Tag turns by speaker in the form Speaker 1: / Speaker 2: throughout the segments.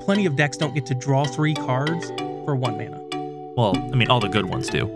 Speaker 1: plenty of decks don't get to draw three cards for one mana.
Speaker 2: Well, I mean, all the good ones do.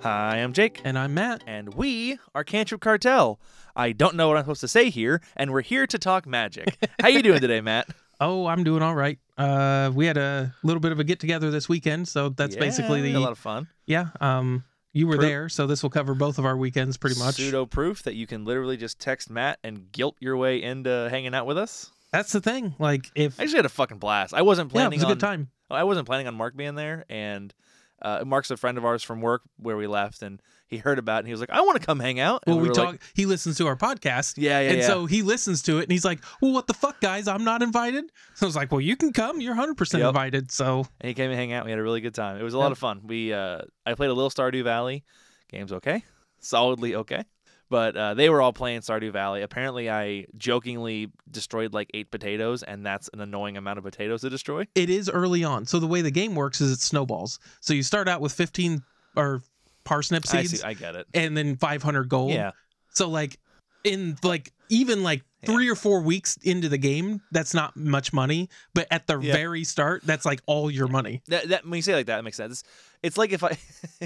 Speaker 3: Hi, I'm Jake.
Speaker 1: And I'm Matt.
Speaker 3: And we are Cantrip Cartel. I don't know what I'm supposed to say here, and we're here to talk magic. How you doing today, Matt?
Speaker 1: Oh, I'm doing all right. Uh, we had a little bit of a get together this weekend, so that's basically
Speaker 3: Yeah,
Speaker 1: the
Speaker 3: a lot of fun.
Speaker 1: yeah. Um, you were
Speaker 3: Proof-
Speaker 1: there, so this will cover both of our weekends pretty much.
Speaker 3: Pseudo proof that you can literally just text Matt and guilt your way into hanging out with us.
Speaker 1: That's the thing. Like if
Speaker 3: I actually had a fucking blast. I wasn't
Speaker 1: yeah, it
Speaker 3: planning
Speaker 1: was a
Speaker 3: on
Speaker 1: good time.
Speaker 3: I wasn't planning on Mark being there, and uh, Mark's a friend of ours from work where we left, and he heard about it, and he was like, "I want to come hang out." And
Speaker 1: Well, we,
Speaker 3: were
Speaker 1: talk.
Speaker 3: Like,
Speaker 1: he listens to our podcast.
Speaker 3: yeah, yeah,
Speaker 1: and
Speaker 3: yeah.
Speaker 1: so he listens to it and he's like, Well, what the fuck, guys? I'm not invited. So I was like, Well, you can come. You're 100%
Speaker 3: Yep.
Speaker 1: invited. So
Speaker 3: and he came and hang out. We had a really good time. It was a
Speaker 1: Yeah.
Speaker 3: lot of fun. We uh, I played a little Stardew Valley. Game's okay, solidly okay, but uh, they were all playing Stardew Valley. Apparently, I jokingly destroyed like eight potatoes, and that's an annoying amount of potatoes to destroy.
Speaker 1: it is early on. So the way the game works is it snowballs. So you start out with 15 or parsnip
Speaker 3: I
Speaker 1: seeds
Speaker 3: see. I get it.
Speaker 1: and then 500 gold.
Speaker 3: Yeah,
Speaker 1: So like in like even like
Speaker 3: Yeah.
Speaker 1: three or four weeks into the game, that's not much money. But at the
Speaker 3: Yeah.
Speaker 1: very start, that's like all your money.
Speaker 3: that, that when you say it like that, it makes sense. It's like if I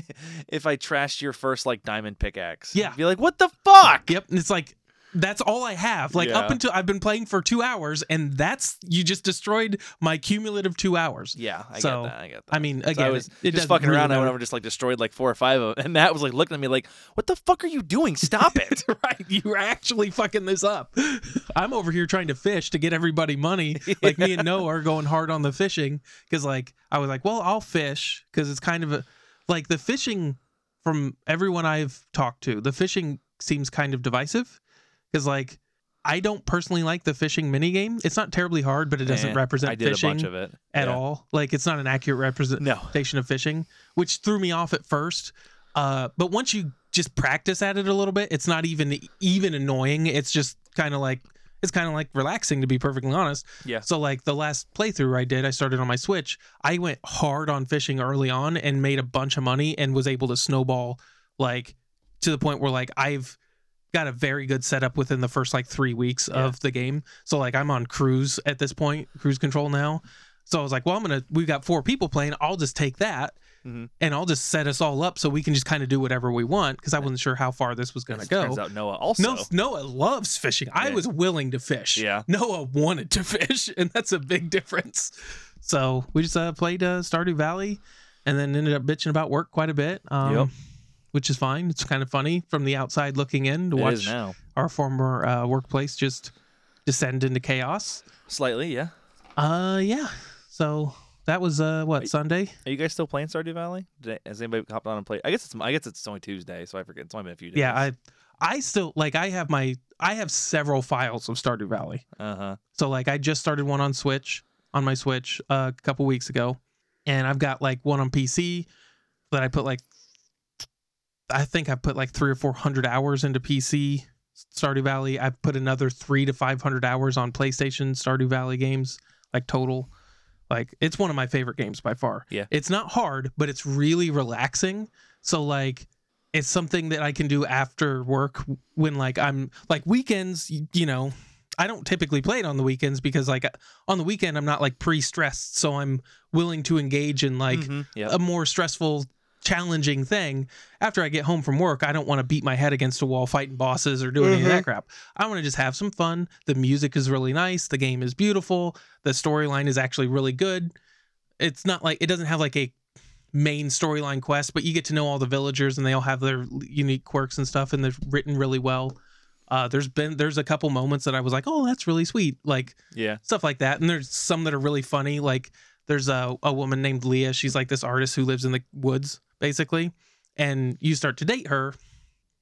Speaker 3: if I trashed your first like diamond pickaxe.
Speaker 1: Yeah.
Speaker 3: you'd be like, what the fuck?
Speaker 1: Yep. And it's like that's all I have. Like up
Speaker 3: Yeah.
Speaker 1: until I've been playing for two hours, and that's you just destroyed my cumulative two hours.
Speaker 3: Yeah, I
Speaker 1: So,
Speaker 3: get that. I get that.
Speaker 1: I mean, again,
Speaker 3: So I was
Speaker 1: it
Speaker 3: just
Speaker 1: doesn't
Speaker 3: fucking
Speaker 1: really
Speaker 3: around. I
Speaker 1: matter.
Speaker 3: went over and just like destroyed like four or five of them. And Matt was like looking at me like, what the fuck are you doing? Stop it.
Speaker 1: right you're actually fucking this up i'm over here trying to fish to get everybody money like me and noah are going hard on the fishing because like i was like well i'll fish because it's kind of a, like the fishing from everyone i've talked to the fishing seems kind of divisive because like i don't personally like the fishing minigame it's not terribly hard but it doesn't
Speaker 3: Eh,
Speaker 1: represent
Speaker 3: I did
Speaker 1: fishing
Speaker 3: a bunch of it.
Speaker 1: at
Speaker 3: Yeah.
Speaker 1: all like it's not an accurate represent
Speaker 3: No.
Speaker 1: station of fishing, which threw me off at first. Uh, but once you just practice at it a little bit, it's not even even annoying. It's just kind of like it's kind of like relaxing to be perfectly honest.
Speaker 3: Yeah.
Speaker 1: So like the last playthrough I did, I started on my Switch. I went hard on fishing early on and made a bunch of money and was able to snowball like to the point where like I've got a very good setup within the first like 3 weeks
Speaker 3: Yeah.
Speaker 1: of the game. So like I'm on cruise at this point, cruise control now. So I was like, well, I'm gonna. We've got four people playing. I'll just take that,
Speaker 3: Mhm.
Speaker 1: and I'll just set us all up so we can just kind of do whatever we want. Because I wasn't sure how far this was gonna
Speaker 3: As it
Speaker 1: go.
Speaker 3: Turns out Noah also.
Speaker 1: No, Noah loves fishing. I
Speaker 3: Yeah.
Speaker 1: was willing to fish.
Speaker 3: Yeah.
Speaker 1: Noah wanted to fish, and that's a big difference. So we just uh, played uh, Stardew Valley, and then ended up bitching about work quite a bit. Um,
Speaker 3: Yep.
Speaker 1: Which is fine. It's kind of funny from the outside looking in to
Speaker 3: It
Speaker 1: watch
Speaker 3: is now.
Speaker 1: our former uh, workplace just descend into chaos.
Speaker 3: Slightly, yeah.
Speaker 1: Uh, yeah. So that was uh, what
Speaker 3: Wait.
Speaker 1: Sunday?
Speaker 3: Are you guys still playing Stardew Valley? Did, has anybody hopped on and played? I guess it's I guess it's only Tuesday, so I forget. It's only been a few days.
Speaker 1: Yeah, I, I still like I have my I have several files of Stardew Valley.
Speaker 3: Uh huh.
Speaker 1: So like I just started one on Switch on my Switch uh, a couple weeks ago, and I've got like one on PC that I put like I think I put like three or four hundred hours into PC Stardew Valley. I've put another three to five hundred hours on PlayStation Stardew Valley games like total. Like it's one of my favorite games by far.
Speaker 3: Yeah.
Speaker 1: it's not hard, but it's really relaxing. So like. It's something that I can do after work when like I'm like weekends, y- you know, I don't typically play it on the weekends because like on the weekend I'm not like pre-stressed, so I'm willing to engage in like
Speaker 3: Mhm, yep.
Speaker 1: a more stressful, challenging thing. After I get home from work, I don't want to beat my head against a wall fighting bosses or doing any of that crap. I want to just have some fun. The music is really nice. The game is beautiful. The storyline is actually really good. It's not like it doesn't have like a main storyline quest, but you get to know all the villagers and they all have their unique quirks and stuff, and they're written really well. Uh, there's been there's a couple moments that I was like, oh, that's really sweet. Like
Speaker 3: yeah.
Speaker 1: stuff like that. And there's some that are really funny. Like there's a, a woman named Leah. She's like this artist who lives in the woods, basically. And you start to date her,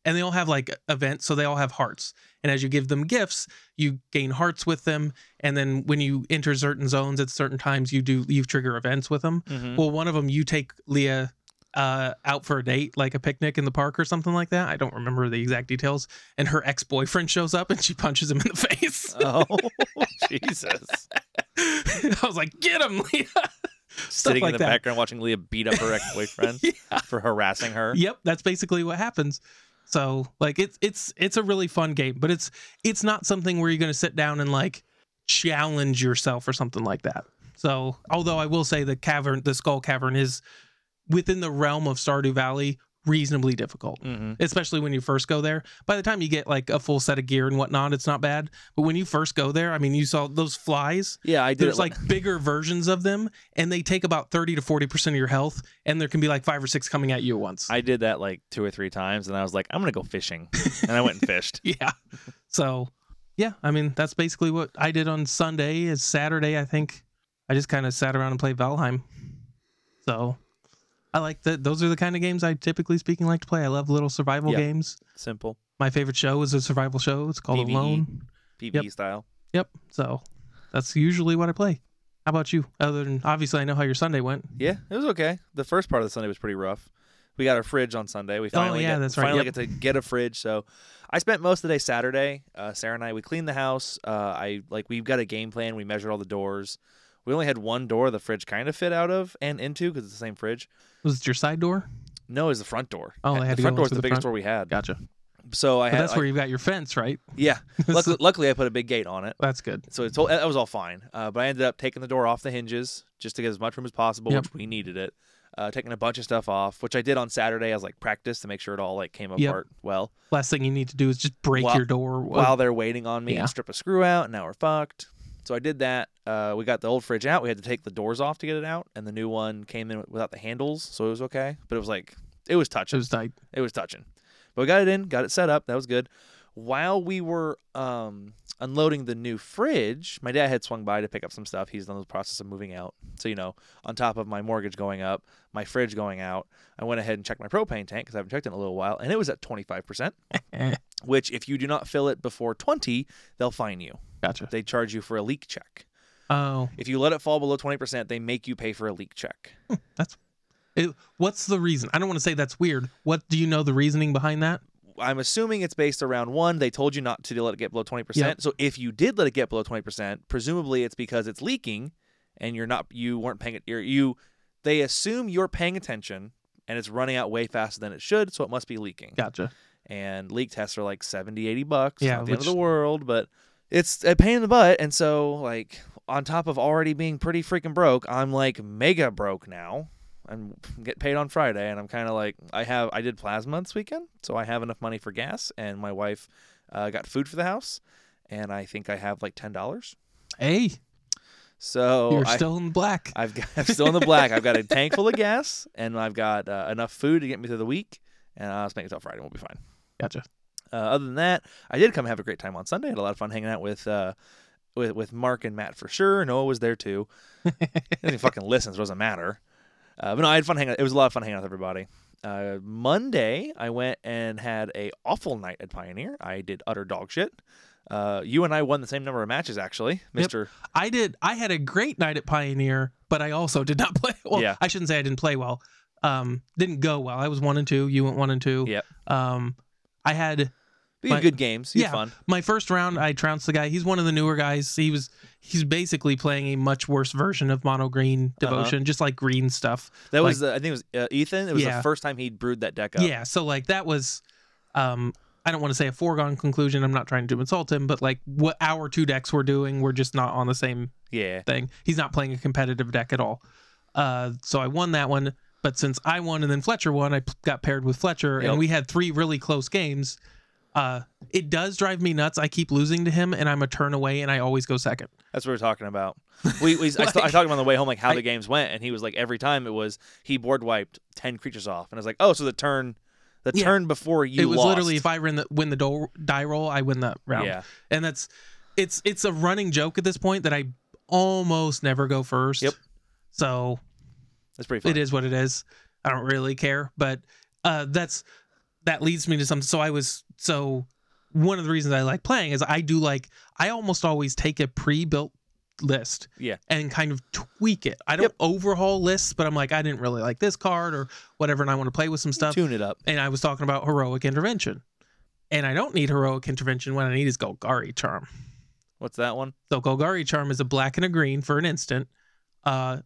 Speaker 1: and they all have like events. So they all have hearts. And as you give them gifts, you gain hearts with them. And then when you enter certain zones at certain times, you do you trigger events with them.
Speaker 3: Mhm.
Speaker 1: Well, one of them you take Leah uh, out for a date, like a picnic in the park or something like that. I don't remember the exact details. And her ex boyfriend shows up and she punches him in the face.
Speaker 3: oh Jesus!
Speaker 1: I was like, get him, Leah.
Speaker 3: Sitting
Speaker 1: like
Speaker 3: in
Speaker 1: that.
Speaker 3: the background watching Leah beat up her ex boyfriend for harassing her.
Speaker 1: yep, that's basically what happens. So like it's it's it's a really fun game, but it's it's not something where you're gonna sit down and like challenge yourself or something like that. So although I will say the cavern, the Skull Cavern is within the realm of Stardew Valley, reasonably difficult.
Speaker 3: Mm-hmm.
Speaker 1: Especially when you first go there. By the time you get like a full set of gear and whatnot, it's not bad. But when you first go there, I mean, you saw those flies.
Speaker 3: Yeah, I did.
Speaker 1: There's
Speaker 3: It like
Speaker 1: like bigger versions of them, and they take about thirty to forty percent of your health, and there can be like five or six coming at you at once.
Speaker 3: I did that like two or three times, and I was like, I'm gonna go fishing, and I went and fished.
Speaker 1: yeah. So, yeah, I mean, that's basically what I did on Sunday. Is Saturday, I think. I just kind of sat around and played Valheim. So, I like that. Those are the kind of games I typically speaking like to play. I love little survival
Speaker 3: Yeah.
Speaker 1: games.
Speaker 3: Simple
Speaker 1: My favorite show is a survival show. It's called
Speaker 3: PvE.
Speaker 1: Alone.
Speaker 3: PvE
Speaker 1: Yep.
Speaker 3: E style.
Speaker 1: Yep. So, that's usually what I play. How about you? Other than obviously, I know how your Sunday went.
Speaker 3: Yeah, it was okay. The first part of the Sunday was pretty rough. We got a fridge on Sunday. We finally
Speaker 1: Oh, yeah,
Speaker 3: get,
Speaker 1: that's right,
Speaker 3: finally
Speaker 1: yep.
Speaker 3: get to get a fridge. So I spent most of the day Saturday. Uh, Sarah and I we cleaned the house. Uh, I like we've got a game plan. We measured all the doors. We only had one door the fridge kind of fit out of and into because it's the same fridge.
Speaker 1: Was it your side door?
Speaker 3: No, is the front door.
Speaker 1: Oh, they
Speaker 3: the
Speaker 1: had to go
Speaker 3: front door
Speaker 1: into
Speaker 3: was the,
Speaker 1: the
Speaker 3: biggest
Speaker 1: front?
Speaker 3: door we had.
Speaker 1: Gotcha.
Speaker 3: So I
Speaker 1: But
Speaker 3: had
Speaker 1: that's where you've got your fence, right?
Speaker 3: I- yeah.
Speaker 1: So
Speaker 3: luckily, luckily, I put a big gate on it.
Speaker 1: that's good.
Speaker 3: So it's all, that was all fine. Uh, but I ended up taking the door off the hinges just to get as much room as possible,
Speaker 1: Yep.
Speaker 3: which we needed it. Uh, taking a bunch of stuff off, which I did on Saturday as like practice to make sure it all like came
Speaker 1: Yep.
Speaker 3: apart well.
Speaker 1: Last thing you need to do is just break
Speaker 3: While-
Speaker 1: your door.
Speaker 3: While they're waiting on me
Speaker 1: Yeah.
Speaker 3: and strip a screw out, and now we're fucked. So I did that. Uh, we got the old fridge out. We had to take the doors off to get it out, and the new one came in without the handles, so it was okay. But it was like it was
Speaker 1: it
Speaker 3: touching.
Speaker 1: was tight.
Speaker 3: It was touching. But we got it in, got it set up. That was good. While we were um, unloading the new fridge, my dad had swung by to pick up some stuff. He's in the process of moving out. So, you know, on top of my mortgage going up, my fridge going out, I went ahead and checked my propane tank because I haven't checked it in a little while, and it was at 25%, which if you do not fill it before 20, they'll fine you.
Speaker 1: Gotcha.
Speaker 3: They charge you for a leak check.
Speaker 1: Oh,
Speaker 3: If you let it fall below 20%, they make you pay for a leak check.
Speaker 1: it, what's the reason? I don't want to say that's weird. What do you know the reasoning behind that?
Speaker 3: I'm assuming it's based around one. They told you not to let it get below 20%.
Speaker 1: Yep.
Speaker 3: So if you did let it get below 20%, presumably it's because it's leaking and you're not you weren't paying it you're, you they assume you're paying attention and it's running out way faster than it should, so it must be leaking.
Speaker 1: Gotcha.
Speaker 3: And leak tests are like 70, 80 bucks.
Speaker 1: Yeah,
Speaker 3: not the end of the
Speaker 1: which-
Speaker 3: world, but it's a pain in the butt. And so like on top of already being pretty freaking broke, I'm like mega broke now. I'm get paid on Friday, and I'm kind of like I have I did plasma this weekend, so I have enough money for gas, and my wife uh, got food for the house, and I think I have like ten dollars.
Speaker 1: Hey,
Speaker 3: So
Speaker 1: you're
Speaker 3: Oh, I,
Speaker 1: still in black.
Speaker 3: I've got, I'm still in the black. I've got a tank full of gas, and I've got uh, enough food to get me through the week, and I'll just make it till Friday. We'll be fine.
Speaker 1: Gotcha.
Speaker 3: Uh, other than that, I did come have a great time on Sunday. I had a lot of fun hanging out with uh, with with Mark and Matt for sure. Noah was there too. he doesn't fucking listen, so it doesn't matter. Uh, but no, I had fun hanging. It was a lot of fun hanging out with everybody. Uh, Monday, I went and had a awful night at Pioneer. I did utter dog shit. Uh, you and I won the same number of matches actually,
Speaker 1: Yep.
Speaker 3: Mister.
Speaker 1: I did. I had a great night at Pioneer, but I also did not play. Well,
Speaker 3: Yeah.
Speaker 1: I shouldn't say I didn't play well. Um, didn't go well. I was one and two. You went one and two.
Speaker 3: Yep.
Speaker 1: Um, I had
Speaker 3: We had
Speaker 1: My-
Speaker 3: good games. You had
Speaker 1: Yeah.
Speaker 3: fun.
Speaker 1: my first round i trounced the guy he's one of the newer guys he was he's basically playing a much worse version of mono green
Speaker 3: Uh-huh.
Speaker 1: devotion just like green stuff
Speaker 3: That was the. I think it was uh, Ethan. It was
Speaker 1: Yeah.
Speaker 3: the first time he'd brewed that deck up.
Speaker 1: yeah. so like that was um i don't want to say a foregone conclusion i'm not trying to insult him but like what our two decks were doing were just not on the same
Speaker 3: Yeah.
Speaker 1: thing he's not playing a competitive deck at all uh so i won that one but since i won and then fletcher won i p- got paired with fletcher
Speaker 3: Yep.
Speaker 1: and we had three really close games uh it does drive me nuts i keep losing to him and i'm a turn away and i always go second
Speaker 3: That's what we're talking about. We, we I, st- I
Speaker 1: Like-
Speaker 3: talked about on the way home like how
Speaker 1: I-
Speaker 3: the games went, and he was like every time it was he board wiped ten creatures off, and I was like, oh, so the turn, the
Speaker 1: Yeah.
Speaker 3: turn before you
Speaker 1: it was
Speaker 3: lost.
Speaker 1: literally if I win the win the do- die roll, I win that round.
Speaker 3: Yeah.
Speaker 1: And that's it's it's a running joke at this point that I almost never go first.
Speaker 3: Yep.
Speaker 1: So
Speaker 3: That's pretty
Speaker 1: it
Speaker 3: funny.
Speaker 1: is what it is. I don't really care, but uh that's that leads me to something. So I was so one of the reasons I like playing is I do like I almost always take a pre-built list
Speaker 3: Yeah.
Speaker 1: and kind of tweak it. I don't
Speaker 3: Yep.
Speaker 1: overhaul lists, but I'm like I didn't really like this card or whatever and I want to play with some stuff
Speaker 3: Tune it up.
Speaker 1: and I was talking about heroic intervention. And I don't need heroic intervention. What I need is Golgari charm.
Speaker 3: What's that one?
Speaker 1: So Golgari charm is a black and a green for an instant. Uh,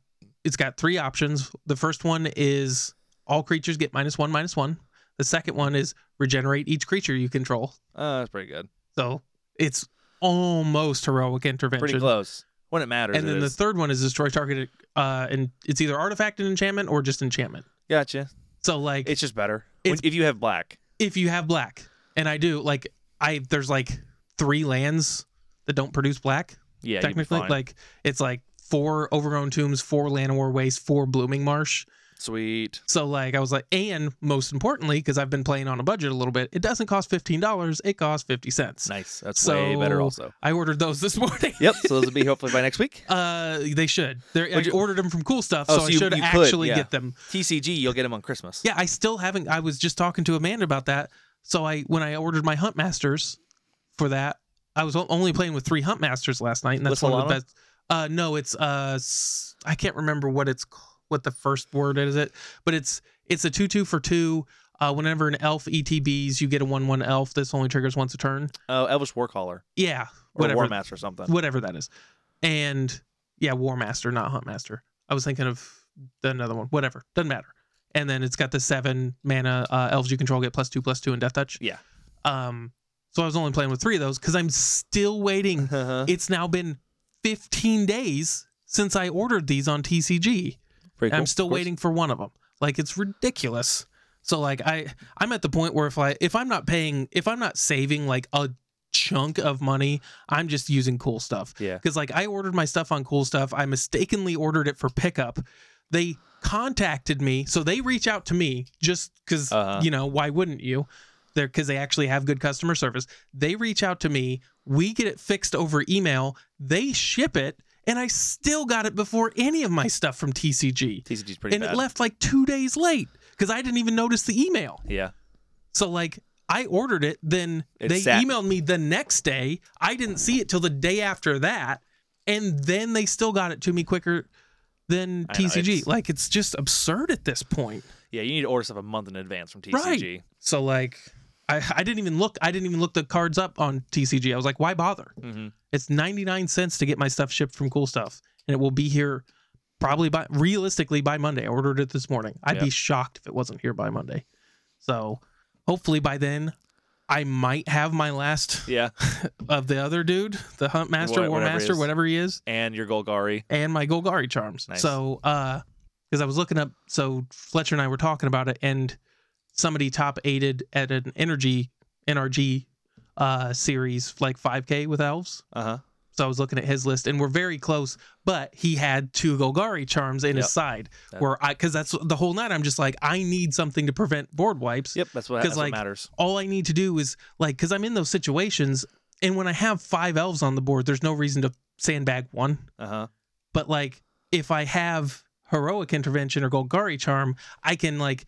Speaker 1: it's got three options. The first one is all creatures get minus one, minus one. The second one is regenerate each creature you control.
Speaker 3: Uh, that's pretty good.
Speaker 1: So it's almost heroic intervention.
Speaker 3: Pretty close. When it matters.
Speaker 1: And
Speaker 3: it
Speaker 1: then the
Speaker 3: is.
Speaker 1: third one is destroy target, uh, and it's either artifact and enchantment or just enchantment.
Speaker 3: gotcha.
Speaker 1: So like,
Speaker 3: It's just better When-
Speaker 1: It's-
Speaker 3: if you have black.
Speaker 1: if you have black, and I do, like I there's like three lands that don't produce black.
Speaker 3: Yeah, you'd be
Speaker 1: technically,
Speaker 3: fine.
Speaker 1: like it's like four overgrown tombs, four Llanowar Waste, four Blooming Marsh.
Speaker 3: sweet.
Speaker 1: So like I was like, and most importantly, because I've been playing on a budget a little bit, it doesn't cost fifteen dollars; it costs fifty cents.
Speaker 3: Nice. That's way better.
Speaker 1: So-
Speaker 3: Also.
Speaker 1: I ordered those this morning.
Speaker 3: Yep. So those will be hopefully by next week.
Speaker 1: Uh, they should. They're, I
Speaker 3: Would you-
Speaker 1: ordered them from Cool Stuff,
Speaker 3: Oh,
Speaker 1: so,
Speaker 3: so
Speaker 1: I
Speaker 3: you-
Speaker 1: should
Speaker 3: you could,
Speaker 1: actually
Speaker 3: yeah.
Speaker 1: get them.
Speaker 3: TCG, you'll get them on Christmas.
Speaker 1: Yeah, I still haven't. I was just talking to Amanda about that. So I, when I ordered my Hunt Masters for that, I was o- only playing with three Hunt Masters last night, and that's
Speaker 3: With
Speaker 1: one of the
Speaker 3: Solana?
Speaker 1: best. Uh, no, it's uh, s- I can't remember what it's c- what the first word is it, but it's it's a two two for two. Uh, whenever an elf ETBs, you get a one one elf. This only triggers once a turn.
Speaker 3: Oh, Elvish Warcaller or
Speaker 1: Yeah,
Speaker 3: War
Speaker 1: whatever,
Speaker 3: Master or something.
Speaker 1: whatever that is. And yeah, War Master, not Hunt Master. I was thinking of the another one. Whatever, doesn't matter. And then it's got the seven mana uh, elves you control get plus two plus two and death touch.
Speaker 3: Yeah.
Speaker 1: Um. So I was only playing with three of those because I'm still
Speaker 3: Uh-huh.
Speaker 1: waiting. it's now been 15 days since I ordered these on TCG.
Speaker 3: Pretty
Speaker 1: and
Speaker 3: cool,
Speaker 1: I'm still
Speaker 3: of course.
Speaker 1: waiting for one of them. Like it's ridiculous. So like I I'm at the point where if I if I'm not paying if I'm not saving like a chunk of money, I'm just using cool stuff.
Speaker 3: Yeah.
Speaker 1: Because like I ordered my stuff on Cool Stuff, I mistakenly ordered it for pickup. They contacted me, so they reach out to me just because
Speaker 3: Uh-huh.
Speaker 1: you know why wouldn't you? They're because they actually have good customer service. They reach out to me, we get it fixed over email, they ship it, and I still got it before any of my stuff from TCG,
Speaker 3: TCG's pretty
Speaker 1: and
Speaker 3: bad.
Speaker 1: it left like two days late because I didn't even notice the email.
Speaker 3: Yeah.
Speaker 1: So like I ordered it, then
Speaker 3: It
Speaker 1: they
Speaker 3: sat.
Speaker 1: emailed me the next day. I didn't see it till the day after that, and then they still got it to me quicker than
Speaker 3: I know,
Speaker 1: TCG.
Speaker 3: it's-
Speaker 1: like it's just absurd at this point.
Speaker 3: Yeah, you need to order stuff a month in advance from TCG.
Speaker 1: So like I, I didn't even look I didn't even look the cards up on TCG. I was like, why bother?
Speaker 3: Mhm.
Speaker 1: It's 99 cents to get my stuff shipped from Cool Stuff, and it will be here probably by realistically by Monday. I ordered it this morning. I'd be
Speaker 3: Yep.
Speaker 1: shocked if it wasn't here by Monday. So hopefully by then I might have my last
Speaker 3: Yeah.
Speaker 1: of the other dude, the Hunt Master,
Speaker 3: Wha-
Speaker 1: War
Speaker 3: whatever he
Speaker 1: Master,
Speaker 3: is.
Speaker 1: whatever he is,
Speaker 3: And your Golgari.
Speaker 1: and my Golgari charms.
Speaker 3: Nice.
Speaker 1: So uh because I was looking up so Fletcher and I were talking about it and somebody top aided at an energy NRG uh series like 5k with elves.
Speaker 3: Uh huh.
Speaker 1: So I was looking at his list, and we're very close. But he had two Golgari charms in
Speaker 3: Yep.
Speaker 1: his side,
Speaker 3: That-
Speaker 1: where I because that's the whole night. I'm just like, I need something to prevent board wipes.
Speaker 3: Yep. That's what,
Speaker 1: 'Cause,
Speaker 3: that's
Speaker 1: like,
Speaker 3: what matters.
Speaker 1: All I need to do is like, because I'm in those situations, and when I have five elves on the board, there's no reason to sandbag one.
Speaker 3: Uh huh.
Speaker 1: But like, if I have heroic intervention or Golgari charm, I can like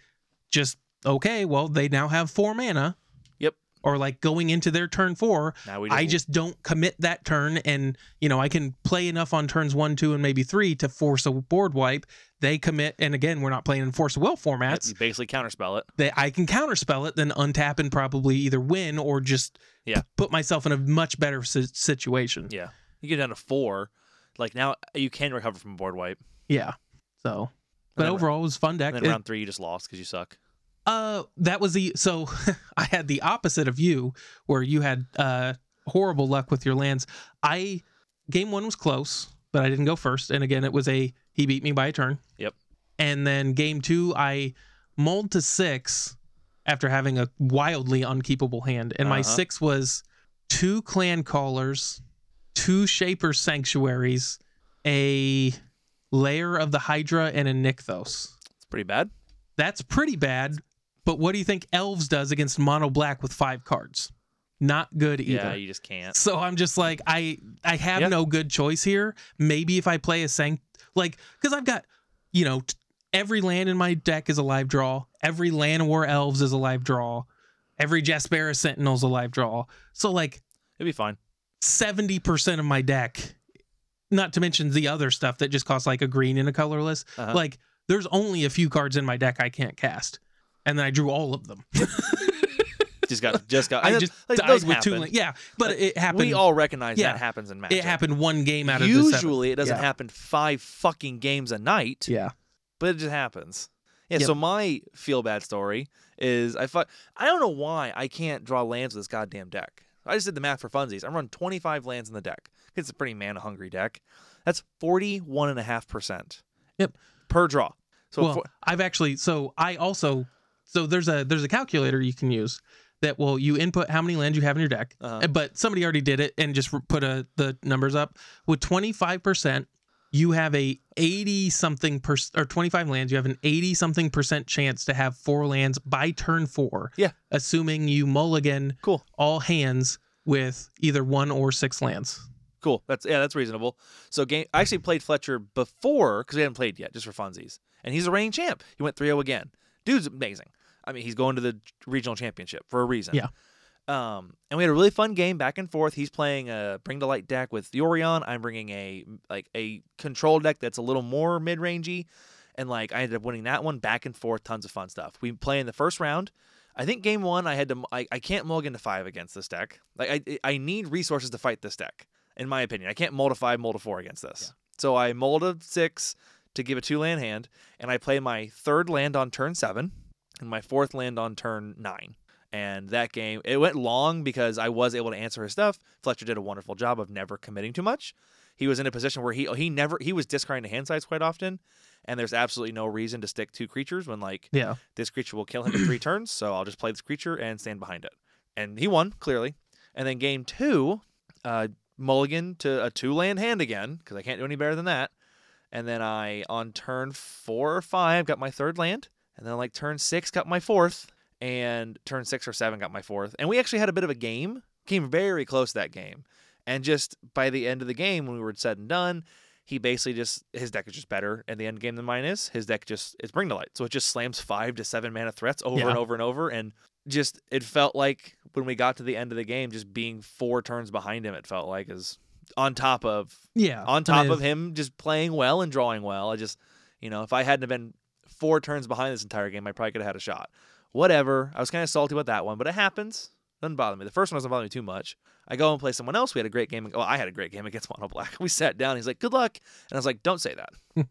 Speaker 1: just okay. Well, they now have four mana.
Speaker 3: Yep.
Speaker 1: Or like going into their turn four,
Speaker 3: Now we.
Speaker 1: I just don't commit that turn, and you know I can play enough on turns one, two, and maybe three to force a board wipe. They commit, and again, we're not playing in force of will
Speaker 3: Yep,
Speaker 1: formats.
Speaker 3: you basically counterspell it.
Speaker 1: That I can counterspell it, then untap and probably either win or just
Speaker 3: Yeah.
Speaker 1: put myself in a much better si- situation.
Speaker 3: Yeah. You get down to four. Like now you can recover from a board wipe.
Speaker 1: Yeah. So, but
Speaker 3: then-
Speaker 1: overall, it was a fun deck.
Speaker 3: And then
Speaker 1: It-
Speaker 3: round three, you just lost because you suck.
Speaker 1: Uh, that was the so I had the opposite of you, where you had uh horrible luck with your lands. I game one was close, but I didn't go first, and again it was a he beat me by a turn.
Speaker 3: Yep.
Speaker 1: And then game two, I mulled to six after having a wildly unkeepable hand, and my
Speaker 3: Uh-huh.
Speaker 1: six was two clan callers, two shaper sanctuaries, a layer of the Hydra, and a Nykthos.
Speaker 3: It's pretty bad.
Speaker 1: That's pretty bad. But what do you think Elves does against Mono Black with five cards? Not good either.
Speaker 3: Yeah, you just can't.
Speaker 1: So I'm just like, I I have
Speaker 3: Yeah.
Speaker 1: no good choice here. Maybe if I play a Sanct, like, because I've got, you know, t- every land in my deck is a live draw. Every Land War Elves is a live draw. Every Jaspera Sentinel's a live draw. So like
Speaker 3: It'd be fine.
Speaker 1: 70% of my deck, not to mention the other stuff that just costs like a green and a colorless.
Speaker 3: Uh-huh.
Speaker 1: Like there's only a few cards in my deck I can't cast. And then I drew all of them.
Speaker 3: Just got, just got.
Speaker 1: I
Speaker 3: and
Speaker 1: just
Speaker 3: like,
Speaker 1: died
Speaker 3: those
Speaker 1: with two
Speaker 3: happen.
Speaker 1: land- Yeah, but
Speaker 3: Like,
Speaker 1: it happened.
Speaker 3: We all recognize
Speaker 1: Yeah.
Speaker 3: that happens in magic.
Speaker 1: it happened one game out of the seven.
Speaker 3: Usually, it doesn't
Speaker 1: Yeah.
Speaker 3: happen five fucking games a night.
Speaker 1: Yeah.
Speaker 3: but it just happens. Yeah.
Speaker 1: Yep.
Speaker 3: So my feel bad story is I fu- I don't know why I can't draw lands with this goddamn deck. I just did the math for funsies. I'm running 25 lands in the deck. It's a pretty mana hungry deck. That's 41.5%
Speaker 1: Yep.
Speaker 3: per draw. So
Speaker 1: well,
Speaker 3: for-
Speaker 1: I've actually so I also so there's a there's a calculator you can use that will you input how many lands you have in your deck.
Speaker 3: Uh-huh.
Speaker 1: But somebody already did it and just put a, the numbers up with 25%, you have a 80 something per or 25 lands, you have an 80 something percent chance to have four lands by turn 4.
Speaker 3: Yeah.
Speaker 1: Assuming you mulligan
Speaker 3: Cool.
Speaker 1: all hands with either one or six lands.
Speaker 3: Cool. That's yeah, that's reasonable. So game I actually played Fletcher before because we hadn't played yet, just for funsies. And he's a reigning champ. He went 3-0 again. Dude's amazing. I mean, he's going to the regional championship for a reason.
Speaker 1: Yeah.
Speaker 3: Um, and we had a really fun game back and forth. He's playing a bring to light deck with the Orion. I'm bringing a like a control deck that's a little more mid rangey, and like I ended up winning that one back and forth. Tons of fun stuff. We play in the first round. I think game one I had to I, I can't mulligan to five against this deck. Like I I need resources to fight this deck in my opinion. I can't mold a five, mold a four against this. So I mold a six to give a two land hand, and I play my third land on turn seven and my fourth land on turn nine. And that game, it went long because I was able to answer his stuff. Fletcher did a wonderful job of never committing too much. He was in a position where he he never he was discarding to hand size quite often, and there's absolutely no reason to stick two creatures when like
Speaker 1: Yeah.
Speaker 3: this creature will kill him in three turns, so I'll just play this creature and stand behind it. And he won, clearly. And then game two, uh, Mulligan to a two land hand again, because I can't do any better than that. And then I, on turn four or five, got my third land. And then, like, turn six, got my fourth. And turn six or seven, got my fourth. And we actually had a bit of a game, came very close that game. And just by the end of the game, when we were said and done, he basically just his deck is just better in the end game than mine is. His deck just it's bring to light. So it just slams five to seven mana threats over
Speaker 1: Yeah.
Speaker 3: and over and over. And just it felt like when we got to the end of the game, just being four turns behind him, it felt like is on top of
Speaker 1: Yeah. I
Speaker 3: on top
Speaker 1: mean,
Speaker 3: of him just playing well and drawing well. I just you know, if I hadn't have been four turns behind this entire game, I probably could have had a shot. Whatever. I was kind of salty about that one, but it happens. Doesn't bother me. The first one doesn't bother me too much. I go and play someone else. We had a great game. Well, I had a great game against Mono Black. We sat down. He's like, "Good luck," and I was like, "Don't say that.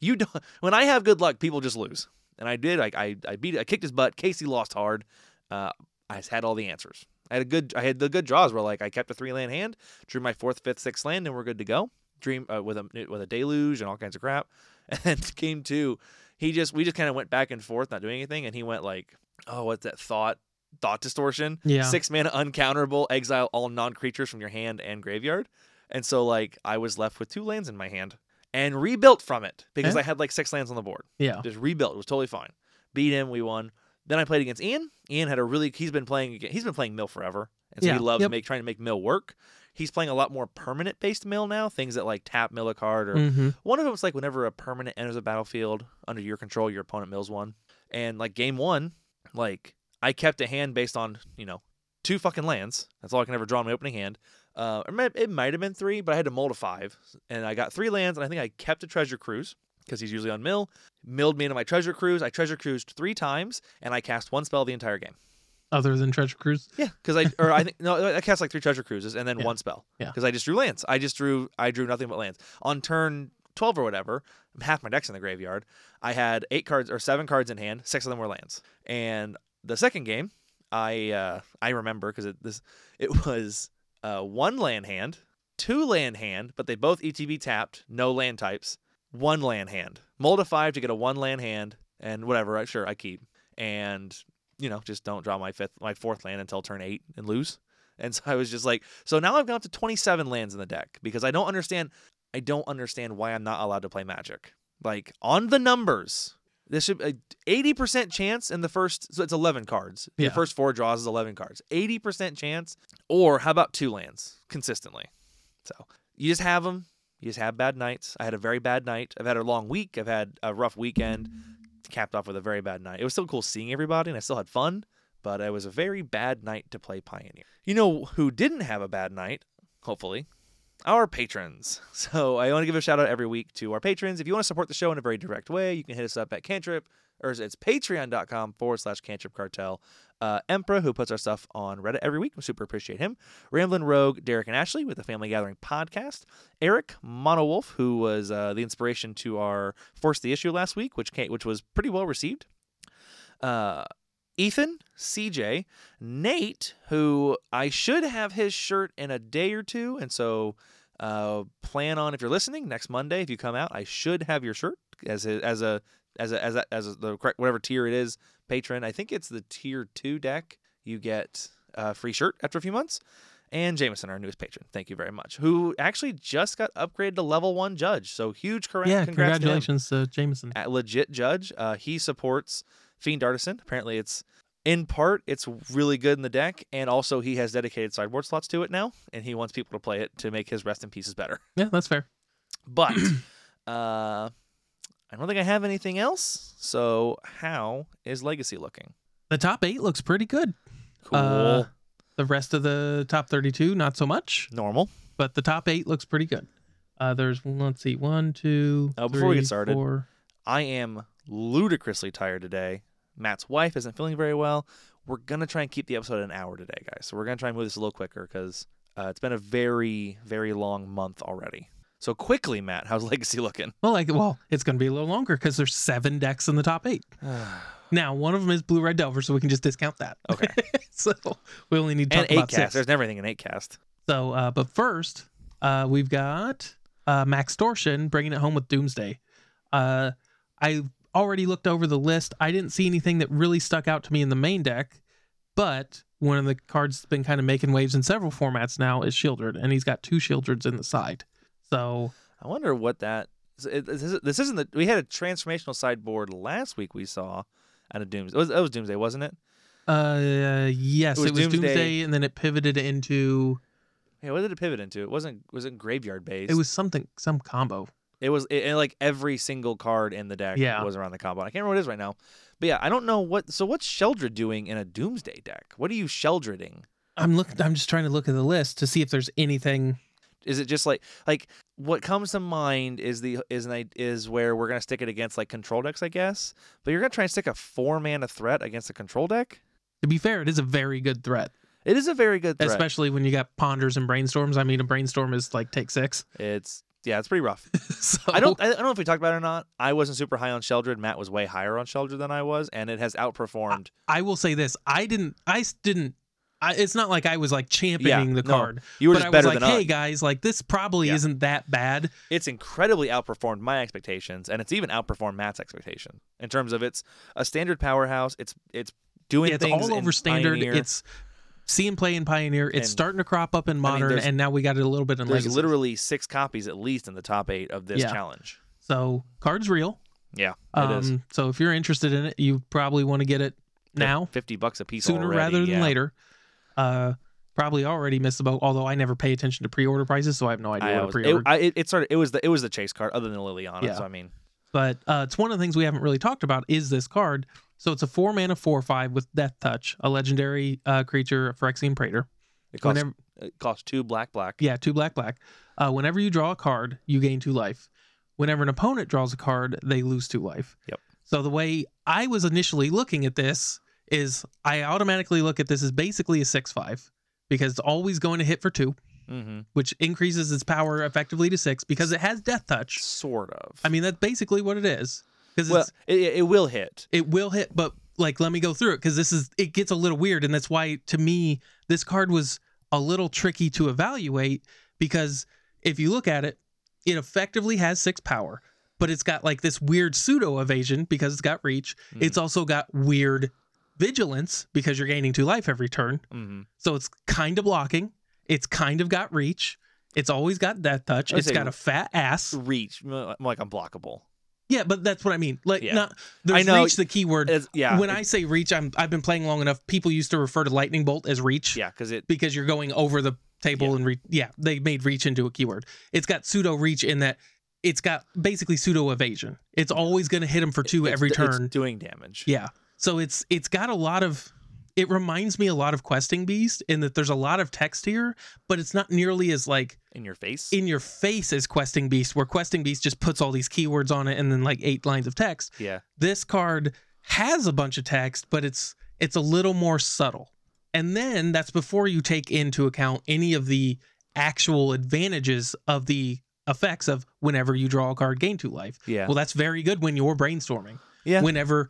Speaker 3: you don't. When I have good luck, people just lose." And I did. I I, I beat. I kicked his butt. Casey lost hard. Uh, I just had all the answers. I had a good. I had the good draws where like I kept a three land hand, drew my fourth, fifth, sixth land, and we're good to go. Dream uh, with a with a deluge and all kinds of crap. And then game two, he just we just kind of went back and forth, not doing anything. And he went like, "Oh, what's that thought? Thought distortion."
Speaker 1: Yeah.
Speaker 3: six mana uncounterable exile all non-creatures from your hand and graveyard and so like i was left with two lands in my hand and rebuilt from it because
Speaker 1: Yeah.
Speaker 3: i had like six lands on the board
Speaker 1: Yeah.
Speaker 3: just rebuilt it was totally fine beat him we won then i played against ian ian had a really he's been playing he's been playing mill forever and so
Speaker 1: Yeah,
Speaker 3: he loves
Speaker 1: yep.
Speaker 3: make, trying to make mill work he's playing a lot more permanent based mill now things that like tap mill a card or
Speaker 1: Mhm.
Speaker 3: one of them was like whenever a permanent enters a battlefield under your control, your opponent mills one. And like game one, like I kept a hand based on, you know, two fucking lands. That's all I can ever draw in my opening hand. Uh, it might- it might have been three, but I had to mold a five. And I got three lands, and I think I kept a treasure cruise because he's usually on mill. Milled me into my treasure cruise. I treasure cruised three times, and I cast one spell the entire game.
Speaker 1: Other than Treasure Cruise.
Speaker 3: Yeah, because I or I think no, I cast like three treasure cruises and then
Speaker 1: Yeah.
Speaker 3: one spell.
Speaker 1: Yeah.
Speaker 3: because I just drew lands. I just drew I drew nothing but lands on turn twelve or whatever. Half my deck's in the graveyard. I had eight cards or seven cards in hand. Six of them were lands. And the second game, I uh, I remember because it this it was uh, one land hand, two land hand, but they both ETB tapped, no land types. One land hand, mold a five to get a one land hand, and whatever. I sure I keep and you know, just don't draw my fifth, my fourth land until turn eight and lose. And so I was just like, so now I've gone up to 27 lands in the deck because I don't understand. I don't understand why I'm not allowed to play Magic. Like on the numbers, this should a 80% chance in the first. So it's 11 cards.
Speaker 1: Yeah.
Speaker 3: The first four draws is 11 cards. 80% chance, or how about two lands consistently? So you just have them. You just have bad nights. I had a very bad night. I've had a long week. I've had a rough weekend. Capped off with a very bad night. It was still cool seeing everybody, and I still had fun, but it was a very bad night to play Pioneer. You know who didn't have a bad night? Hopefully, our patrons. So I want to give a shout out every week to our patrons. If you want to support the show in a very direct way, you can hit us up at Cantrip, or it's patreon.com forward slash Cantrip Cartel. Uh, Emperor, who puts our stuff on Reddit every week, we super appreciate him. Ramblin' Rogue, Derek and Ashley with the Family Gathering podcast. Eric Monowolf, who was uh, the inspiration to our Force the Issue last week, which came, which was pretty well received. Uh, Ethan, CJ, Nate, who I should have his shirt in a day or two, and so uh, plan on if you're listening next Monday if you come out, I should have your shirt as a, as a as a as a, as a, the correct whatever tier it is patron. I think it's the tier two deck. You get a free shirt after a few months. And Jameson, our newest patron, thank you very much. Who actually just got upgraded to level one judge. So huge, correct?
Speaker 1: yeah,
Speaker 3: congrats to him
Speaker 1: congratulations to, Jameson.
Speaker 3: a legit judge. Uh, he supports Fiend Artisan. Apparently, it's in part it's really good in the deck, and also he has dedicated sideboard slots to it now, and he wants people to play it to make his rest in pieces better.
Speaker 1: Yeah, that's fair.
Speaker 3: But uh, I don't think I have anything else. So how is Legacy looking?
Speaker 1: The top eight looks pretty good.
Speaker 3: Cool,
Speaker 1: Uh, The rest of the top 32, not so much,
Speaker 3: normal.
Speaker 1: but the top eight looks pretty good. Uh, there's, let's see, one, two,
Speaker 3: Oh, before we get
Speaker 1: three,
Speaker 3: started,
Speaker 1: four.
Speaker 3: I am ludicrously tired today. Matt's wife isn't feeling very well. We're going to try and keep the episode an hour today, guys. So we're going to try and move this a little quicker because uh, it's been a very, very long month already. So quickly, Matt, how's Legacy looking?
Speaker 1: Well, like, well, it's going to be a little longer because there's seven decks in the top eight. Now, one of them is Blue Red Delver, so we can just discount that.
Speaker 3: Okay.
Speaker 1: so we only need to
Speaker 3: and
Speaker 1: talk
Speaker 3: eight
Speaker 1: about
Speaker 3: cast.
Speaker 1: six.
Speaker 3: There's never anything in eight cast.
Speaker 1: So, uh, but first, uh, we've got uh, Max Torsion bringing it home with Doomsday. Uh, I already looked over the list. I didn't see anything that really stuck out to me in the main deck, but one of the cards that's been kind of making waves in several formats now is Shieldred, and he's got two Shieldreds in the side. So,
Speaker 3: I wonder what that. it- This isn't- this isn't the. We had a transformational sideboard last week we saw at a Doomsday. It was, it was Doomsday, wasn't it?
Speaker 1: uh, yes, it was, Doomsday.
Speaker 3: Doomsday,
Speaker 1: and then it pivoted into
Speaker 3: Yeah, what did it pivot into? It wasn't wasn't graveyard based.
Speaker 1: it was something some combo.
Speaker 3: It was it, and like every single card in the deck
Speaker 1: Yeah.
Speaker 3: was around the combo. I can't remember what it is right now. But yeah, I don't know what so what's Sheldred doing in a Doomsday deck? What are you Sheldreding?
Speaker 1: I'm looking. I'm just trying to look at the list to see if there's anything.
Speaker 3: Is it just like like what comes to mind is the is an i- is where we're gonna stick it against like control decks, I guess. But you're gonna try and stick a four mana threat against a control deck?
Speaker 1: To be fair, it is a very good threat.
Speaker 3: It is a very good threat.
Speaker 1: especially when you got ponders and brainstorms. I mean, a brainstorm is like take six.
Speaker 3: It's yeah, it's pretty rough.
Speaker 1: so
Speaker 3: I don't I don't know if we talked about it or not. I wasn't super high on Sheldred. Matt was way higher on Sheldred than I was, and it has outperformed
Speaker 1: I will say this. I didn't. I s- didn't. I, it's not like I was like championing the
Speaker 3: no,
Speaker 1: card,
Speaker 3: you were
Speaker 1: but
Speaker 3: just
Speaker 1: I was
Speaker 3: better
Speaker 1: like,
Speaker 3: than
Speaker 1: "Hey
Speaker 3: us.
Speaker 1: guys, like this probably
Speaker 3: Yeah.
Speaker 1: isn't that bad."
Speaker 3: it's incredibly outperformed my expectations, and it's even outperformed Matt's expectation in terms of it's a standard powerhouse. It's it's doing
Speaker 1: Yeah, it's
Speaker 3: things
Speaker 1: all
Speaker 3: in
Speaker 1: over standard.
Speaker 3: Pioneer.
Speaker 1: It's see and play in Pioneer. It's
Speaker 3: And-
Speaker 1: starting to crop up in modern,
Speaker 3: there's-
Speaker 1: and now we got it a little bit in
Speaker 3: there's
Speaker 1: legacy.
Speaker 3: literally six copies at least in the top eight of this
Speaker 1: Yeah.
Speaker 3: challenge.
Speaker 1: so cards real.
Speaker 3: Yeah,
Speaker 1: Um,
Speaker 3: it is.
Speaker 1: So if you're interested in it, you probably want to get it
Speaker 3: Fif-
Speaker 1: now.
Speaker 3: fifty bucks a piece
Speaker 1: sooner
Speaker 3: already,
Speaker 1: rather than
Speaker 3: yeah.
Speaker 1: later. Uh, probably already missed the boat. Although I never pay attention to pre-order prices, so I have no idea
Speaker 3: I
Speaker 1: what a
Speaker 3: was-
Speaker 1: pre-order.
Speaker 3: it, I, it, it started. It was the it was the chase card, other than Liliana.
Speaker 1: Yeah.
Speaker 3: So I mean,
Speaker 1: but uh, it's one of the things we haven't really talked about is this card. So it's a four mana four five with Death Touch, a legendary uh, creature, a Phyrexian Praetor.
Speaker 3: it costs
Speaker 1: Whenever,
Speaker 3: it costs two black black.
Speaker 1: yeah, two black black. Uh, whenever you draw a card, you gain two life. Whenever an opponent draws a card, they lose two life.
Speaker 3: Yep.
Speaker 1: So the way I was initially looking at this is, I automatically look at this as basically a six five because it's always going to hit for two.
Speaker 3: Mm-hmm.
Speaker 1: which increases its power effectively to six because it has death touch.
Speaker 3: Sort of.
Speaker 1: I mean, that's basically what it is because
Speaker 3: well, it, it it will hit.
Speaker 1: it will hit, but like, let me go through it because this is it gets a little weird, and that's why to me this card was a little tricky to evaluate because if you look at it, it effectively has six power, but it's got like this weird pseudo evasion because it's got reach.
Speaker 3: Mm.
Speaker 1: It's also got weird vigilance because you're gaining two life every turn.
Speaker 3: Mm-hmm.
Speaker 1: So it's kind of blocking. It's kind of got reach. It's always got death touch.
Speaker 3: I would
Speaker 1: It's
Speaker 3: say-
Speaker 1: got a fat ass.
Speaker 3: Reach, more like unblockable.
Speaker 1: Yeah, but that's what I mean. Like,
Speaker 3: Yeah.
Speaker 1: not there's
Speaker 3: know.
Speaker 1: reach the keyword.
Speaker 3: It's, yeah,
Speaker 1: when
Speaker 3: it-
Speaker 1: I say reach, I'm I've been playing long enough. People used to refer to lightning bolt as reach
Speaker 3: yeah, because it
Speaker 1: because you're going over the table
Speaker 3: Yeah.
Speaker 1: and re- yeah, they made reach into a keyword. It's got pseudo reach in that it's got basically pseudo evasion. It's always going to hit him for two
Speaker 3: it's-
Speaker 1: every
Speaker 3: it's
Speaker 1: turn.
Speaker 3: doing damage.
Speaker 1: Yeah. So it's it's got a lot of it reminds me a lot of Questing Beast in that there's a lot of text here, but it's not nearly as like
Speaker 3: in your face.
Speaker 1: in your face as Questing Beast, where Questing Beast just puts all these keywords on it and then like eight lines of text.
Speaker 3: yeah.
Speaker 1: This card has a bunch of text, but it's it's a little more subtle. And then that's before you take into account any of the actual advantages of the effects of whenever you draw a card, gain two life.
Speaker 3: Yeah.
Speaker 1: Well, that's very good when you're brainstorming
Speaker 3: Yeah.
Speaker 1: whenever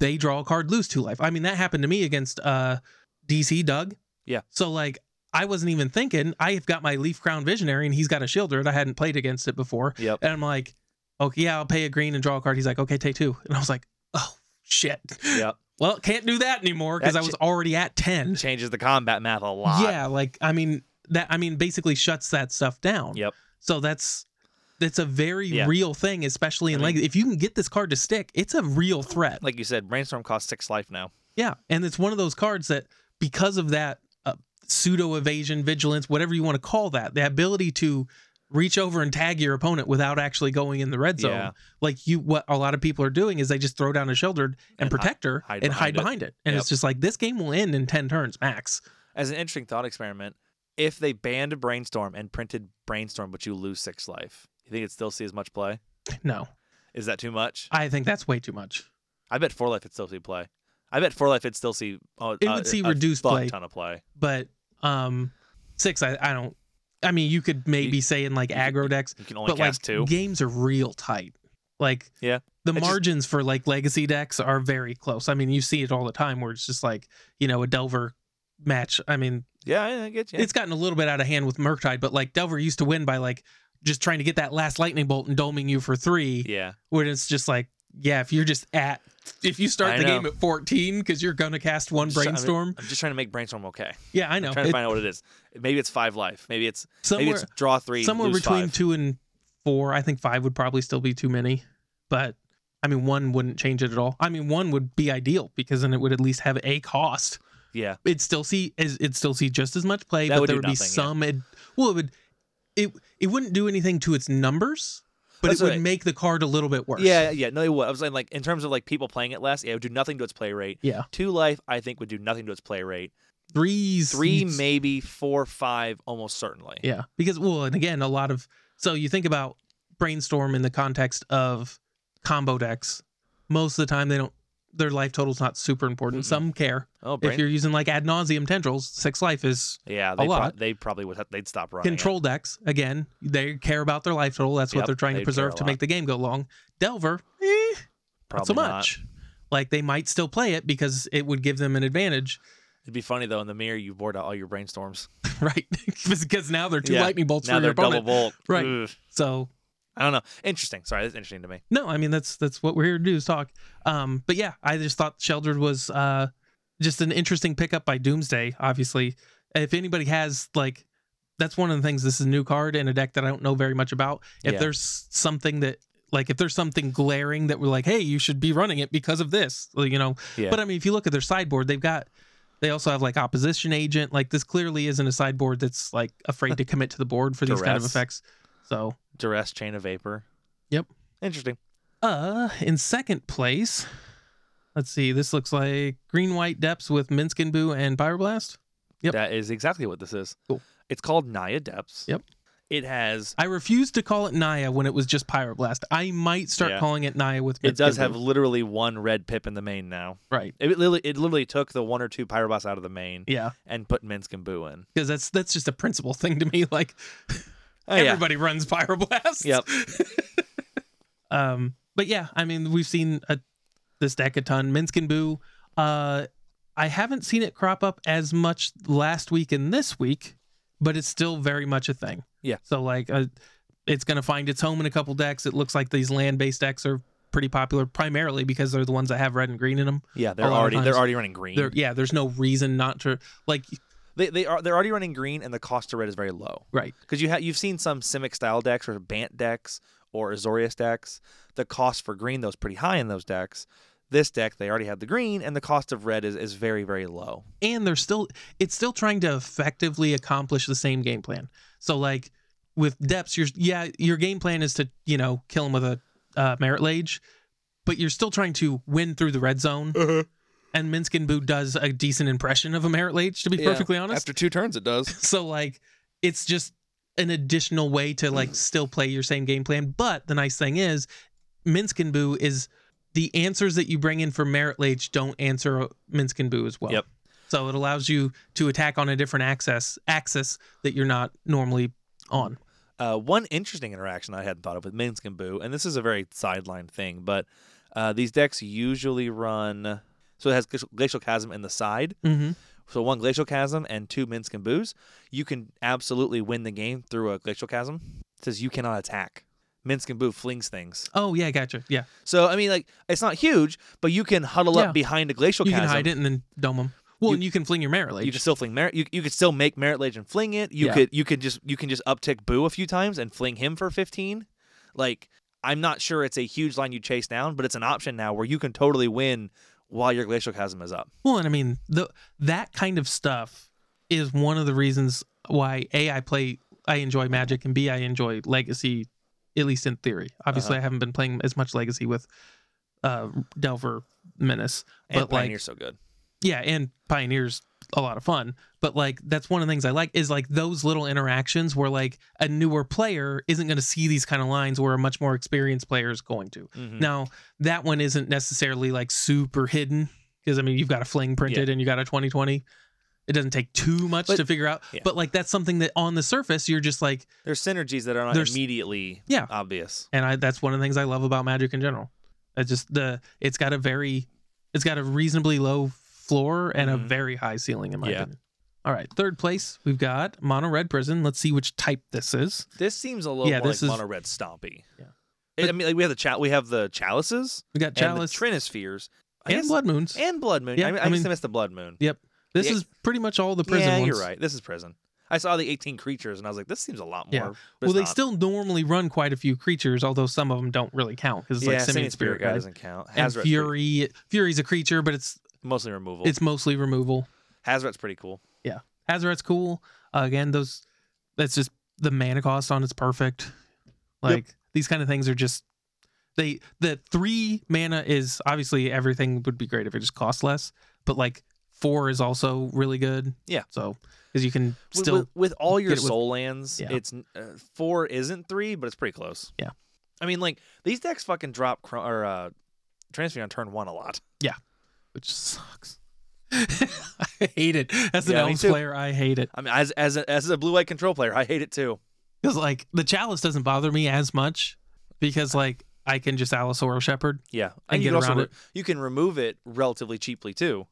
Speaker 1: they draw a card, lose two life. I mean, that happened to me against uh DC Doug.
Speaker 3: Yeah.
Speaker 1: So like I wasn't even thinking. I've got my Leaf Crown Visionary and he's got a shield I hadn't played against it before.
Speaker 3: Yep.
Speaker 1: And I'm like, okay, yeah, I'll pay a green and draw a card. He's like, okay, take two. And I was like, oh shit.
Speaker 3: Yep.
Speaker 1: Well, can't do that anymore because
Speaker 3: That
Speaker 1: I was already at ten.
Speaker 3: Changes the combat math a lot.
Speaker 1: Yeah, like I mean that I mean basically shuts that stuff down.
Speaker 3: Yep.
Speaker 1: So that's that's a very
Speaker 3: Yeah.
Speaker 1: real thing, especially in
Speaker 3: I mean-
Speaker 1: like if you can get this card to stick, it's a real threat.
Speaker 3: Like you said, brainstorm costs six life now.
Speaker 1: yeah, and it's one of those cards that because of that uh, pseudo evasion, vigilance, whatever you want to call that, the ability to reach over and tag your opponent without actually going in the red zone.
Speaker 3: Yeah.
Speaker 1: Like you what a lot of people are doing is they just throw down a shoulder and,
Speaker 3: And uh, hi-
Speaker 1: protect her
Speaker 3: hide
Speaker 1: and
Speaker 3: behind
Speaker 1: hide
Speaker 3: it.
Speaker 1: behind it. And
Speaker 3: Yep.
Speaker 1: it's just like this game will end in 10 turns max.
Speaker 3: As an interesting thought experiment, if they banned brainstorm and printed brainstorm, but you lose six life, you think it'd still see as much play?
Speaker 1: No.
Speaker 3: Is that too much?
Speaker 1: I think that's way too much.
Speaker 3: I bet four life it'd still see play. I bet four life it'd still see. Oh,
Speaker 1: It
Speaker 3: uh,
Speaker 1: would see
Speaker 3: a
Speaker 1: reduced
Speaker 3: fuck
Speaker 1: play.
Speaker 3: Ton of play.
Speaker 1: but um six I, I don't I mean you could maybe say in like
Speaker 3: you could
Speaker 1: aggro decks
Speaker 3: You can only
Speaker 1: but like
Speaker 3: cast two.
Speaker 1: games are real tight like
Speaker 3: Yeah.
Speaker 1: the
Speaker 3: just-
Speaker 1: margins for like legacy decks are very close I mean you see it all the time where it's just like you know a Delver match I mean
Speaker 3: Yeah, I- I get you.
Speaker 1: it's gotten a little bit out of hand with Murktide but like Delver used to win by like just trying to get that last lightning bolt and doming you for three
Speaker 3: yeah,
Speaker 1: where it's just like yeah if you're just at if you start
Speaker 3: I
Speaker 1: the
Speaker 3: know.
Speaker 1: game at 14 because you're gonna cast one
Speaker 3: I'm just try- I mean,
Speaker 1: brainstorm
Speaker 3: I'm just trying to make brainstorm okay.
Speaker 1: yeah I know
Speaker 3: I'm trying to
Speaker 1: It-
Speaker 3: find out what it is. Maybe it's five life. Maybe it's
Speaker 1: somewhere,
Speaker 3: maybe it's draw three.
Speaker 1: somewhere
Speaker 3: lose
Speaker 1: between
Speaker 3: five.
Speaker 1: two and four. I think five would probably still be too many, but I mean, one wouldn't change it at all. I mean, one would be ideal because then it would at least have a cost.
Speaker 3: Yeah,
Speaker 1: It'd still see is- it'd still see just as much play,
Speaker 3: That
Speaker 1: but
Speaker 3: would
Speaker 1: there
Speaker 3: do
Speaker 1: would be
Speaker 3: nothing, yeah.
Speaker 1: some. It, well, it would it it wouldn't do anything to its numbers, but
Speaker 3: That's
Speaker 1: it would
Speaker 3: right.
Speaker 1: make the card a little bit worse.
Speaker 3: yeah, yeah. No, it would. I was saying like in terms of like people playing it less. Yeah, it would do nothing to its play rate.
Speaker 1: yeah.
Speaker 3: Two life, I think, would do nothing to its play rate.
Speaker 1: Threes,
Speaker 3: Three, maybe four, five, almost certainly.
Speaker 1: Yeah, because well, and again, a lot of so you think about brainstorm in the context of combo decks. Most of the time, they don't. Their life total's not super important.
Speaker 3: Mm-mm.
Speaker 1: Some care
Speaker 3: Oh,
Speaker 1: if
Speaker 3: brain.
Speaker 1: you're using like ad nauseum tendrils. Six life is
Speaker 3: Yeah, they, pro-
Speaker 1: lot.
Speaker 3: they probably would. Have, they'd stop running. it.
Speaker 1: control decks. Again, they care about their life total. That's
Speaker 3: Yep,
Speaker 1: what they're trying
Speaker 3: they
Speaker 1: to
Speaker 3: care
Speaker 1: preserve
Speaker 3: a
Speaker 1: to
Speaker 3: lot.
Speaker 1: make the game go long. Delver, eh, not so
Speaker 3: Probably not.
Speaker 1: much. Like they might still play it because it would give them an advantage,
Speaker 3: It'd be funny though. In the mirror, you board out all your brainstorms.
Speaker 1: right? because now they're two
Speaker 3: Yeah,
Speaker 1: lightning bolts
Speaker 3: now
Speaker 1: for your
Speaker 3: they're double
Speaker 1: opponent.
Speaker 3: bolt.
Speaker 1: Right.
Speaker 3: Ugh.
Speaker 1: So
Speaker 3: I don't know. Interesting. Sorry, that's interesting to me.
Speaker 1: No, I mean that's that's what we're here to do is talk. Um, but yeah, I just thought Sheltered was uh just an interesting pickup by Doomsday. Obviously, if anybody has like, that's one of the things. This is a new card in a deck that I don't know very much about. If
Speaker 3: Yeah.
Speaker 1: there's something that like if there's something glaring that we're like, hey, you should be running it because of this, like, you know.
Speaker 3: Yeah.
Speaker 1: But uh, I mean, if you look at their sideboard, they've got. They also have like opposition agent. Like this clearly isn't a sideboard that's like afraid to commit to the board for these kind of
Speaker 3: Duress.
Speaker 1: effects. So
Speaker 3: Duress chain of vapor.
Speaker 1: Yep.
Speaker 3: Interesting.
Speaker 1: Uh, in second place, let's see. This looks like Green White Depths with Minskin Boo and Pyroblast. Yep.
Speaker 3: That is exactly what this is.
Speaker 1: Cool.
Speaker 3: It's called Naya Depths.
Speaker 1: Yep.
Speaker 3: It has.
Speaker 1: I refuse to call it Naya when it was just Pyroblast. I might start
Speaker 3: Yeah.
Speaker 1: calling it Naya with Minskin
Speaker 3: It does
Speaker 1: Boo.
Speaker 3: have literally one red pip in the main now.
Speaker 1: right.
Speaker 3: It literally, it literally took the one or two pyroboss out of the main
Speaker 1: Yeah,
Speaker 3: and put Minsk and Boo in.
Speaker 1: because that's that's just a principle thing to me. Like
Speaker 3: Oh, yeah.
Speaker 1: everybody runs Pyroblast.
Speaker 3: Yep.
Speaker 1: um, but yeah, I mean we've seen a, this deck a ton. Minskin Boo. Uh, I haven't seen it crop up as much last week and this week, but it's still very much a thing.
Speaker 3: Yeah.
Speaker 1: So like, uh, it's gonna find its home in a couple decks. It looks like these land-based decks are pretty popular primarily because they're the ones that have red and green in them.
Speaker 3: Yeah,
Speaker 1: A
Speaker 3: they're
Speaker 1: lot of
Speaker 3: already they're
Speaker 1: times-
Speaker 3: already running green.
Speaker 1: There, yeah, there's no reason not to like.
Speaker 3: They they are they're already running green, and the cost to red is very low.
Speaker 1: Right.
Speaker 3: because you have you've seen some Simic style decks or Bant decks or Azorius decks. The cost for green though is pretty high in those decks. This deck they already have the green, and the cost of red is, is very very low.
Speaker 1: and they're still it's still trying to effectively accomplish the same game plan. So like with depths, your yeah your game plan is to you know kill them with a uh, merit lage, but you're still trying to win through the red zone.
Speaker 3: Uh-huh.
Speaker 1: And Minskin Boo does a decent impression of a merit lage, to be
Speaker 3: Yeah,
Speaker 1: perfectly honest.
Speaker 3: two turns, it does.
Speaker 1: so like it's just an additional way to like
Speaker 3: Mm.
Speaker 1: still play your same game plan. But the nice thing is, Minskin Boo is the answers that you bring in for merit lage don't answer Minskin Boo as well.
Speaker 3: Yep.
Speaker 1: So it allows you to attack on a different axis axis that you're not normally on.
Speaker 3: Uh, one interesting interaction I hadn't thought of with Minsk and Boo, and this is a very sideline thing, but Uh, these decks usually run so it has Glacial- glacial chasm in the side.
Speaker 1: Mm-hmm.
Speaker 3: So one glacial chasm and two minsk and booze. You can absolutely win the game through a glacial chasm. It says you cannot attack. Minsk and boo flings things.
Speaker 1: Oh yeah, gotcha. Yeah,
Speaker 3: So I mean, like it's not huge, but you can huddle
Speaker 1: Yeah.
Speaker 3: up behind a glacial
Speaker 1: you
Speaker 3: chasm.
Speaker 1: can hide it and then dome them. Well,
Speaker 3: You-
Speaker 1: and you can fling your merit
Speaker 3: You
Speaker 1: leech.
Speaker 3: can still fling merit. You, you could still make merit lage and fling it. You
Speaker 1: Yeah.
Speaker 3: could you could just you can just uptick boo a few times and fling him for fifteen. Like I'm not sure it's a huge line you chase down, but it's an option now where you can totally win while your glacial chasm is up.
Speaker 1: Well, and I mean the that kind of stuff is one of the reasons why a I play I enjoy Magic and b I enjoy Legacy, at least in theory. Obviously,
Speaker 3: Uh-huh.
Speaker 1: I haven't been playing as much Legacy with uh Delver Menace,
Speaker 3: And
Speaker 1: but like
Speaker 3: Pioneer's so good.
Speaker 1: yeah, and Pioneers a lot of fun. But like that's one of the things I like is like those little interactions where like a newer player isn't going to see these kind of lines where a much more experienced player is going to.
Speaker 3: Mhm.
Speaker 1: Now, that one isn't necessarily like super hidden because I mean, you've got a fling printed and you got a 2020. It doesn't take too much
Speaker 3: But-
Speaker 1: to figure out,
Speaker 3: yeah.
Speaker 1: but like that's something that on the surface you're just like,
Speaker 3: There's synergies that are not
Speaker 1: There's-
Speaker 3: immediately
Speaker 1: Yeah.
Speaker 3: obvious.
Speaker 1: and I that's one of the things I love about Magic in general. It's just the it's got a very it's got a reasonably low floor and a
Speaker 3: Mhm.
Speaker 1: very high ceiling in my
Speaker 3: Yeah.
Speaker 1: opinion. All right, third place we've got Mono Red Prison. Let's see which type this is.
Speaker 3: This seems a little
Speaker 1: Yeah,
Speaker 3: more
Speaker 1: this
Speaker 3: like
Speaker 1: is-
Speaker 3: mono red stompy.
Speaker 1: Yeah.
Speaker 3: I mean, like we have the cha- we have the chalices
Speaker 1: We got Chalice
Speaker 3: and the trinispheres I
Speaker 1: and
Speaker 3: guess-
Speaker 1: Blood Moons.
Speaker 3: and blood moon.
Speaker 1: Yeah,
Speaker 3: I, mean,
Speaker 1: I
Speaker 3: I, guess
Speaker 1: mean-
Speaker 3: I missed the blood moon.
Speaker 1: this
Speaker 3: yeah.
Speaker 1: is pretty much all the prison
Speaker 3: yeah,
Speaker 1: ones.
Speaker 3: you're right. This is prison. I saw the 18 creatures and I was like, this seems a lot more.
Speaker 1: Yeah.
Speaker 3: but
Speaker 1: well,
Speaker 3: it's
Speaker 1: they
Speaker 3: not.
Speaker 1: still normally run quite a few creatures, although some of them don't really count because it's
Speaker 3: yeah,
Speaker 1: like
Speaker 3: Simian
Speaker 1: Simeon
Speaker 3: Spirit
Speaker 1: Spirit
Speaker 3: Guy
Speaker 1: Guide
Speaker 3: doesn't count.
Speaker 1: and
Speaker 3: Hazret's pretty,
Speaker 1: Fury. Fury's a creature, but it's
Speaker 3: mostly removal.
Speaker 1: it's mostly removal.
Speaker 3: Hazret's pretty cool.
Speaker 1: Hazaret's cool. Uh, again, those that's just the mana cost on it's perfect. Like these kind of things are just they the three mana is obviously everything would be great if it just cost less, but like four is also really good.
Speaker 3: Yeah.
Speaker 1: So because you can
Speaker 3: With-
Speaker 1: still
Speaker 3: with, with all your
Speaker 1: get it with-
Speaker 3: soul lands,
Speaker 1: Yeah.
Speaker 3: it's uh, four isn't three, but it's pretty close.
Speaker 1: Yeah.
Speaker 3: I mean, like these decks fucking drop cr- or uh, transfer on turn one a lot.
Speaker 1: which sucks. I hate it. As an
Speaker 3: Yeah, me
Speaker 1: elves
Speaker 3: too.
Speaker 1: player, I hate it.
Speaker 3: I mean, as as a, as a blue white control player, I hate it too.
Speaker 1: Because like the chalice doesn't bother me as much because like I can just Allosaurus Shepherd.
Speaker 3: Yeah,
Speaker 1: And get
Speaker 3: you can also
Speaker 1: around
Speaker 3: re-
Speaker 1: it.
Speaker 3: You can remove it relatively cheaply too,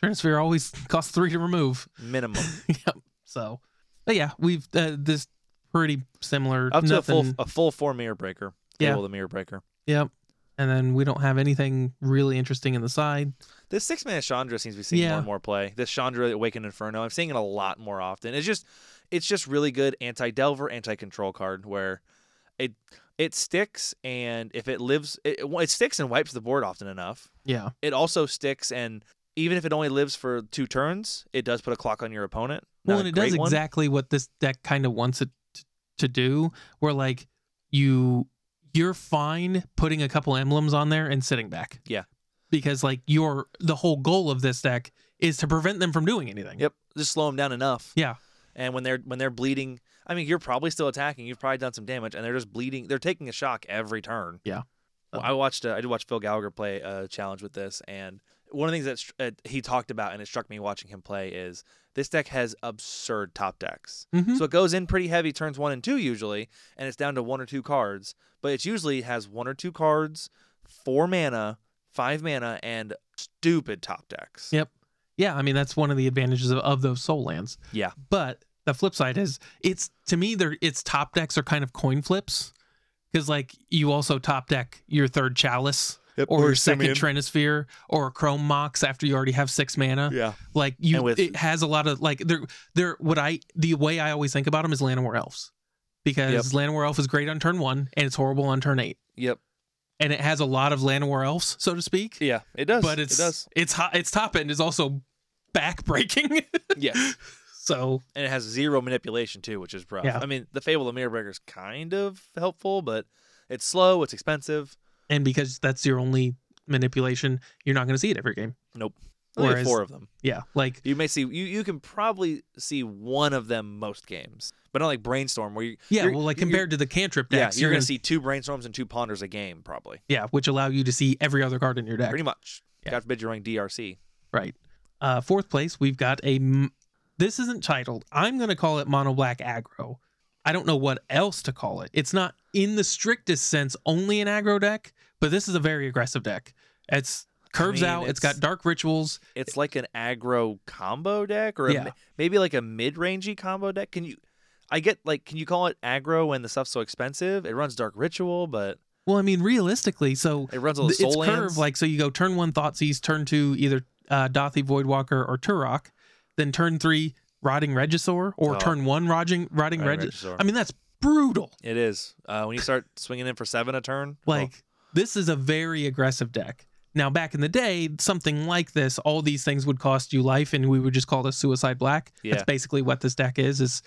Speaker 1: Transfer always costs three to remove.
Speaker 3: minimum
Speaker 1: yep. So, but yeah, we've uh, this pretty similar.
Speaker 3: up to a full
Speaker 1: nothing-
Speaker 3: a full four mirror breaker.
Speaker 1: Yeah.
Speaker 3: Table the mirror breaker.
Speaker 1: Yep. And then we don't have anything really interesting in the side.
Speaker 3: This six man Chandra seems to be seeing
Speaker 1: Yeah.
Speaker 3: more and more play. This Chandra Awakened Inferno, I'm seeing it a lot more often. It's just it's just really good anti Delver, anti control card where it it sticks and if it lives it, well, it sticks and wipes the board often enough.
Speaker 1: Yeah.
Speaker 3: It also sticks and even if it only lives for two turns, it does put a clock on your opponent.
Speaker 1: Well, and
Speaker 3: Not a
Speaker 1: it does
Speaker 3: great one.
Speaker 1: exactly what this deck kind of wants it t- to do, where like you you're fine putting a couple emblems on there and sitting back.
Speaker 3: Yeah.
Speaker 1: Because like your the whole goal of this deck is to prevent them from doing anything.
Speaker 3: Yep, just slow them down enough.
Speaker 1: Yeah.
Speaker 3: And when they're when they're bleeding, I mean, you're probably still attacking. You've probably done some damage, and they're just bleeding. They're taking a shock every turn.
Speaker 1: Yeah.
Speaker 3: Well, I watched. Uh, I did watch Phil Gallagher play a challenge with this, and one of the things that str- uh, he talked about, and it struck me watching him play, is this deck has absurd top decks.
Speaker 1: Mhm.
Speaker 3: So it goes in pretty heavy turns one and two usually, and it's down to one or two cards. But it usually has one or two cards, four mana, five mana, and stupid top decks.
Speaker 1: Yeah. Yeah, I mean that's one of the advantages of, of those soul lands.
Speaker 3: Yeah.
Speaker 1: But the flip side is it's to me they're it's top decks are kind of coin flips. Because like you also top deck your third chalice or, your second trinisphere or a chrome mox after you already have six mana.
Speaker 3: Yeah.
Speaker 1: Like you
Speaker 3: And with-
Speaker 1: it has a lot of like they're they're what I the way I always think about them is Llanowar Elves. Because Llanowar Elf is great on turn one and it's horrible on turn eight.
Speaker 3: Yep.
Speaker 1: And it has a lot of Llanowar Elves, so to speak.
Speaker 3: Yeah, it does.
Speaker 1: but it's
Speaker 3: it does.
Speaker 1: it's hot its top end is also backbreaking.
Speaker 3: Yeah,
Speaker 1: so
Speaker 3: and it has zero manipulation too, which is rough.
Speaker 1: Yeah.
Speaker 3: I mean, the Fable of Mirrorbreaker is kind of helpful, but it's slow. It's expensive.
Speaker 1: and because that's your only manipulation, you're not going to see it every game.
Speaker 3: Only
Speaker 1: Whereas-
Speaker 3: four of them.
Speaker 1: Yeah, like
Speaker 3: You may see you, you can probably see one of them most games, but not like Brainstorm where you
Speaker 1: yeah,
Speaker 3: you're-
Speaker 1: well, like
Speaker 3: you're-
Speaker 1: compared to the cantrip
Speaker 3: yeah
Speaker 1: decks,
Speaker 3: you're, gonna, see two Brainstorms and two Ponders a game probably
Speaker 1: yeah, which allow you to see every other card in your deck.
Speaker 3: pretty much.
Speaker 1: Yeah.
Speaker 3: God forbid you're running DRC.
Speaker 1: Right. Uh, fourth place, we've got a. m- This isn't titled. I'm going to call it Mono Black Aggro. I don't know what else to call it. It's not in the strictest sense only an aggro deck, But this is a very aggressive deck. It's curves
Speaker 3: mean,
Speaker 1: out. it's
Speaker 3: it's-
Speaker 1: got dark rituals.
Speaker 3: It's like an aggro combo deck, or a
Speaker 1: Yeah.
Speaker 3: mi- maybe like a mid-rangey combo deck. Can you? I get like, can you call it aggro when the stuff's so expensive? It runs Dark Ritual, but
Speaker 1: Well, I mean, realistically, so
Speaker 3: it runs all the
Speaker 1: th-
Speaker 3: soul
Speaker 1: it's
Speaker 3: lands.
Speaker 1: curved like so. You go turn one Thoughtseize, turn two either uh, Dothi Voidwalker or Turok, then turn three Rotting Regisaur or
Speaker 3: Oh.
Speaker 1: turn one Rotting Rotting
Speaker 3: Right,
Speaker 1: Regisaur.
Speaker 3: Regisaur.
Speaker 1: I mean, that's brutal.
Speaker 3: it is. Uh, when you start swinging in for seven a turn, well,
Speaker 1: Like this is a very aggressive deck. Now, back in the day, something like this, all these things would cost you life, and we would just call this Suicide Black.
Speaker 3: Yeah.
Speaker 1: That's basically what this deck is: is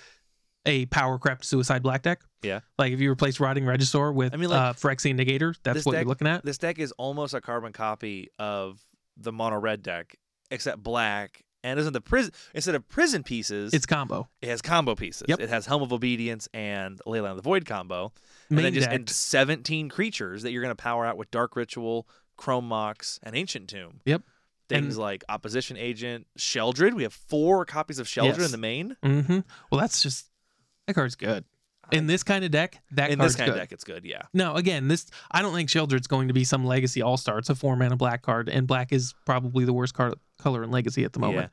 Speaker 1: a power crept Suicide Black deck.
Speaker 3: Yeah.
Speaker 1: Like if you replace Rotting Regisaur with
Speaker 3: I mean, like,
Speaker 1: uh, Phyrexian Negator, that's
Speaker 3: this
Speaker 1: what
Speaker 3: deck-
Speaker 1: you're looking at.
Speaker 3: this deck is almost a carbon copy of the mono red deck, except black. And isn't the prison instead of prison pieces,
Speaker 1: It's combo.
Speaker 3: it has combo pieces.
Speaker 1: Yep.
Speaker 3: It has Helm of Obedience and Leyline of the Void combo. and
Speaker 1: Main
Speaker 3: then just
Speaker 1: deck.
Speaker 3: and 17 creatures that you're going to power out with Dark Ritual, Chrome Mox, and Ancient Tomb.
Speaker 1: Yep.
Speaker 3: Things
Speaker 1: And-
Speaker 3: like Opposition Agent, Sheldred. We have four copies of Sheldred
Speaker 1: Yes.
Speaker 3: in the main.
Speaker 1: Mm-hmm. Well, that's just that card's good. In this kind of deck, that
Speaker 3: in
Speaker 1: card's
Speaker 3: this kind
Speaker 1: good.
Speaker 3: of deck, it's good. Yeah.
Speaker 1: No, again, this I don't think Sheldred's going to be some legacy all star. It's a four mana black card, and black is probably the worst card color in legacy at the moment.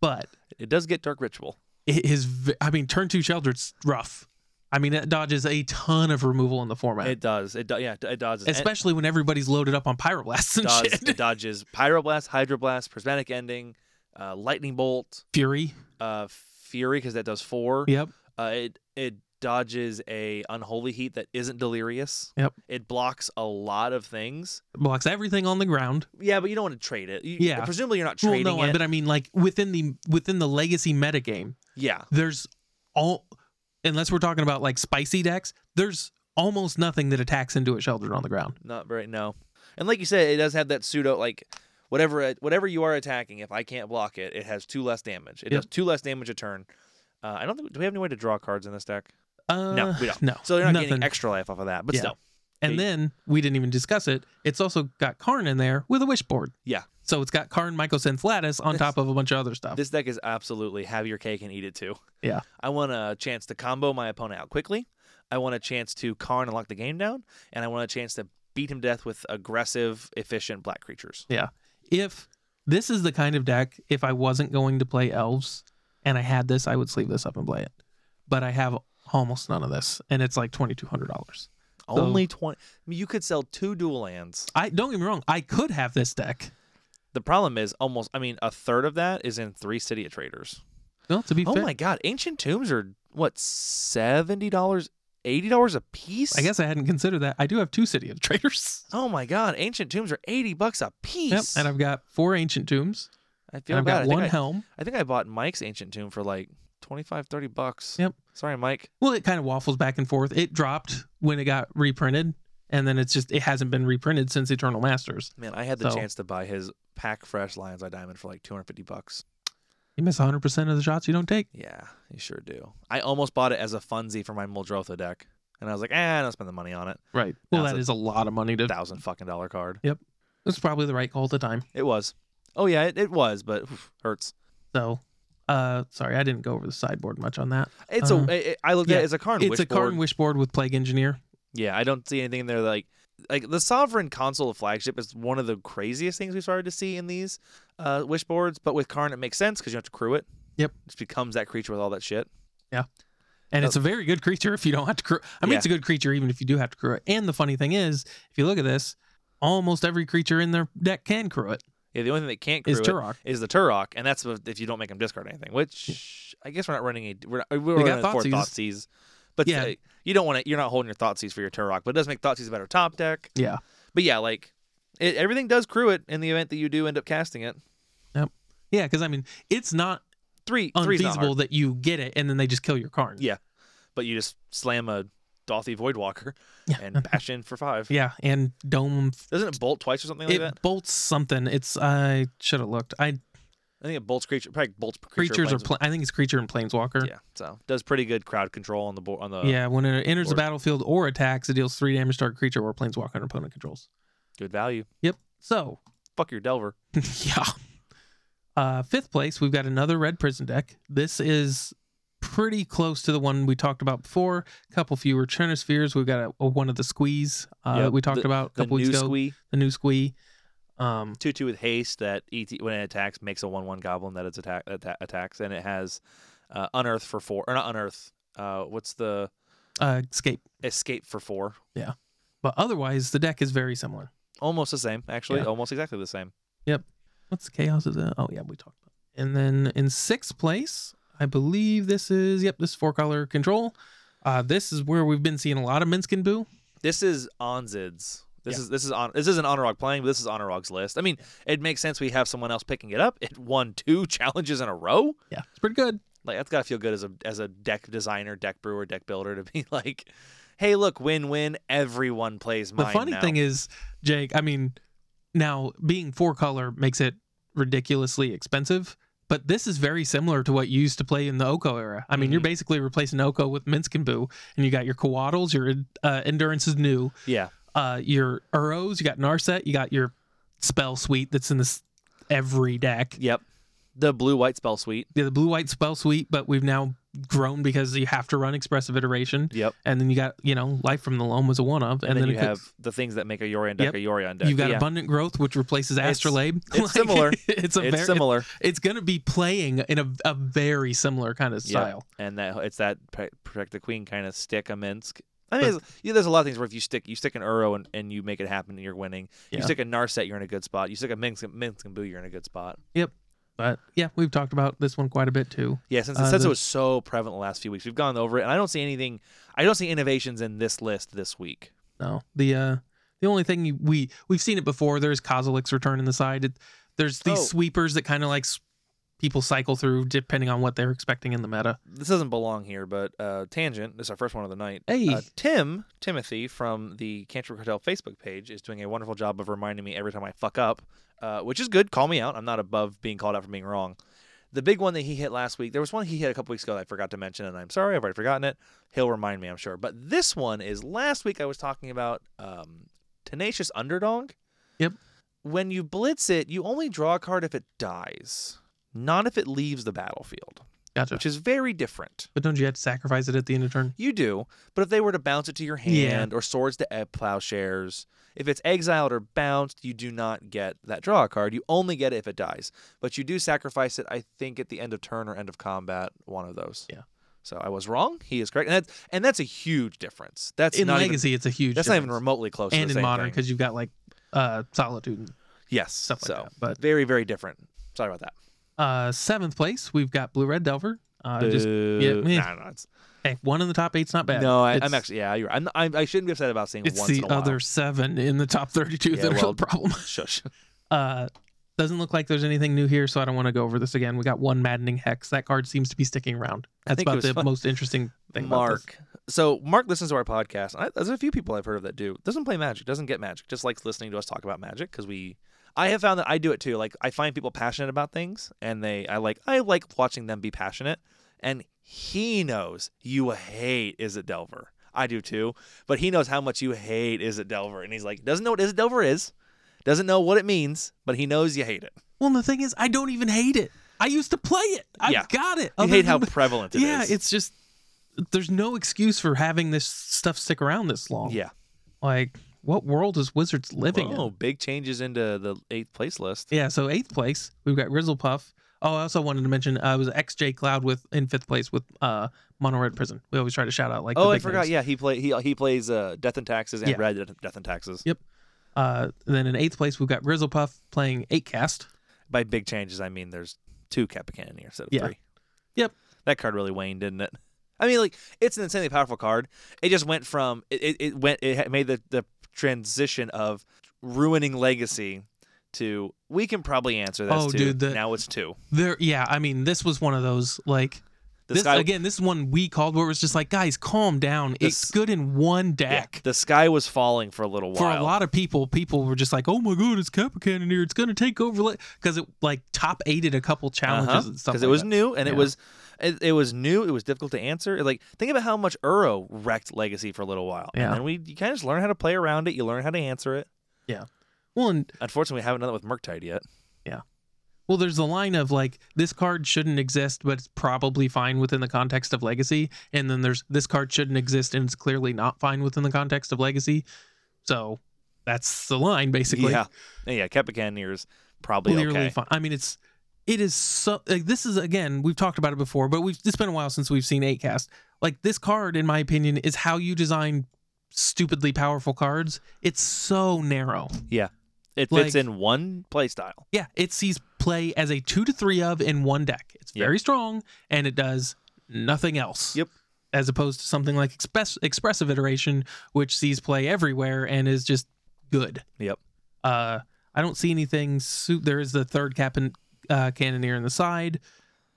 Speaker 1: But
Speaker 3: It does get Dark Ritual.
Speaker 1: it is, v- I mean, turn two Sheldred's rough. I mean, it dodges a ton of removal in the format,
Speaker 3: It does. It do- yeah, it dodges. and-
Speaker 1: especially when everybody's loaded up on pyroblasts and
Speaker 3: does,
Speaker 1: shit.
Speaker 3: it dodges pyroblast, hydroblast, prismatic ending, uh, lightning bolt,
Speaker 1: Fury.
Speaker 3: uh, fury because that does four.
Speaker 1: Yep.
Speaker 3: Uh, it it dodges a unholy heat that isn't delirious.
Speaker 1: Yep.
Speaker 3: It blocks a lot of things.
Speaker 1: Blocks everything on the ground.
Speaker 3: Yeah, but you don't want to trade it. You-
Speaker 1: Yeah.
Speaker 3: Presumably you're not
Speaker 1: Well,
Speaker 3: trading
Speaker 1: no, I-
Speaker 3: it.
Speaker 1: but I mean, like within the within the legacy metagame,
Speaker 3: yeah.
Speaker 1: there's all unless we're talking about like spicy decks there's almost nothing that attacks into it sheltered on the ground
Speaker 3: Not right now. And like you said, it does have that pseudo like whatever it- whatever you are attacking. If I can't block it, it has two less damage. It
Speaker 1: Yep.
Speaker 3: does two less damage a turn. Uh, I don't think. Do we have any way to draw cards in this deck?
Speaker 1: uh,
Speaker 3: No, we don't.
Speaker 1: no
Speaker 3: So you're not
Speaker 1: nothing.
Speaker 3: getting extra life off of that. But
Speaker 1: Yeah.
Speaker 3: still,
Speaker 1: and then we didn't even discuss it it's also got karn in there with a wish board
Speaker 3: Yeah.
Speaker 1: so it's got karn mycosynth lattice on
Speaker 3: This-
Speaker 1: top of a bunch of other stuff
Speaker 3: This deck is absolutely have your cake and eat it too.
Speaker 1: Yeah.
Speaker 3: I want a chance to combo my opponent out quickly. I want a chance to Karn and lock the game down, and I want a chance to beat him to death with aggressive, efficient black creatures.
Speaker 1: if this is the kind of deck if i wasn't going to play elves and i had this i would sleeve this up and play it but i have almost none of this and it's like $2200
Speaker 3: Only twenty. I mean, you could sell two dual lands.
Speaker 1: i don't get me wrong i could have this deck
Speaker 3: The problem is almost. I mean, a third of that is in three City of Traders.
Speaker 1: well to be
Speaker 3: Oh
Speaker 1: fair
Speaker 3: my God! Ancient Tombs are what seventy dollars, eighty dollars a piece.
Speaker 1: I guess I hadn't considered that. I do have two City of Traders.
Speaker 3: Oh my God! Ancient Tombs are eighty bucks a piece.
Speaker 1: Yep, and I've got four ancient tombs,
Speaker 3: I feel
Speaker 1: and I've
Speaker 3: bad.
Speaker 1: got
Speaker 3: I think
Speaker 1: one
Speaker 3: I-
Speaker 1: helm.
Speaker 3: I think I bought Mike's Ancient Tomb for like 25, 30 bucks.
Speaker 1: Yep.
Speaker 3: Sorry, Mike.
Speaker 1: Well, it kind of waffles back and forth. It dropped when it got reprinted, and then it's just it hasn't been reprinted since Eternal Masters.
Speaker 3: Man, I had the
Speaker 1: So-
Speaker 3: chance to buy his pack fresh Lions Eye Diamond for like 250 bucks.
Speaker 1: You miss 100 percent of the shots you don't take.
Speaker 3: Yeah, you sure do. I almost bought it as a funzie for my Muldrotha deck. And I was like, eh, I don't spend the money on it.
Speaker 1: Right. Well,
Speaker 3: That's
Speaker 1: that
Speaker 3: a-
Speaker 1: is a lot of money to.
Speaker 3: Thousand fucking dollar card.
Speaker 1: That's probably the right call at the time.
Speaker 3: It was. Oh, yeah, it, it was, but oof, hurts.
Speaker 1: So, uh, sorry, I didn't go over the sideboard much on that.
Speaker 3: It's
Speaker 1: Uh,
Speaker 3: a. I I- I looked at
Speaker 1: yeah,
Speaker 3: it as a card.
Speaker 1: it's a Karn wish board with Plague Engineer.
Speaker 3: Yeah, I don't see anything in there like like the sovereign console flagship is one of the craziest things we started to see in these uh, wish boards. But with Karn, it makes sense because you have to crew it.
Speaker 1: Yep.
Speaker 3: it just becomes that creature with all that shit.
Speaker 1: And
Speaker 3: Oh.
Speaker 1: it's a very good creature if you don't have to crew. I mean,
Speaker 3: Yeah.
Speaker 1: it's a good creature even if you do have to crew it. And the funny thing is, if you look at this, almost every creature in their deck can crew it.
Speaker 3: Yeah, the only thing that can't crew
Speaker 1: Is
Speaker 3: it
Speaker 1: Turok?
Speaker 3: is the Turok, and that's if if you don't make them discard anything. Which I guess we're not running a we're not, we're
Speaker 1: We
Speaker 3: running
Speaker 1: got
Speaker 3: a four
Speaker 1: Thoughtseize.
Speaker 3: Thoughtseize, but
Speaker 1: Yeah.
Speaker 3: uh, you don't want to. You're not holding your Thoughtseize for your Turok, but it does make Thoughtseize a better top deck.
Speaker 1: Yeah.
Speaker 3: But yeah, like it, everything does crew it in the event that you do end up casting it.
Speaker 1: Yeah, because I mean, it's not
Speaker 3: Three, three's not hard.
Speaker 1: unfeasible that you get it and then they just kill your Karn.
Speaker 3: Yeah. but you just slam a Dothy Voidwalker
Speaker 1: Yeah.
Speaker 3: and bash in for five.
Speaker 1: Yeah, and dome. f-
Speaker 3: Doesn't it bolt twice or something like
Speaker 1: It
Speaker 3: that?
Speaker 1: bolts something. It's I should have looked. I
Speaker 3: I think it bolts creature, probably bolts creature
Speaker 1: creatures are.
Speaker 3: planes-
Speaker 1: Pla- I think it's creature and planeswalker.
Speaker 3: Yeah, Uh, so does pretty good crowd control on the board on the.
Speaker 1: Yeah, when it enters the
Speaker 3: Lord.
Speaker 1: battlefield or attacks, it deals three damage to our creature or planeswalker an opponent controls.
Speaker 3: good value.
Speaker 1: Yep. So
Speaker 3: Fuck your Delver.
Speaker 1: yeah. Uh, fifth place, we've got another red prison deck. This is pretty close to the one we talked about before. A couple fewer Chernospheres. We've got a, a- one of the squeeze uh,
Speaker 3: Yep,
Speaker 1: that we talked
Speaker 3: the-
Speaker 1: about a
Speaker 3: The
Speaker 1: couple
Speaker 3: new
Speaker 1: weeks ago.
Speaker 3: squee,
Speaker 1: The new squee. Um,
Speaker 3: two two with haste that ET when it attacks makes a one one goblin that it's attack atta- attacks and it has uh, unearth for four or not unearth. Uh, what's the
Speaker 1: uh, escape.
Speaker 3: escape for four?
Speaker 1: But otherwise, the deck is very similar.
Speaker 3: Almost the same, actually,
Speaker 1: Yeah.
Speaker 3: almost exactly the same.
Speaker 1: What's the chaos of the? Oh yeah, we talked about. it. And then in sixth place, I believe this is yep, this is four color control. Uh, this is where we've been seeing a lot of Minsk and Boo.
Speaker 3: This is Onzids. This
Speaker 1: Yeah.
Speaker 3: is this is on this isn't Honorog playing, but this is Honorog's list. I mean, it makes sense we have someone else picking it up. It won two challenges in a row.
Speaker 1: Yeah, it's pretty good.
Speaker 3: Like that's gotta feel good as a as a deck designer, deck brewer, deck builder to be like, hey, look, win win. Everyone plays
Speaker 1: The
Speaker 3: mine.
Speaker 1: funny
Speaker 3: now.
Speaker 1: thing is, Jake. I mean, now being four color makes it ridiculously expensive. But this is very similar to what you used to play in the Oko era. I mean, you're
Speaker 3: Mhm.
Speaker 1: basically replacing Oko with Minsk and Boo, and you got your Coaddles, your uh, Endurance is new,
Speaker 3: yeah,
Speaker 1: uh, your Uros, you got Narset, you got your spell suite that's in this every deck.
Speaker 3: yep. The blue white spell suite.
Speaker 1: Yeah, the blue white spell suite, but we've now grown because you have to run expressive iteration,
Speaker 3: Yep.
Speaker 1: and then you got you know life from the loam was a one of,
Speaker 3: And, then, you
Speaker 1: it could-
Speaker 3: have the things that make a Yorion deck
Speaker 1: Yep.
Speaker 3: a Yorion deck.
Speaker 1: you've got
Speaker 3: yeah.
Speaker 1: abundant growth, which replaces
Speaker 3: It's-
Speaker 1: astrolabe.
Speaker 3: it's similar.
Speaker 1: It's a
Speaker 3: It's
Speaker 1: very
Speaker 3: similar.
Speaker 1: It's going to be playing in a, a very similar kind of
Speaker 3: Yeah.
Speaker 1: style.
Speaker 3: and that it's that pre- protect the queen kind of stick a Minsk. I
Speaker 1: But-
Speaker 3: mean, there's, yeah, there's a lot of things where if you stick you stick an Uro and, and you make it happen, you're winning.
Speaker 1: Yeah.
Speaker 3: You stick a Narset, you're in a good spot. You stick a Minsk, Minsk and Boo, you're in a good spot.
Speaker 1: But yeah, we've talked about this one quite a bit too.
Speaker 3: Yeah, since
Speaker 1: Uh,
Speaker 3: since
Speaker 1: the-
Speaker 3: it was so prevalent the last few weeks, we've gone over it, and I don't see anything. I don't see innovations in this list this week.
Speaker 1: No, the uh, the only thing you, we we've seen it before. There's Kozilek's return in the side. It, there's these
Speaker 3: Oh.
Speaker 1: sweepers that kind of like s- people cycle through depending on what they're expecting in the meta.
Speaker 3: This doesn't belong here, but uh, tangent. This is our first one of the night.
Speaker 1: Hey,
Speaker 3: Uh, Tim Timothy from the Cantrip Hotel Facebook page is doing a wonderful job of reminding me every time I fuck up, uh, which is good. Call me out. I'm not above being called out for being wrong. The big one that he hit last week, there was one he hit a couple weeks ago that I forgot to mention, and I'm sorry, I've already forgotten it. He'll remind me, I'm sure. But this one is last week I was talking about um, Tenacious Underdog.
Speaker 1: Yep.
Speaker 3: When you blitz it, you only draw a card if it dies, not if it leaves the battlefield,
Speaker 1: gotcha.
Speaker 3: which is very different.
Speaker 1: But don't you have to sacrifice it at the end of turn?
Speaker 3: You do, but if they were to bounce it to your
Speaker 1: Yeah.
Speaker 3: hand or swords to e- plowshares, if it's exiled or bounced, you do not get that draw card. You only get it if it dies, but you do sacrifice it. I think at the end of turn or end of combat, one of those.
Speaker 1: Yeah.
Speaker 3: So I was wrong. He is correct, and that's and that's a huge difference. That's
Speaker 1: In
Speaker 3: not
Speaker 1: Legacy, it's a
Speaker 3: even
Speaker 1: huge.
Speaker 3: that's not even
Speaker 1: difference.
Speaker 3: remotely close. to
Speaker 1: And
Speaker 3: the
Speaker 1: in
Speaker 3: same
Speaker 1: modern,
Speaker 3: thing.
Speaker 1: because you've got like uh, Solitude and
Speaker 3: yes,
Speaker 1: stuff like
Speaker 3: so
Speaker 1: that. But
Speaker 3: very very different. Sorry about that.
Speaker 1: uh, seventh place, we've got Blue Red Delver. Uh, just
Speaker 3: Boo.
Speaker 1: meh.
Speaker 3: no, no, no, it's,
Speaker 1: hey, one in the top eight's not bad.
Speaker 3: no I,
Speaker 1: It's-
Speaker 3: I'm actually yeah. You're, right. I'm, I I shouldn't be upset about seeing
Speaker 1: It's
Speaker 3: once
Speaker 1: the
Speaker 3: in a while.
Speaker 1: other seven in the top 32
Speaker 3: Yeah,
Speaker 1: that are
Speaker 3: well-
Speaker 1: the problem.
Speaker 3: shush.
Speaker 1: Uh, doesn't look like there's anything new here, so I don't want to go over this again. We got one maddening hex. That card seems to be sticking around. That's
Speaker 3: think it
Speaker 1: about
Speaker 3: was
Speaker 1: the
Speaker 3: fun-
Speaker 1: most interesting thing. about this.
Speaker 3: Mark. So Mark listens to our podcast. I, there's a few people I've heard of that do. Doesn't play Magic. Doesn't get Magic. Just likes listening to us talk about Magic because we. I have found that I do it too. Like I find people passionate about things, and they I like I like watching them be passionate. And he knows you hate Is it Delver. I do too, but he knows how much you hate Is it Delver, and he's like doesn't know what Is it Delver is, doesn't know what it means, but he knows you hate it.
Speaker 1: Well, and the thing is, I don't even hate it. I used to play it. I've
Speaker 3: Yeah.
Speaker 1: got it.
Speaker 3: You
Speaker 1: Other
Speaker 3: hate how
Speaker 1: than-
Speaker 3: prevalent it is.
Speaker 1: yeah, it's just there's no excuse for having this stuff stick around this long.
Speaker 3: yeah.
Speaker 1: Like, what world is Wizards living in?
Speaker 3: Oh, big changes into the eighth place list.
Speaker 1: Yeah, so eighth place, we've got Grizzlepuff. Oh, I also wanted to mention uh, it was XJ Cloud with in fifth place with uh, Mono Red Prison. We always try to shout out like.
Speaker 3: oh,
Speaker 1: the
Speaker 3: I
Speaker 1: big
Speaker 3: forgot.
Speaker 1: names.
Speaker 3: Yeah, he play he he plays uh, Death and Taxes and
Speaker 1: Yeah.
Speaker 3: Red Death- Death and Taxes.
Speaker 1: Yeah. Uh, then in eighth place, we've got Grizzlepuff playing eight cast.
Speaker 3: By big changes, I mean there's two Kappa Cannoneer instead of
Speaker 1: Yeah.
Speaker 3: three.
Speaker 1: Yep.
Speaker 3: that card really waned, didn't it? I mean, like it's an insanely powerful card. It just went from it it, it went it had- made the the transition of ruining Legacy to we can probably answer this.
Speaker 1: Oh,
Speaker 3: to,
Speaker 1: dude, the-
Speaker 3: now it's two.
Speaker 1: There, yeah, I mean, this was one of those like
Speaker 3: The
Speaker 1: this
Speaker 3: sky
Speaker 1: again. This is one we called where it was just like, guys, calm down.
Speaker 3: This-
Speaker 1: it's good in one
Speaker 3: yeah,
Speaker 1: deck.
Speaker 3: the sky was falling for a little while.
Speaker 1: For a lot of people, people were just like, "Oh my god, it's Kappa Cannoneer! It's gonna take over!" Because it like top aided a couple challenges and stuff.
Speaker 3: because
Speaker 1: like
Speaker 3: Uh-huh. it was
Speaker 1: that.
Speaker 3: new and it
Speaker 1: Yeah.
Speaker 3: was it, it was new it was difficult to answer like think about how much uro wrecked legacy for a little while
Speaker 1: Yeah.
Speaker 3: and then we you kind of just learn how to play around it you learn how to answer it
Speaker 1: well, and
Speaker 3: unfortunately we haven't done that with merktide yet
Speaker 1: Well, there's the line of like this card shouldn't exist, but it's probably fine within the context of Legacy, and then there's this card shouldn't exist, and it's clearly not fine within the context of Legacy. So that's the line basically.
Speaker 3: Yeah, yeah. Kepicaneers probably
Speaker 1: clearly
Speaker 3: okay.
Speaker 1: fine. I mean, it's it is so like this is again we've talked about it before, but we've it's been a while since we've seen eight cast. Like this card, in my opinion, is how you design stupidly powerful cards. It's so narrow.
Speaker 3: It fits
Speaker 1: like-
Speaker 3: in one play style.
Speaker 1: Yeah, it sees play as a two to three of in one deck. It's
Speaker 3: Yep.
Speaker 1: very strong and it does nothing else.
Speaker 3: Yep.
Speaker 1: As opposed to something like express, expressive iteration, which sees play everywhere and is just good.
Speaker 3: Yep.
Speaker 1: Uh, I don't see anything. Su- there is the third cap and uh, cannoneer in the side.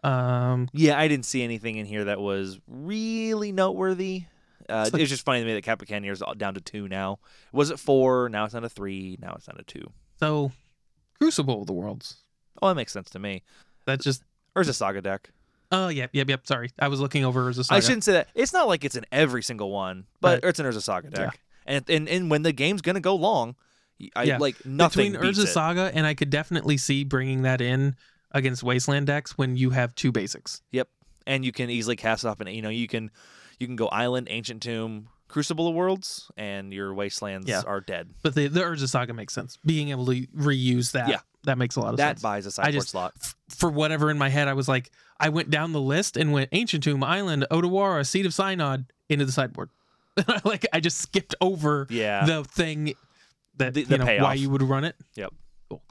Speaker 1: Um,
Speaker 3: Yeah, I didn't see anything in here that was really noteworthy. Uh,
Speaker 1: It's like-
Speaker 3: it was just funny to me that Capricaneers all down to two now. Was it four? Now it's down to three. Now it's down to two.
Speaker 1: so, Crucible of the Worlds.
Speaker 3: Oh, that makes sense to me.
Speaker 1: That's just.
Speaker 3: Urza Saga deck.
Speaker 1: Oh, yep, yep, yep. Sorry, I was looking over as a
Speaker 3: I shouldn't say that. It's not like it's in every single one, but it's an Urza Saga
Speaker 1: Yeah.
Speaker 3: deck. And, and and when the game's gonna go long, y- I
Speaker 1: Yeah.
Speaker 3: like nothing
Speaker 1: between
Speaker 3: beats
Speaker 1: Urza
Speaker 3: it.
Speaker 1: Saga and I could definitely see bringing that in against Wasteland decks when you have two basics.
Speaker 3: and you can easily cast off an you know you can you can go Island, Ancient Tomb, Crucible of Worlds, and your Wastelands
Speaker 1: Yeah.
Speaker 3: are dead.
Speaker 1: But the, the Urza Saga makes sense. Being able to reuse that,
Speaker 3: Yeah.
Speaker 1: that makes a lot of
Speaker 3: That
Speaker 1: sense.
Speaker 3: buys a sideboard
Speaker 1: just-
Speaker 3: slot.
Speaker 1: F- For whatever in my head, I was like, I went down the list and went Ancient Tomb, Island, Odawara, Seed of Synod into the sideboard. like I just skipped over
Speaker 3: Yeah.
Speaker 1: the thing that
Speaker 3: The-
Speaker 1: you
Speaker 3: the
Speaker 1: know, why
Speaker 3: payoff.
Speaker 1: you would run it.
Speaker 3: Yep.
Speaker 1: Cool.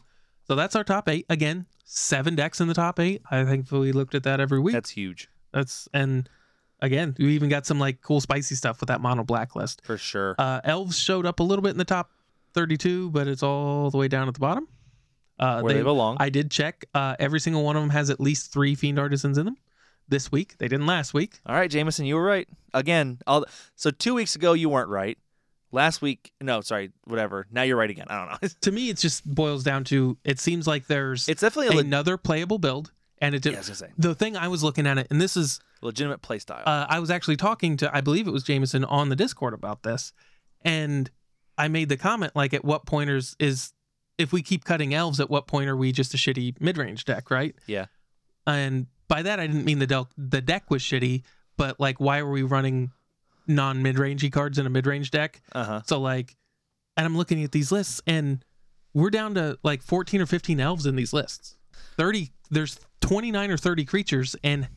Speaker 1: So that's our top eight again. Seven decks in the top eight. I think we looked at that every week.
Speaker 3: That's huge
Speaker 1: That's and again, we even got some like cool spicy stuff with that mono blacklist.
Speaker 3: for sure.
Speaker 1: Uh, elves showed up a little bit in the top 32, but it's all the way down at the bottom. Uh,
Speaker 3: Where they,
Speaker 1: they-
Speaker 3: belong.
Speaker 1: I did check. Uh, every single one of them has at least three fiend artisans in them. This week they didn't. Last week
Speaker 3: All right, Jameson, you were right again. All so two weeks ago you weren't right. Last week, no, sorry, whatever. Now you're right again. I don't know.
Speaker 1: to me, it just boils down to it seems like there's
Speaker 3: It's definitely a le-
Speaker 1: another playable build, and it did.
Speaker 3: yeah, I was gonna say,
Speaker 1: The thing I was looking at it, and this is
Speaker 3: legitimate play style.
Speaker 1: uh, I was actually talking to, I believe it was Jameson on the Discord about this, and I made the comment like, at what pointers is if we keep cutting elves, at what point are we just a shitty mid range deck, right?
Speaker 3: Yeah.
Speaker 1: And by that, I didn't mean the del- the deck was shitty, but like, why were we running non mid rangey cards in a mid range deck?
Speaker 3: Uh huh.
Speaker 1: So like, and I'm looking at these lists, and we're down to like 14 or 15 elves in these lists. 30, there's 29 or 30 creatures, and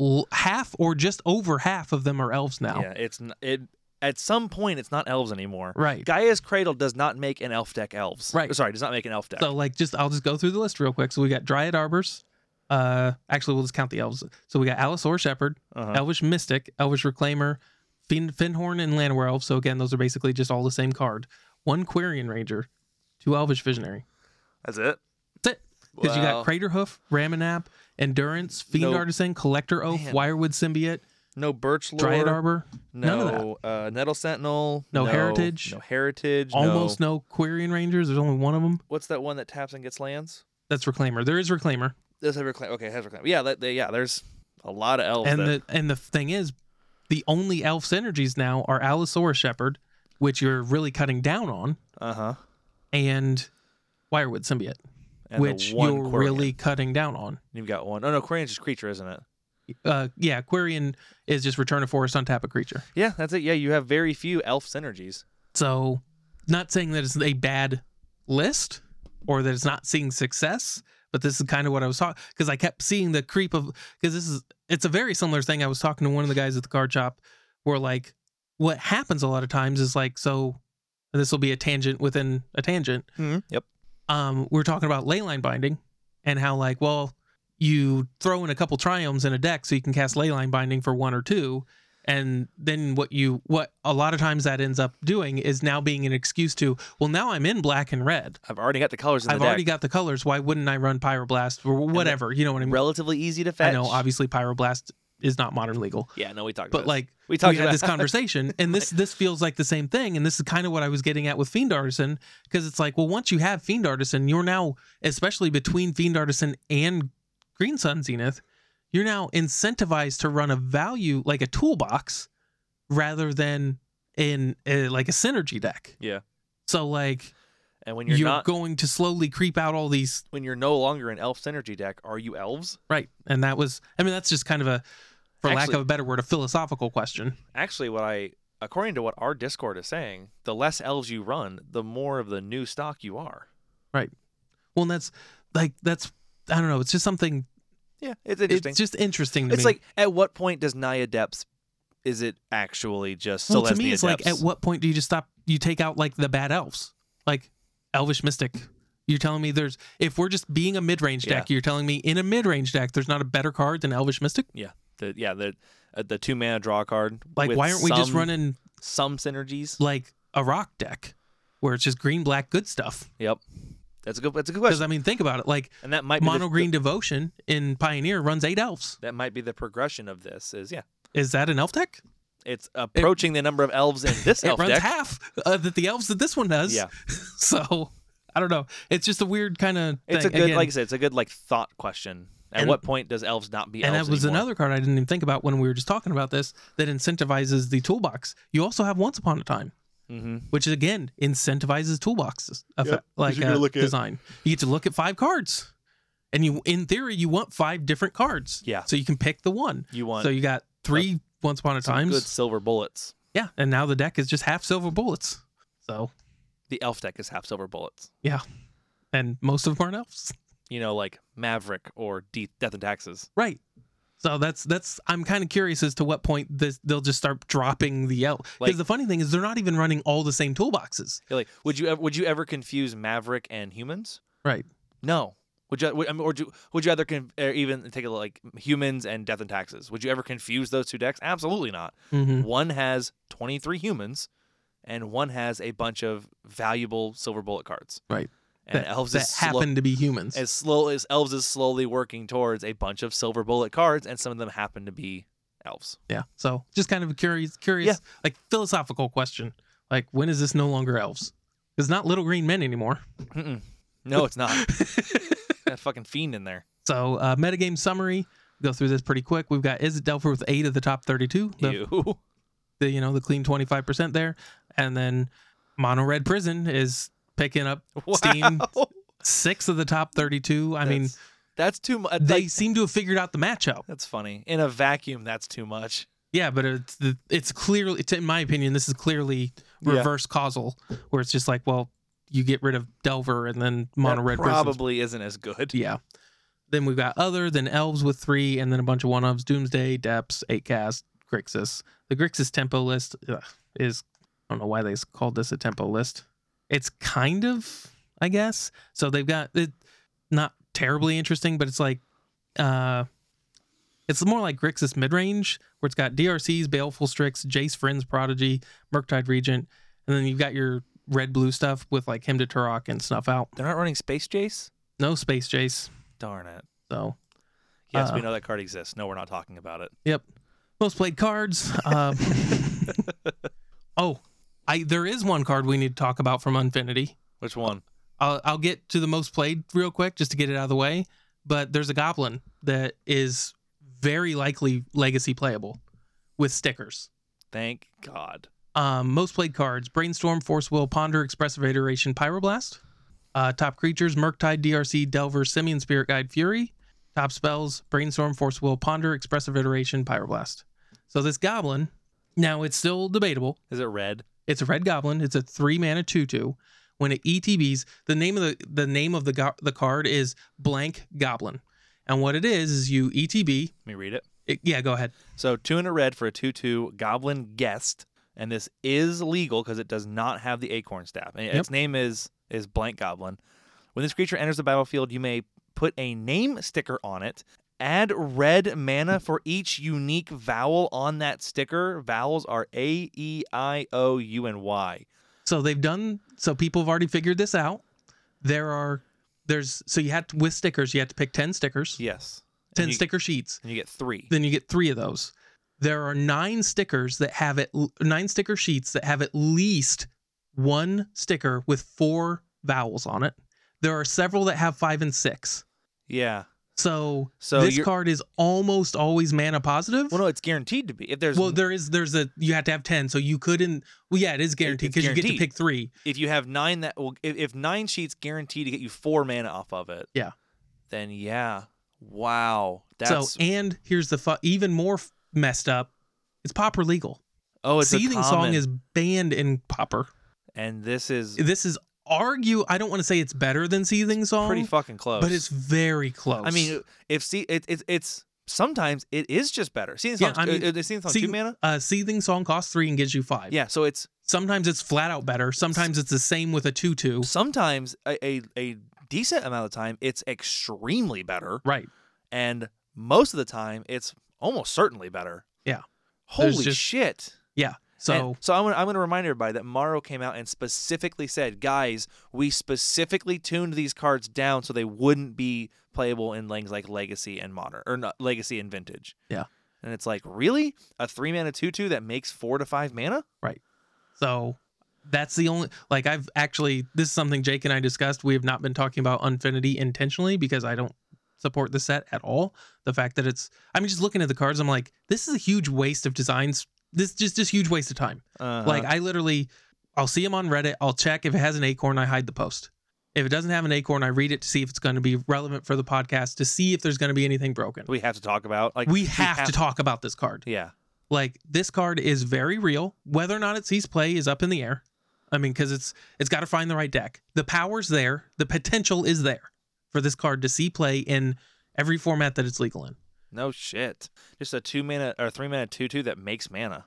Speaker 1: l- half or just over half of them are elves now.
Speaker 3: Yeah, it's n- it. At some point, it's not elves anymore.
Speaker 1: Right.
Speaker 3: Gaia's Cradle does not make an elf deck elves.
Speaker 1: Right.
Speaker 3: Sorry, does not make an elf deck.
Speaker 1: So like, just I'll just go through the list real quick. So we got Dryad Arbors. Uh, actually, we'll just count the elves. So we got Allosaur Shepherd,
Speaker 3: uh-huh.
Speaker 1: Elvish Mystic, Elvish Reclaimer, fin- Finhorn, and Llanowar Elf. So again, those are basically just all the same card. One Quarian Ranger, two Elvish Visionary.
Speaker 3: That's it.
Speaker 1: That's it. Because you
Speaker 3: Wow.
Speaker 1: got Crater Hoof, Ramanap, Endurance, Fiend
Speaker 3: No.
Speaker 1: Artisan, Collector Oath,
Speaker 3: Man.
Speaker 1: Wirewood Symbiote,
Speaker 3: no birch lore.
Speaker 1: Dryad Arbor, none of
Speaker 3: No uh, nettle sentinel.
Speaker 1: No heritage.
Speaker 3: No heritage.
Speaker 1: almost
Speaker 3: No.
Speaker 1: no Quarian Rangers. There's only one of them.
Speaker 3: What's that one that taps and gets lands?
Speaker 1: That's Reclaimer. There is Reclaimer.
Speaker 3: Does have reclaim? Okay, it has reclaim. Yeah, that, they, yeah. There's a lot of elves.
Speaker 1: and
Speaker 3: that-
Speaker 1: the and the thing is, the only elf synergies now are Allosaurus Shepherd, which you're really cutting down on,
Speaker 3: uh-huh.
Speaker 1: and Wirewood Symbiote,
Speaker 3: And the
Speaker 1: which
Speaker 3: one
Speaker 1: you're
Speaker 3: Quarian.
Speaker 1: really cutting down on.
Speaker 3: You've got one. Oh no, Quarian's just creature, isn't it?
Speaker 1: Uh, yeah, Quarian is just return a forest on tap a creature.
Speaker 3: Yeah, that's it. Yeah, you have very few elf synergies.
Speaker 1: So, not saying that it's a bad list or that it's not seeing success, but this is kind of what I was talking because I kept seeing the creep of because this is it's a very similar thing. I was talking to one of the guys at the card shop where like what happens a lot of times is like so this will be a tangent within a tangent.
Speaker 3: Yep.
Speaker 1: Um, we are talking about ley line binding and how like well you throw in a couple triomes in a deck so you can cast ley line binding for one or two and then what you what a lot of times that ends up doing is now being an excuse to well now i'm in black and red
Speaker 3: I've already got the colors in the
Speaker 1: i've
Speaker 3: deck.
Speaker 1: already got the colors why wouldn't i run pyroblast or whatever you know what i mean
Speaker 3: relatively easy to
Speaker 1: i
Speaker 3: fetch.
Speaker 1: know obviously pyroblast is not modern legal
Speaker 3: Yeah, no, we talked. about
Speaker 1: but
Speaker 3: this.
Speaker 1: like
Speaker 3: we talked
Speaker 1: we had
Speaker 3: about
Speaker 1: this conversation and this this feels like the same thing and this is kind of what i was getting at with fiend artisan because it's like well once you have fiend artisan you're now especially between fiend artisan and green sun zenith you're now incentivized to run a value like a toolbox rather than in uh like a synergy deck
Speaker 3: Yeah.
Speaker 1: so like
Speaker 3: And when you're,
Speaker 1: You're,
Speaker 3: not,
Speaker 1: going to slowly creep out all these
Speaker 3: when you're no longer an elf synergy deck, are you elves?
Speaker 1: right. And that was I mean that's just kind of a for lack
Speaker 3: Actually-
Speaker 1: of a better word, a philosophical question.
Speaker 3: Actually, what I, according to what our Discord is saying, the less elves you run, the more of the new stock you are.
Speaker 1: Well, and that's like that's I don't know. It's just something.
Speaker 3: Yeah, it's interesting.
Speaker 1: It's just interesting to
Speaker 3: it's
Speaker 1: me.
Speaker 3: like at what point does Naya Depths is it actually just
Speaker 1: well,
Speaker 3: Celestia
Speaker 1: to me, it's like at
Speaker 3: Depths?
Speaker 1: what point do you just stop? You take out like the bad elves, like Elvish Mystic. You're telling me there's if we're just being a mid range deck, you're telling me in a mid range deck there's not a better card than Elvish Mystic.
Speaker 3: the, yeah the uh, the two mana draw card
Speaker 1: Like
Speaker 3: with
Speaker 1: why aren't we just
Speaker 3: some-
Speaker 1: running
Speaker 3: some synergies?
Speaker 1: like a rock deck where it's just green black good stuff?
Speaker 3: Yep. That's a good that's a good
Speaker 1: Because
Speaker 3: question.
Speaker 1: I mean, think about it. Like
Speaker 3: And that might be the-
Speaker 1: mono green devotion in Pioneer runs eight elves.
Speaker 3: that might be the progression of this is yeah.
Speaker 1: Is that an elf deck?
Speaker 3: It's approaching the number of elves in this elf
Speaker 1: it runs
Speaker 3: deck.
Speaker 1: half uh, that the elves that this one does.
Speaker 3: Yeah.
Speaker 1: so I don't know. It's just a weird kind of thing.
Speaker 3: It's a good
Speaker 1: Again,
Speaker 3: like I said, it's a good like thought question. At
Speaker 1: And-
Speaker 3: what point does elves not be
Speaker 1: and
Speaker 3: elves
Speaker 1: that was
Speaker 3: anymore?
Speaker 1: another card I didn't even think about when we were just talking about this that incentivizes the toolbox. You also have Once Upon a Time,
Speaker 3: hmm
Speaker 1: which again incentivizes toolboxes of
Speaker 4: Yeah, 'cause
Speaker 1: like
Speaker 4: you get to
Speaker 1: uh,
Speaker 4: look at-
Speaker 1: design. You get to look at five cards, and you in theory you want five different cards.
Speaker 3: Yeah.
Speaker 1: so you can pick the one.
Speaker 3: You want
Speaker 1: So you got three Once Upon a
Speaker 3: some
Speaker 1: Times.
Speaker 3: good silver bullets.
Speaker 1: Yeah, and now the deck is just half silver bullets. So
Speaker 3: The elf deck is half silver bullets.
Speaker 1: and most of them aren't elves.
Speaker 3: You know, like Maverick or De- Death and Taxes.
Speaker 1: Right. So that's that's I'm kind of curious as to what point this they'll just start dropping the L. Because
Speaker 3: Like-
Speaker 1: the funny thing is they're not even running all the same toolboxes.
Speaker 3: You're like, would you ever, would you ever confuse Maverick and humans?
Speaker 1: Right.
Speaker 3: No. Would you would, I mean, or would you would you rather con- or even take a look, like humans and death and taxes? Would you ever confuse those two decks? Absolutely not.
Speaker 1: Mm-hmm.
Speaker 3: One has 23 humans, and one has a bunch of valuable silver bullet cards.
Speaker 1: Right.
Speaker 3: And
Speaker 1: that
Speaker 3: elves
Speaker 1: that
Speaker 3: is slow-
Speaker 1: happen to be humans.
Speaker 3: as slow as elves is slowly working towards a bunch of silver bullet cards, and some of them happen to be elves.
Speaker 1: yeah. So just kind of a curious curious like philosophical question. Like when is this no longer elves? It's not little green men anymore.
Speaker 3: Mm-mm. No, it's not. that fucking fiend in there.
Speaker 1: So uh metagame summary. Go through this pretty quick. We've got Is it Delpher with eight of the top thirty-two. The
Speaker 3: Ew.
Speaker 1: the you know the clean 25% there and then mono red prison is picking up steam
Speaker 3: Wow.
Speaker 1: six of the top 32 i mean
Speaker 3: That's- that's too much.
Speaker 1: they seem to have figured out the matchup
Speaker 3: that's funny. In a vacuum, that's too much.
Speaker 1: yeah but it's the- it's clearly it's, in my opinion this is clearly
Speaker 4: Yeah.
Speaker 1: reverse causal where it's just like well you get rid of delver and then mono
Speaker 3: That
Speaker 1: red Prison's-
Speaker 3: probably isn't as good.
Speaker 1: yeah then we've got other than elves with three and then a bunch of one ofs doomsday depths eight cast grixis the grixis tempo list ugh, is i don't know why they s- called this a tempo list it's kind of i guess so they've got it not terribly interesting but it's like uh it's more like grixis midrange where it's got drcs baleful strix jace friends prodigy murktide regent and then you've got your red blue stuff with like him to turok and snuff out
Speaker 3: They're not running Space Jace.
Speaker 1: no space jace
Speaker 3: Darn it.
Speaker 1: so
Speaker 3: Yes, we
Speaker 1: Uh.
Speaker 3: know that card exists. No, we're not talking about it.
Speaker 1: most played cards. Um, oh, I there is one card we need to talk about from Infinity.
Speaker 3: Which one?
Speaker 1: I'll, I'll get to the most played real quick just to get it out of the way. But there's a goblin that is very likely legacy playable with stickers.
Speaker 3: Thank God.
Speaker 1: Um, most played cards: Brainstorm, Force Will, Ponder, Expressive Iteration, Pyroblast. Uh, top creatures: Murktide, DRC, Delver, Simeon, Spirit Guide, Fury. Top spells: Brainstorm, Force Will, Ponder, Expressive Iteration, Pyroblast. So this goblin, now it's still debatable.
Speaker 3: Is it red?
Speaker 1: It's a red goblin. It's a three mana two two. When it ETBs, the name of the the name of the go- the card is blank goblin, and what it is is you ETB.
Speaker 3: Let me read it.
Speaker 1: It, yeah, go ahead.
Speaker 3: So two and a red for a two-two goblin guest, and this is legal because it does not have the acorn staff. And
Speaker 1: Yep.
Speaker 3: Its name is is blank goblin. When this creature enters the battlefield, you may put a name sticker on it. Add red mana for each unique vowel on that sticker. Vowels are A, E, I, O, U, and Y.
Speaker 1: So they've done. So people have already figured this out. There are. There's so you had to, with stickers. You had to pick ten stickers,
Speaker 3: Yes.
Speaker 1: ten
Speaker 3: and you,
Speaker 1: sticker sheets.
Speaker 3: And you get three.
Speaker 1: Then you get three of those. There are nine stickers that have it. Nine sticker sheets that have at least one sticker with four vowels on it. There are several that have five and six.
Speaker 3: yeah.
Speaker 1: So,
Speaker 3: So
Speaker 1: this
Speaker 3: you're-
Speaker 1: card is almost always mana positive.
Speaker 3: Well, no, it's guaranteed to be. If there's,
Speaker 1: Well, there is there's a you have to have ten, so you couldn't. Well, yeah, it is guaranteed
Speaker 3: it's
Speaker 1: because you get to
Speaker 3: guaranteed.
Speaker 1: pick three.
Speaker 3: if you have nine that will, if, if nine sheets guaranteed to get you four mana off of it,
Speaker 1: Yeah.
Speaker 3: then yeah, wow, that's
Speaker 1: So and here's the fu- even more f- messed up. It's popper legal.
Speaker 3: oh, it's a
Speaker 1: Seething
Speaker 3: common.
Speaker 1: song is banned in popper.
Speaker 3: and this is
Speaker 1: This is argue. I don't want to say it's better than seething song,
Speaker 3: pretty fucking close.
Speaker 1: but it's very close.
Speaker 3: I mean, if see, it, it, it's sometimes it is just better. Seeing
Speaker 1: Yeah,
Speaker 3: song,
Speaker 1: I mean,
Speaker 3: uh, uh, seeing song
Speaker 1: see-
Speaker 3: two mana.
Speaker 1: a seething song costs three and gives you five.
Speaker 3: Yeah, so it's
Speaker 1: Sometimes it's flat out better. Sometimes it's the same with a two two.
Speaker 3: sometimes a, a a decent amount of the time it's extremely better,
Speaker 1: Right.
Speaker 3: and most of the time it's almost certainly better.
Speaker 1: Yeah. There's
Speaker 3: Holy
Speaker 1: just-
Speaker 3: shit.
Speaker 1: Yeah. So
Speaker 3: And so I'm gonna, I'm gonna remind everybody that Morrow came out and specifically said, guys, we specifically tuned these cards down so they wouldn't be playable in things like Legacy and Modern, or not Legacy and Vintage.
Speaker 1: Yeah.
Speaker 3: And it's like, really, a three mana two two that makes four to five mana?
Speaker 1: So that's the only like I've actually this is something Jake and I discussed. We have not been talking about Unfinity intentionally because I don't support the set at all. The fact that it's I'm just looking at the cards, I'm like, this is a huge waste of designs. This just just huge waste of time.
Speaker 3: Uh,
Speaker 1: Like I literally I'll see them on Reddit, I'll check if it has an acorn, I hide the post. If it doesn't have an acorn, I read it to see if it's going to be relevant for the podcast, to see if there's going to be anything broken.
Speaker 3: we have to talk about like
Speaker 1: we have to talk about this card.
Speaker 3: Yeah.
Speaker 1: Like this card is very real. Whether or not it sees play is up in the air. I mean, because it's it's got to find the right deck. The power's there. The potential is there for this card to see play in every format that it's legal in.
Speaker 3: No shit. Just a two mana or three mana two two that makes mana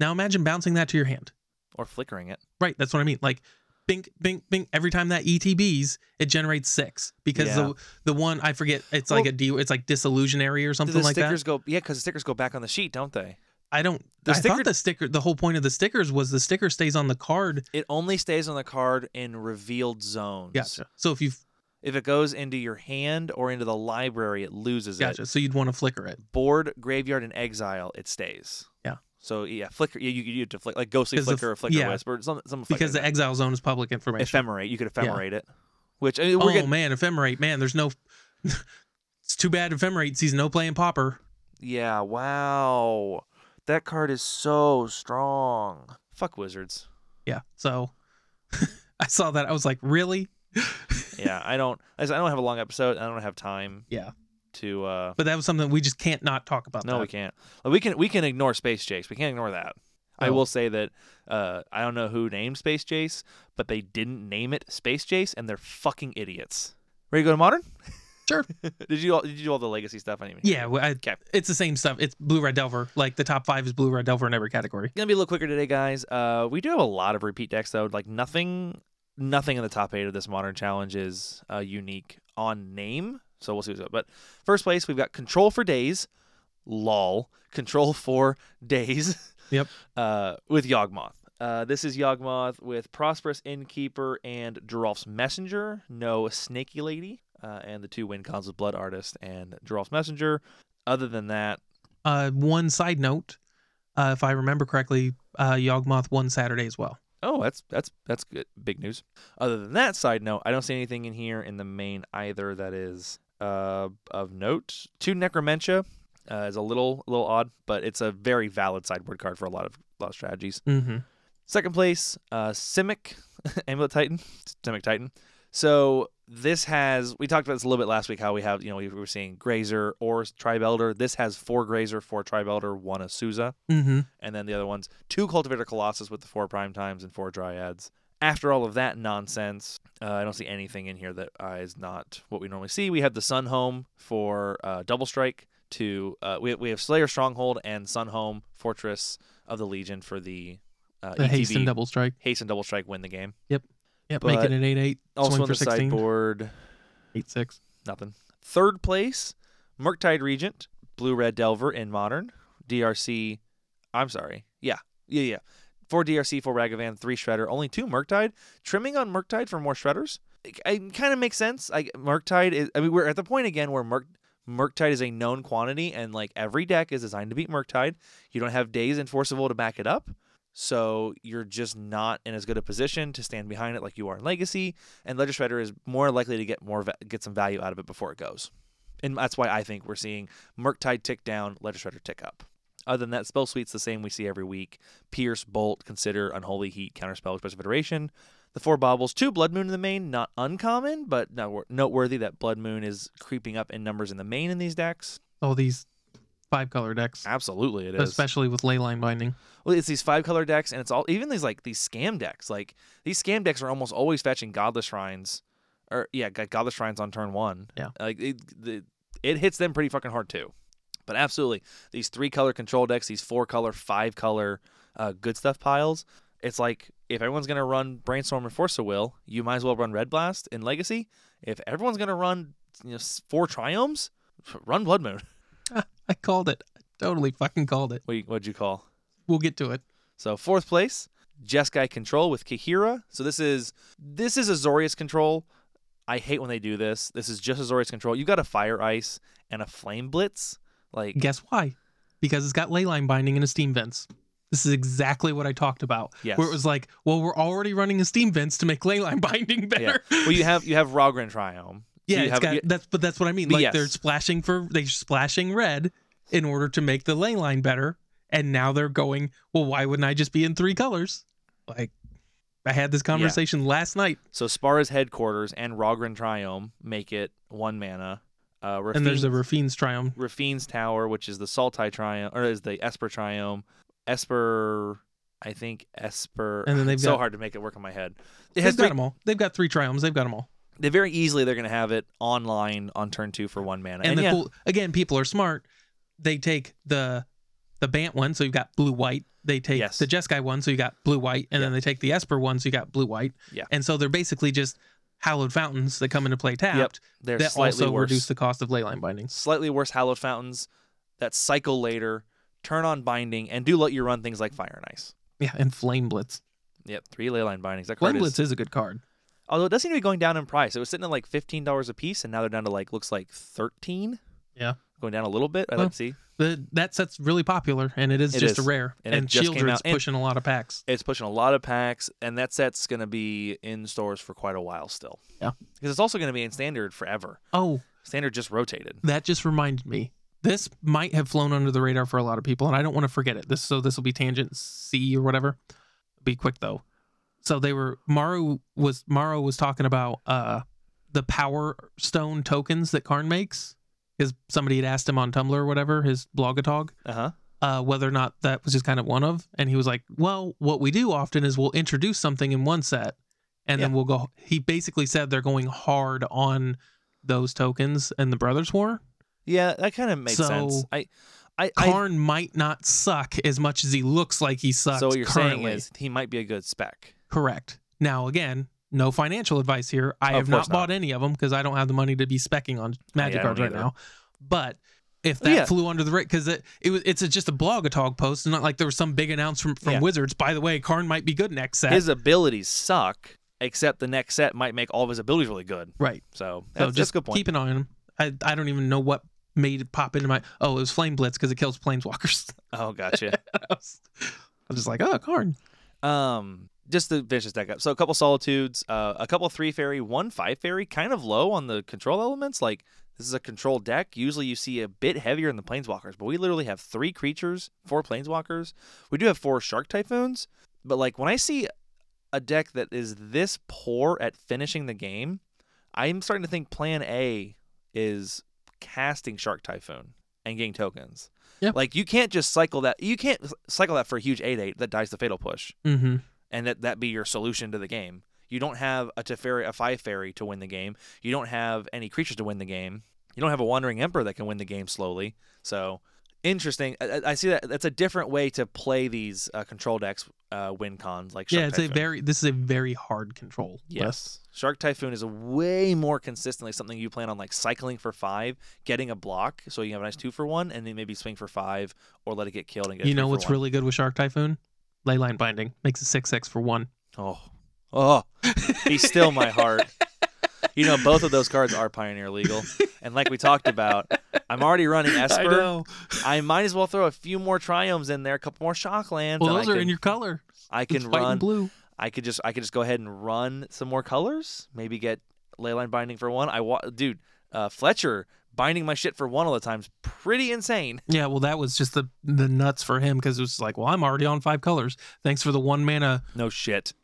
Speaker 1: Now imagine bouncing that to your hand.
Speaker 3: or flickering it.
Speaker 1: Right. That's what I mean. Like, bink, bink, bink. Every time that ETBs, it generates six because
Speaker 3: Yeah.
Speaker 1: the the one I forget. It's
Speaker 3: Well-
Speaker 1: like a D. It's like disillusionary or
Speaker 3: Do
Speaker 1: something
Speaker 3: the
Speaker 1: like
Speaker 3: stickers
Speaker 1: that.
Speaker 3: go? Yeah, because the stickers go back on the sheet, don't they?
Speaker 1: I don't.
Speaker 3: The
Speaker 1: I
Speaker 3: sticker-
Speaker 1: thought the sticker. The whole point of the stickers was the sticker stays on the card.
Speaker 3: It only stays on the card in revealed zones.
Speaker 1: Gotcha. So if you
Speaker 3: If it goes into your hand or into the library, it loses
Speaker 1: gotcha,
Speaker 3: it.
Speaker 1: so you'd want to flicker it.
Speaker 3: Board, graveyard, and exile, it stays.
Speaker 1: Yeah.
Speaker 3: So yeah, flicker. You you, you have to flick like ghostly
Speaker 1: 'Cause the
Speaker 3: flicker
Speaker 1: f-
Speaker 3: or flicker
Speaker 1: yeah.
Speaker 3: whisper. Some some flicker
Speaker 1: because the
Speaker 3: like
Speaker 1: exile zone is public
Speaker 3: that.
Speaker 1: information.
Speaker 3: ephemerate. You could ephemerate it. Which I mean, we're
Speaker 1: oh
Speaker 3: getting,
Speaker 1: man, ephemerate, man. There's no. it's too bad ephemerate sees no play in popper.
Speaker 3: yeah. Wow. That card is so strong. Fuck wizards.
Speaker 1: Yeah, so I saw that. I was like, really?
Speaker 3: yeah, I don't. I just- I don't have a long episode. I don't have time.
Speaker 1: Yeah.
Speaker 3: To uh,
Speaker 1: But that was something we just can't not talk about.
Speaker 3: no,
Speaker 1: that.
Speaker 3: we can't. Like, we can we can ignore Space Jace. We can't ignore that. I
Speaker 1: Oh.
Speaker 3: will say that uh, I don't know who named Space Jace, but they didn't name it Space Jace, and they're fucking idiots. Ready to go to modern?
Speaker 1: Sure.
Speaker 3: did you all, did you do all the legacy stuff? I didn't even
Speaker 1: Yeah, well, I,
Speaker 3: Okay.
Speaker 1: it's the same stuff. It's blue red delver. Like the top five is blue red delver in every category.
Speaker 3: gonna be a little quicker today, guys. Uh, we do have a lot of repeat decks though. Like nothing, nothing in the top eight of this modern challenge is uh, unique on name. So we'll see what's up. But first place, we've got Control for Days, lol. Control for Days.
Speaker 1: Yep.
Speaker 3: Uh, with Yawgmoth. Uh, this is Yawgmoth with Prosperous Innkeeper and Dwarf's Messenger. No Snaky Lady. Uh, and the two win cons with Blood Artist and Dwarf's Messenger. Other than that,
Speaker 1: Uh, one side note, uh, if I remember correctly, uh, Yawgmoth won Saturday as well.
Speaker 3: Oh, that's that's that's good. Big news. Other than that side note, I don't see anything in here in the main either that is uh, of note. Two Necromentia uh, is a little a little odd, but it's a very valid sideboard card for a lot of a lot of strategies.
Speaker 1: Mm-hmm.
Speaker 3: Second place, uh, Simic, Amulet Titan, Simic Titan. So this has we talked about this a little bit last week how we have you know we were seeing Grazer or Tribe Elder. This has four Grazer, four Tribe Elder, one Azusa
Speaker 1: Mm-hmm.
Speaker 3: and then the other one's two cultivator colossus with the four prime times and four dryads. After all of that nonsense, uh, I don't see anything in here that uh, is not what we normally see. We have the Sun Home for uh, Double Strike. To uh, we we have Slayer Stronghold and Sun Home Fortress of the Legion for the uh,
Speaker 1: The
Speaker 3: ETB.
Speaker 1: haste and double strike.
Speaker 3: Haste and Double Strike win the game.
Speaker 1: Yep,
Speaker 3: But
Speaker 1: making it eight eight.
Speaker 3: Also
Speaker 1: swing
Speaker 3: on
Speaker 1: for
Speaker 3: the
Speaker 1: 16.
Speaker 3: sideboard,
Speaker 1: Eight six.
Speaker 3: Nothing. Third place, Murktide Regent, Blue Red Delver in Modern, DRC. I'm sorry. Yeah, yeah, yeah. Four DRC, four Ragavan, three Shredder, only two Murktide. Trimming on Murktide for more Shredders. It, kind of makes sense. I Murktide is. I mean, we're at the point again where Murk Murktide is a known quantity, and like every deck is designed to beat Murktide. You don't have Days and Forcible to back it up. So you're just not in as good a position to stand behind it like you are in Legacy and Ledger Shredder is more likely to get more va- get some value out of it before it goes. and that's why I think we're seeing Murktide tick down, Ledger Shredder tick up. Other than that, spell suite's the same we see every week. Pierce, Bolt, Consider, Unholy Heat, Counterspell, Expressive Federation. The four baubles, two Blood Moon in the main, not uncommon, but not- noteworthy that Blood Moon is creeping up in numbers in the main in these decks.
Speaker 1: All these five color decks,
Speaker 3: Absolutely, it is.
Speaker 1: especially with ley line binding.
Speaker 3: Well, it's these five color decks, and it's all even these like these scam decks. Like these scam decks are almost always fetching godless shrines, or yeah, got godless shrines on turn one.
Speaker 1: Yeah.
Speaker 3: like it the, it hits them pretty fucking hard too. But absolutely, these three color control decks, these four color, five color, uh, good stuff piles. It's like if everyone's gonna run brainstorm and force of will, you might as well run red blast in legacy. If everyone's gonna run you know s- four triomes, run blood moon.
Speaker 1: I called it. I totally fucking called it.
Speaker 3: What you- what'd you call?
Speaker 1: We'll get to it.
Speaker 3: So fourth place, Jeskai Control with Kahira. So this is this is Azorius Control. I hate when they do this. This is just Azorius Control. You got a Fire Ice and a Flame Blitz. Like
Speaker 1: Guess why? Because it's got ley line binding and steam vents. This is exactly what I talked about.
Speaker 3: yes.
Speaker 1: Where it was like, well, we're already running a steam vents to make ley line binding better. Yeah,
Speaker 3: well, you have you have Rogran Triome.
Speaker 1: yeah
Speaker 3: you
Speaker 1: it's
Speaker 3: have-
Speaker 1: got
Speaker 3: you-
Speaker 1: that's but that's what I mean.
Speaker 3: But
Speaker 1: Like
Speaker 3: yes.
Speaker 1: they're splashing for they're splashing red in order to make the ley line better. And now they're going, well, why wouldn't I just be in three colors? Like I had this conversation last night.
Speaker 3: So Spara's headquarters and Rogran Triome make it one mana. Uh, Rafine's,
Speaker 1: And there's a Rafine's Triumph.
Speaker 3: Rafine's Tower, which is the Saltai Triome, or is the Esper Triome. Esper, I think Esper.
Speaker 1: And then they've
Speaker 3: it's so
Speaker 1: got-
Speaker 3: hard to make it work in my head. It
Speaker 1: They've
Speaker 3: has
Speaker 1: got
Speaker 3: three
Speaker 1: them all. They've got three Triumphs. They've got them all.
Speaker 3: they very easily they're going to have it online on turn two for one mana.
Speaker 1: And, the
Speaker 3: yeah,
Speaker 1: cool again, people are smart. They take the the Bant one, so you've got blue white. They take
Speaker 3: Yes.
Speaker 1: the Jeskai one, so you got blue white, and then they take the Esper one, so you got blue white.
Speaker 3: Yeah.
Speaker 1: And so they're basically just hallowed fountains that come into play tapped
Speaker 3: they're
Speaker 1: that
Speaker 3: slightly
Speaker 1: also
Speaker 3: worse,
Speaker 1: reduce the cost of ley line bindings.
Speaker 3: slightly worse hallowed fountains that cycle later, turn on binding, and do let you run things like fire and ice.
Speaker 1: Yeah, and Flame Blitz.
Speaker 3: Yep, three ley line bindings. That card
Speaker 1: Flame Blitz
Speaker 3: is,
Speaker 1: is a good card.
Speaker 3: although it does seem to be going down in price. It was sitting at like fifteen dollars a piece, and now they're down to like looks like thirteen.
Speaker 1: Yeah.
Speaker 3: going down a little bit. I
Speaker 1: Well,
Speaker 3: like to see
Speaker 1: The that set's really popular, and it is
Speaker 3: It
Speaker 1: just
Speaker 3: is.
Speaker 1: rare.
Speaker 3: And it just came
Speaker 1: Children's
Speaker 3: out. And-
Speaker 1: pushing a lot of packs.
Speaker 3: it's pushing a lot of packs, and that set's going to be in stores for quite a while still.
Speaker 1: Yeah.
Speaker 3: because it's also going to be in standard forever.
Speaker 1: Oh,
Speaker 3: Standard just rotated.
Speaker 1: that just reminded me. This might have flown under the radar for a lot of people, and I don't want to forget it. This so this will be tangent C or whatever. Be quick though. So they were Maru was Maru was talking about uh the power stone tokens that Karn makes. His somebody had asked him on Tumblr or whatever, his blogatog,
Speaker 3: Uh huh.
Speaker 1: uh, whether or not that was just kind of one of. And he was like, Well, what we do often is we'll introduce something in one set and then we'll go he basically said they're going hard on those tokens and the Brothers War.
Speaker 3: Yeah, that kind of makes sense.
Speaker 1: So,
Speaker 3: I, I, I
Speaker 1: Karn might not suck as much as he looks like he sucks.
Speaker 3: so what you're
Speaker 1: currently.
Speaker 3: saying is he might be a good spec.
Speaker 1: correct. Now again, no financial advice here. I
Speaker 3: Of
Speaker 1: have not
Speaker 3: course not.
Speaker 1: bought any of them because I don't have the money to be specking on
Speaker 3: yeah,
Speaker 1: magic
Speaker 3: I
Speaker 1: cards
Speaker 3: don't
Speaker 1: right
Speaker 3: either.
Speaker 1: now. But if that
Speaker 3: Yeah.
Speaker 1: flew under the radar, because it, it was it's a, just a blog a talk post, and not like there was some big announcement from, from
Speaker 3: Yeah.
Speaker 1: Wizards. By the way, Karn might be good next set.
Speaker 3: His abilities suck, except the next set might make all of his abilities really good.
Speaker 1: right.
Speaker 3: So
Speaker 1: So
Speaker 3: that's, that's
Speaker 1: just
Speaker 3: a good point.
Speaker 1: keep an eye on him. I I don't even know what made it pop into my. Oh, it was Flame Blitz because it kills planeswalkers.
Speaker 3: oh, gotcha.
Speaker 1: I was I was just like, oh, Karn.
Speaker 3: um, just to finish this deck up. So a couple solitudes, uh, a couple three fairy, one five fairy, kind of low on the control elements. Like this is a control deck. Usually you see a bit heavier in the planeswalkers, but we literally have three creatures, four planeswalkers. We do have four shark typhoons, but like when I see a deck that is this poor at finishing the game, I'm starting to think plan A is casting Shark Typhoon and getting tokens.
Speaker 1: Yeah.
Speaker 3: Like you can't just cycle that. You can't cycle that for a huge 8/8 that dies the fatal push
Speaker 1: Mm-hmm.
Speaker 3: and that that be your solution to the game. You don't have a Teferi, a five fairy to win the game. You don't have any creatures to win the game. You don't have a wandering emperor that can win the game slowly. So interesting. I, I- I see that. That's a different way to play these uh, control decks. Uh, win cons like Shark
Speaker 1: yeah, it's
Speaker 3: Typhoon.
Speaker 1: a very. This is a very hard control. list.
Speaker 3: Yes. Shark Typhoon is way more consistently something you plan on like cycling for five, getting a block, so you have a nice two for one, and then maybe swing for five or let it get killed and get. a
Speaker 1: You know
Speaker 3: three for
Speaker 1: what's
Speaker 3: one.
Speaker 1: really good with Shark Typhoon? Ley line binding makes a six six for one.
Speaker 3: oh oh he's still my heart. You know both of those cards are Pioneer legal, and like we talked about, I'm already running
Speaker 1: I
Speaker 3: Esper.
Speaker 1: know.
Speaker 3: I, might as well throw a few more Triomes in there, a couple more Shocklands.
Speaker 1: Well,
Speaker 3: and
Speaker 1: those
Speaker 3: I
Speaker 1: are
Speaker 3: can,
Speaker 1: in your color.
Speaker 3: I
Speaker 1: It's
Speaker 3: can
Speaker 1: white
Speaker 3: run
Speaker 1: and blue.
Speaker 3: I could just I could just go ahead and run some more colors. Maybe get ley line binding for one. I wa- dude, uh, Fletcher binding my shit for one all the time's pretty insane.
Speaker 1: Yeah, well, that was just the the nuts for him because it was like, well, I'm already on five colors. Thanks for the one mana.
Speaker 3: No shit.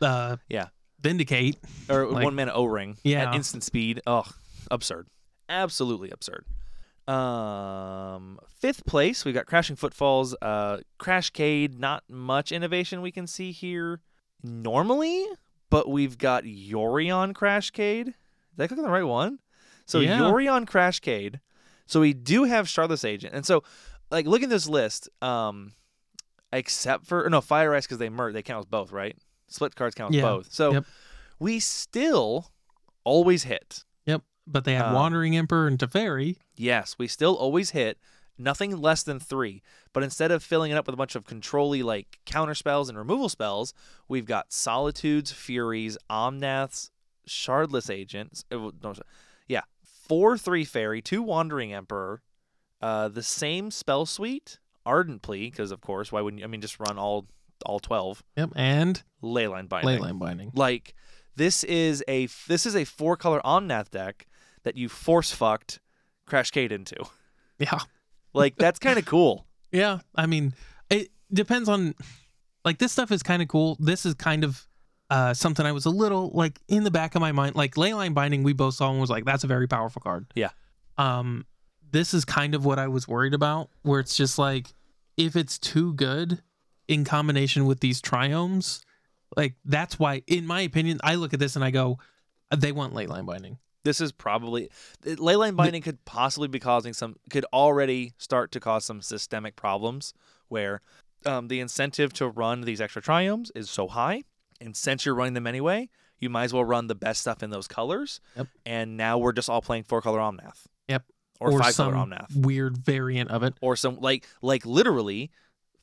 Speaker 1: Uh,
Speaker 3: Yeah.
Speaker 1: Vindicate.
Speaker 3: Or
Speaker 1: Like-
Speaker 3: one mana O ring
Speaker 1: Yeah.
Speaker 3: at instant speed. Oh, absurd. Absolutely absurd. Um, fifth place, we've got Crashing Footfalls, uh, Crashcade. Not much innovation we can see here normally, but we've got Yorion Crashcade. Did I click on the right one? So
Speaker 1: Yeah.
Speaker 3: Yorion Crashcade. So we do have Charlotte's Agent, and so like look at this list. Um, except for no Fire Ice because they merge, they count as both, right? Split cards count as
Speaker 1: Yeah.
Speaker 3: both. So
Speaker 1: Yep.
Speaker 3: we still always hit.
Speaker 1: But they had
Speaker 3: Uh,
Speaker 1: Wandering Emperor and Teferi.
Speaker 3: Yes, we still always hit nothing less than three. But instead of filling it up with a bunch of control like counter spells and removal spells, we've got Solitudes, Furies, Omnaths, Shardless Agents. uh, well, no, sorry. yeah, four three fairy, two Wandering Emperor, uh, the same spell suite, Ardent Plea, because of course, why wouldn't you? I mean, just run all all twelve.
Speaker 1: Yep, and
Speaker 3: Leyline Binding.
Speaker 1: Leyline Binding.
Speaker 3: Like this is a this is a four color Omnath deck that you force fucked Crash Cade into.
Speaker 1: Yeah,
Speaker 3: Like that's kind of cool.
Speaker 1: yeah. I mean, it depends on. Like this stuff is kind of cool. This is kind of uh, something I was a little like in the back of my mind. Like Leyline Binding, we both saw and was like, that's a very powerful card.
Speaker 3: Yeah.
Speaker 1: Um, this is kind of what I was worried about, where it's just like, if it's too good in combination with these triomes, like that's why, in my opinion, I look at this and I go, they want Leyline Binding.
Speaker 3: This is probably it- leyline binding could possibly be causing some could already start to cause some systemic problems where um, the incentive to run these extra triomes is so high, and since you're running them anyway, you might as well run the best stuff in those colors.
Speaker 1: Yep.
Speaker 3: And now we're just all playing four color Omnath.
Speaker 1: Yep.
Speaker 3: Or, five
Speaker 1: some
Speaker 3: color Omnath.
Speaker 1: weird variant of it.
Speaker 3: Or some like like literally,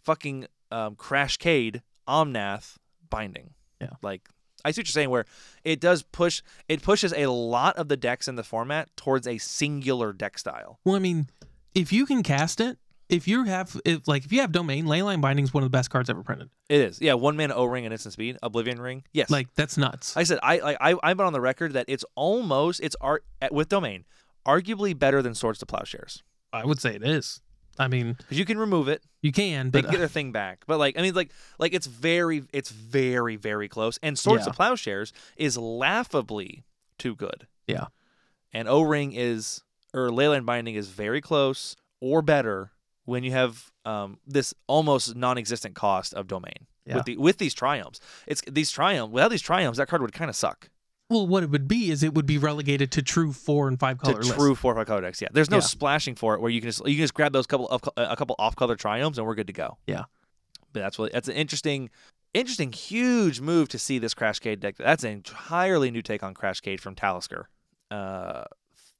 Speaker 3: fucking um, Crashcade Omnath binding.
Speaker 1: Yeah.
Speaker 3: Like I see what you're saying. Where it does push, it pushes a lot of the decks in the format towards a singular deck style.
Speaker 1: Well, I mean, if you can cast it, if you have, if like, if you have domain, Leyline Binding is one of the best cards ever printed.
Speaker 3: It is, yeah. One man O ring and instant speed, Oblivion ring. Yes.
Speaker 1: Like that's nuts.
Speaker 3: I said, I like I I've been on the record that it's almost it's art with domain, arguably better than Swords to Plowshares
Speaker 1: I would say it is. I mean,
Speaker 3: because you can remove it.
Speaker 1: you can,
Speaker 3: They
Speaker 1: but uh,
Speaker 3: can get their thing back. But like, I mean, like, like it's very, it's very, very close. And Swords
Speaker 1: Yeah.
Speaker 3: to Plowshares is laughably too good.
Speaker 1: Yeah.
Speaker 3: And O Ring is, or Leyland Binding is very close or better when you have um, this almost non-existent cost of domain
Speaker 1: Yeah.
Speaker 3: with the with these triumphs. It's these triumphs. Without these triumphs, that card would kind of suck
Speaker 1: well, what it would be is it would be relegated to true four and five color
Speaker 3: to
Speaker 1: lists.
Speaker 3: true four or five color decks. Yeah. There's no
Speaker 1: Yeah.
Speaker 3: splashing for it where you can just you can just grab those couple of uh, a couple off color triumphs and we're good to go.
Speaker 1: Yeah.
Speaker 3: But that's what that's an interesting interesting huge move to see this Crashcade deck. That's an entirely new take on Crashcade from Talisker. Uh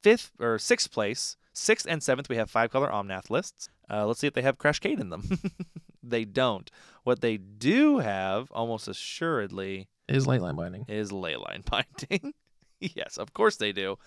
Speaker 3: fifth or sixth place, sixth and seventh we have five color Omnath lists. Uh, let's see if they have Crashcade in them. they don't. What they do have almost assuredly
Speaker 1: is Leyline Binding.
Speaker 3: is leyline binding. yes, of course they do.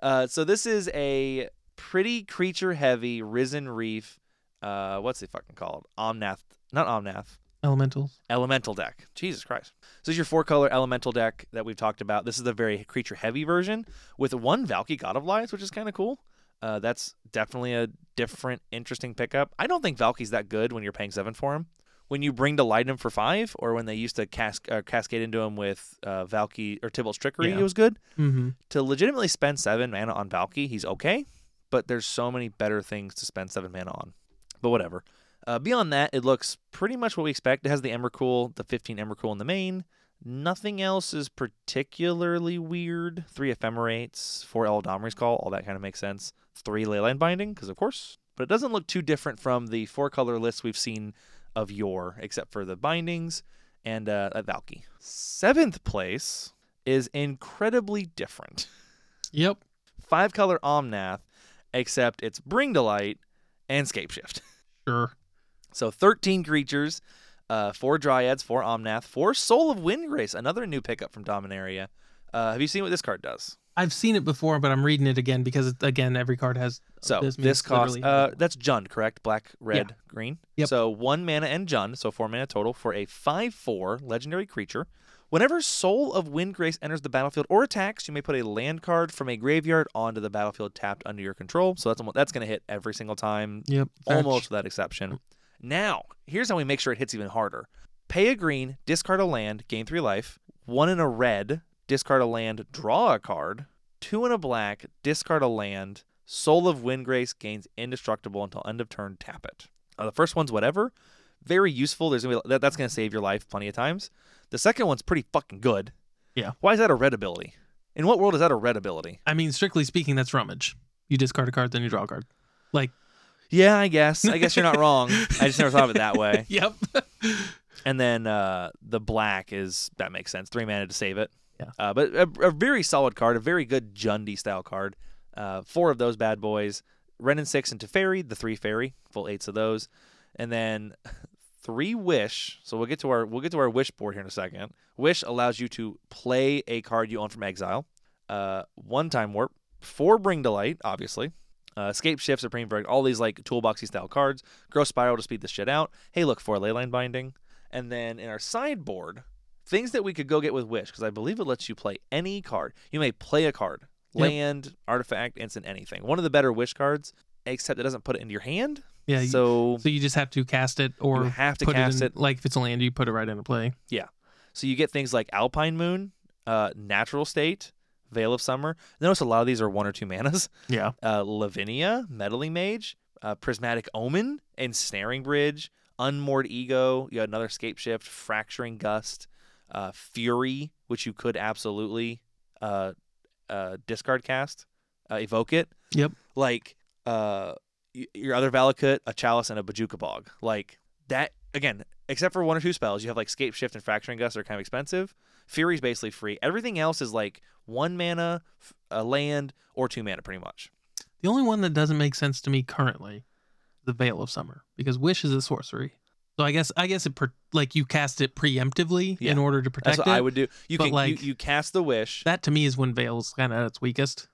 Speaker 3: Uh, so this is a pretty creature heavy risen reef. Uh, what's it fucking called? Omnath, not Omnath.
Speaker 1: Elementals.
Speaker 3: Elemental deck. Jesus Christ. This is your four color elemental deck that we've talked about. This is the very creature heavy version with one Valky God of Lies, which is kind of cool. Uh, that's definitely a different, interesting pickup. I don't think Valky's that good when you're paying seven for him. When you bring to Lightning for five, or when they used to cas- uh, cascade into him with uh, Valky or Tybalt's Trickery,
Speaker 1: Yeah.
Speaker 3: it was good
Speaker 1: Mm-hmm.
Speaker 3: to legitimately spend seven mana on Valky, he's okay, but there's so many better things to spend seven mana on. But whatever. Uh, beyond that, it looks pretty much what we expect. It has the Emrakul, the 15 Emrakul in the main. Nothing else is particularly weird. Three Ephemerates, four Eldomri's Call, all that kind of makes sense. Three Leyline Binding, because of course. But it doesn't look too different from the four color lists we've seen of yore, except for the bindings and uh, a Valky. Seventh place is incredibly different
Speaker 1: Yep.
Speaker 3: five color Omnath, except it's Bring to Light and Scapeshift.
Speaker 1: Sure.
Speaker 3: So 13 creatures, uh, four Dryads, four Omnath, four Soul of Wind Grace, another new pickup from Dominaria. Uh, have you seen what this card does?
Speaker 1: I've seen it before, but I'm reading it again because again, every card has.
Speaker 3: So this,
Speaker 1: this means
Speaker 3: costs
Speaker 1: literally-
Speaker 3: uh, that's Jund, correct? Black, red, green.
Speaker 1: Yep.
Speaker 3: So one mana and Jund, so four mana total for a five-four legendary creature, Whenever Soul of Windgrace enters the battlefield or attacks, you may put a land card from a graveyard onto the battlefield tapped under your control. So that's almo- that's going to hit every single time,
Speaker 1: Yep.
Speaker 3: almost without exception. Now, here's how we make sure it hits even harder: pay a green, discard a land, gain three life. One in a red, discard a land, draw a card. Two in a black, discard a land. Soul of Windgrace gains indestructible until end of turn. Tap it. Uh, the first one's whatever. Very useful. There's gonna be that, that's gonna save your life plenty of times. The second one's pretty fucking good.
Speaker 1: Yeah.
Speaker 3: Why is that a red ability? In what world is that a red ability?
Speaker 1: I mean, strictly speaking, that's rummage. You discard a card, then you draw a card.
Speaker 3: Yeah, I guess. I guess you're not wrong. I just never thought of it that way.
Speaker 1: Yep.
Speaker 3: And then uh, the black is that makes sense. Three mana to save it.
Speaker 1: Yeah.
Speaker 3: Uh, but a, a very solid card, a very good Jundy style card. Uh, four of those bad boys: Renin six and Teferi, the three fairy, full eights of those, and then three wish. So we'll get to our we'll get to our wish board here in a second. Wish allows you to play a card you own from exile. Uh, one time warp, four bring to light, obviously. Uh, escape shift, supreme verdict, all these like toolboxy style cards. Grow spiral to speed this shit out. Hey, look for leyline binding. And then in our sideboard, things that we could go get with Wish, because I believe it lets you play any card. You may play a card,
Speaker 1: Yep.
Speaker 3: land, artifact, instant, anything. One of the better Wish cards, except it doesn't put it into your hand.
Speaker 1: yeah. So,
Speaker 3: so
Speaker 1: so you just have to cast it
Speaker 3: you
Speaker 1: or
Speaker 3: have to
Speaker 1: put
Speaker 3: cast
Speaker 1: it, in,
Speaker 3: it,
Speaker 1: Like if it's a land, you put it right into play.
Speaker 3: So you get things like Alpine Moon, uh, Natural State, Veil of Summer. Notice a lot of these are one or two manas.
Speaker 1: Yeah.
Speaker 3: Uh, Lavinia, Meddling Mage, uh, Prismatic Omen, Ensnaring Bridge, Unmoored Ego. You got another Scape Shift, Fracturing Gust, uh, Fury, which you could absolutely uh, uh, discard cast, uh, evoke it.
Speaker 1: Yep.
Speaker 3: Like uh, y- your other Valakut, a Chalice, and a Bajuka Bog. Like that, again, except for one or two spells, you have like Scape Shift and Fracturing Gust are kind of expensive. Fury's basically free. Everything else is like one mana, f- a land, or two mana, pretty much.
Speaker 1: The only one that doesn't make sense to me currently, the Veil of Summer, because Wish is a sorcery. So I guess I guess it pre- like you cast it preemptively
Speaker 3: Yeah.
Speaker 1: in order to protect
Speaker 3: That's what
Speaker 1: it.
Speaker 3: I would do. You
Speaker 1: but,
Speaker 3: can
Speaker 1: like-
Speaker 3: you, you cast the wish.
Speaker 1: That to me is when Veil's kind of at its weakest.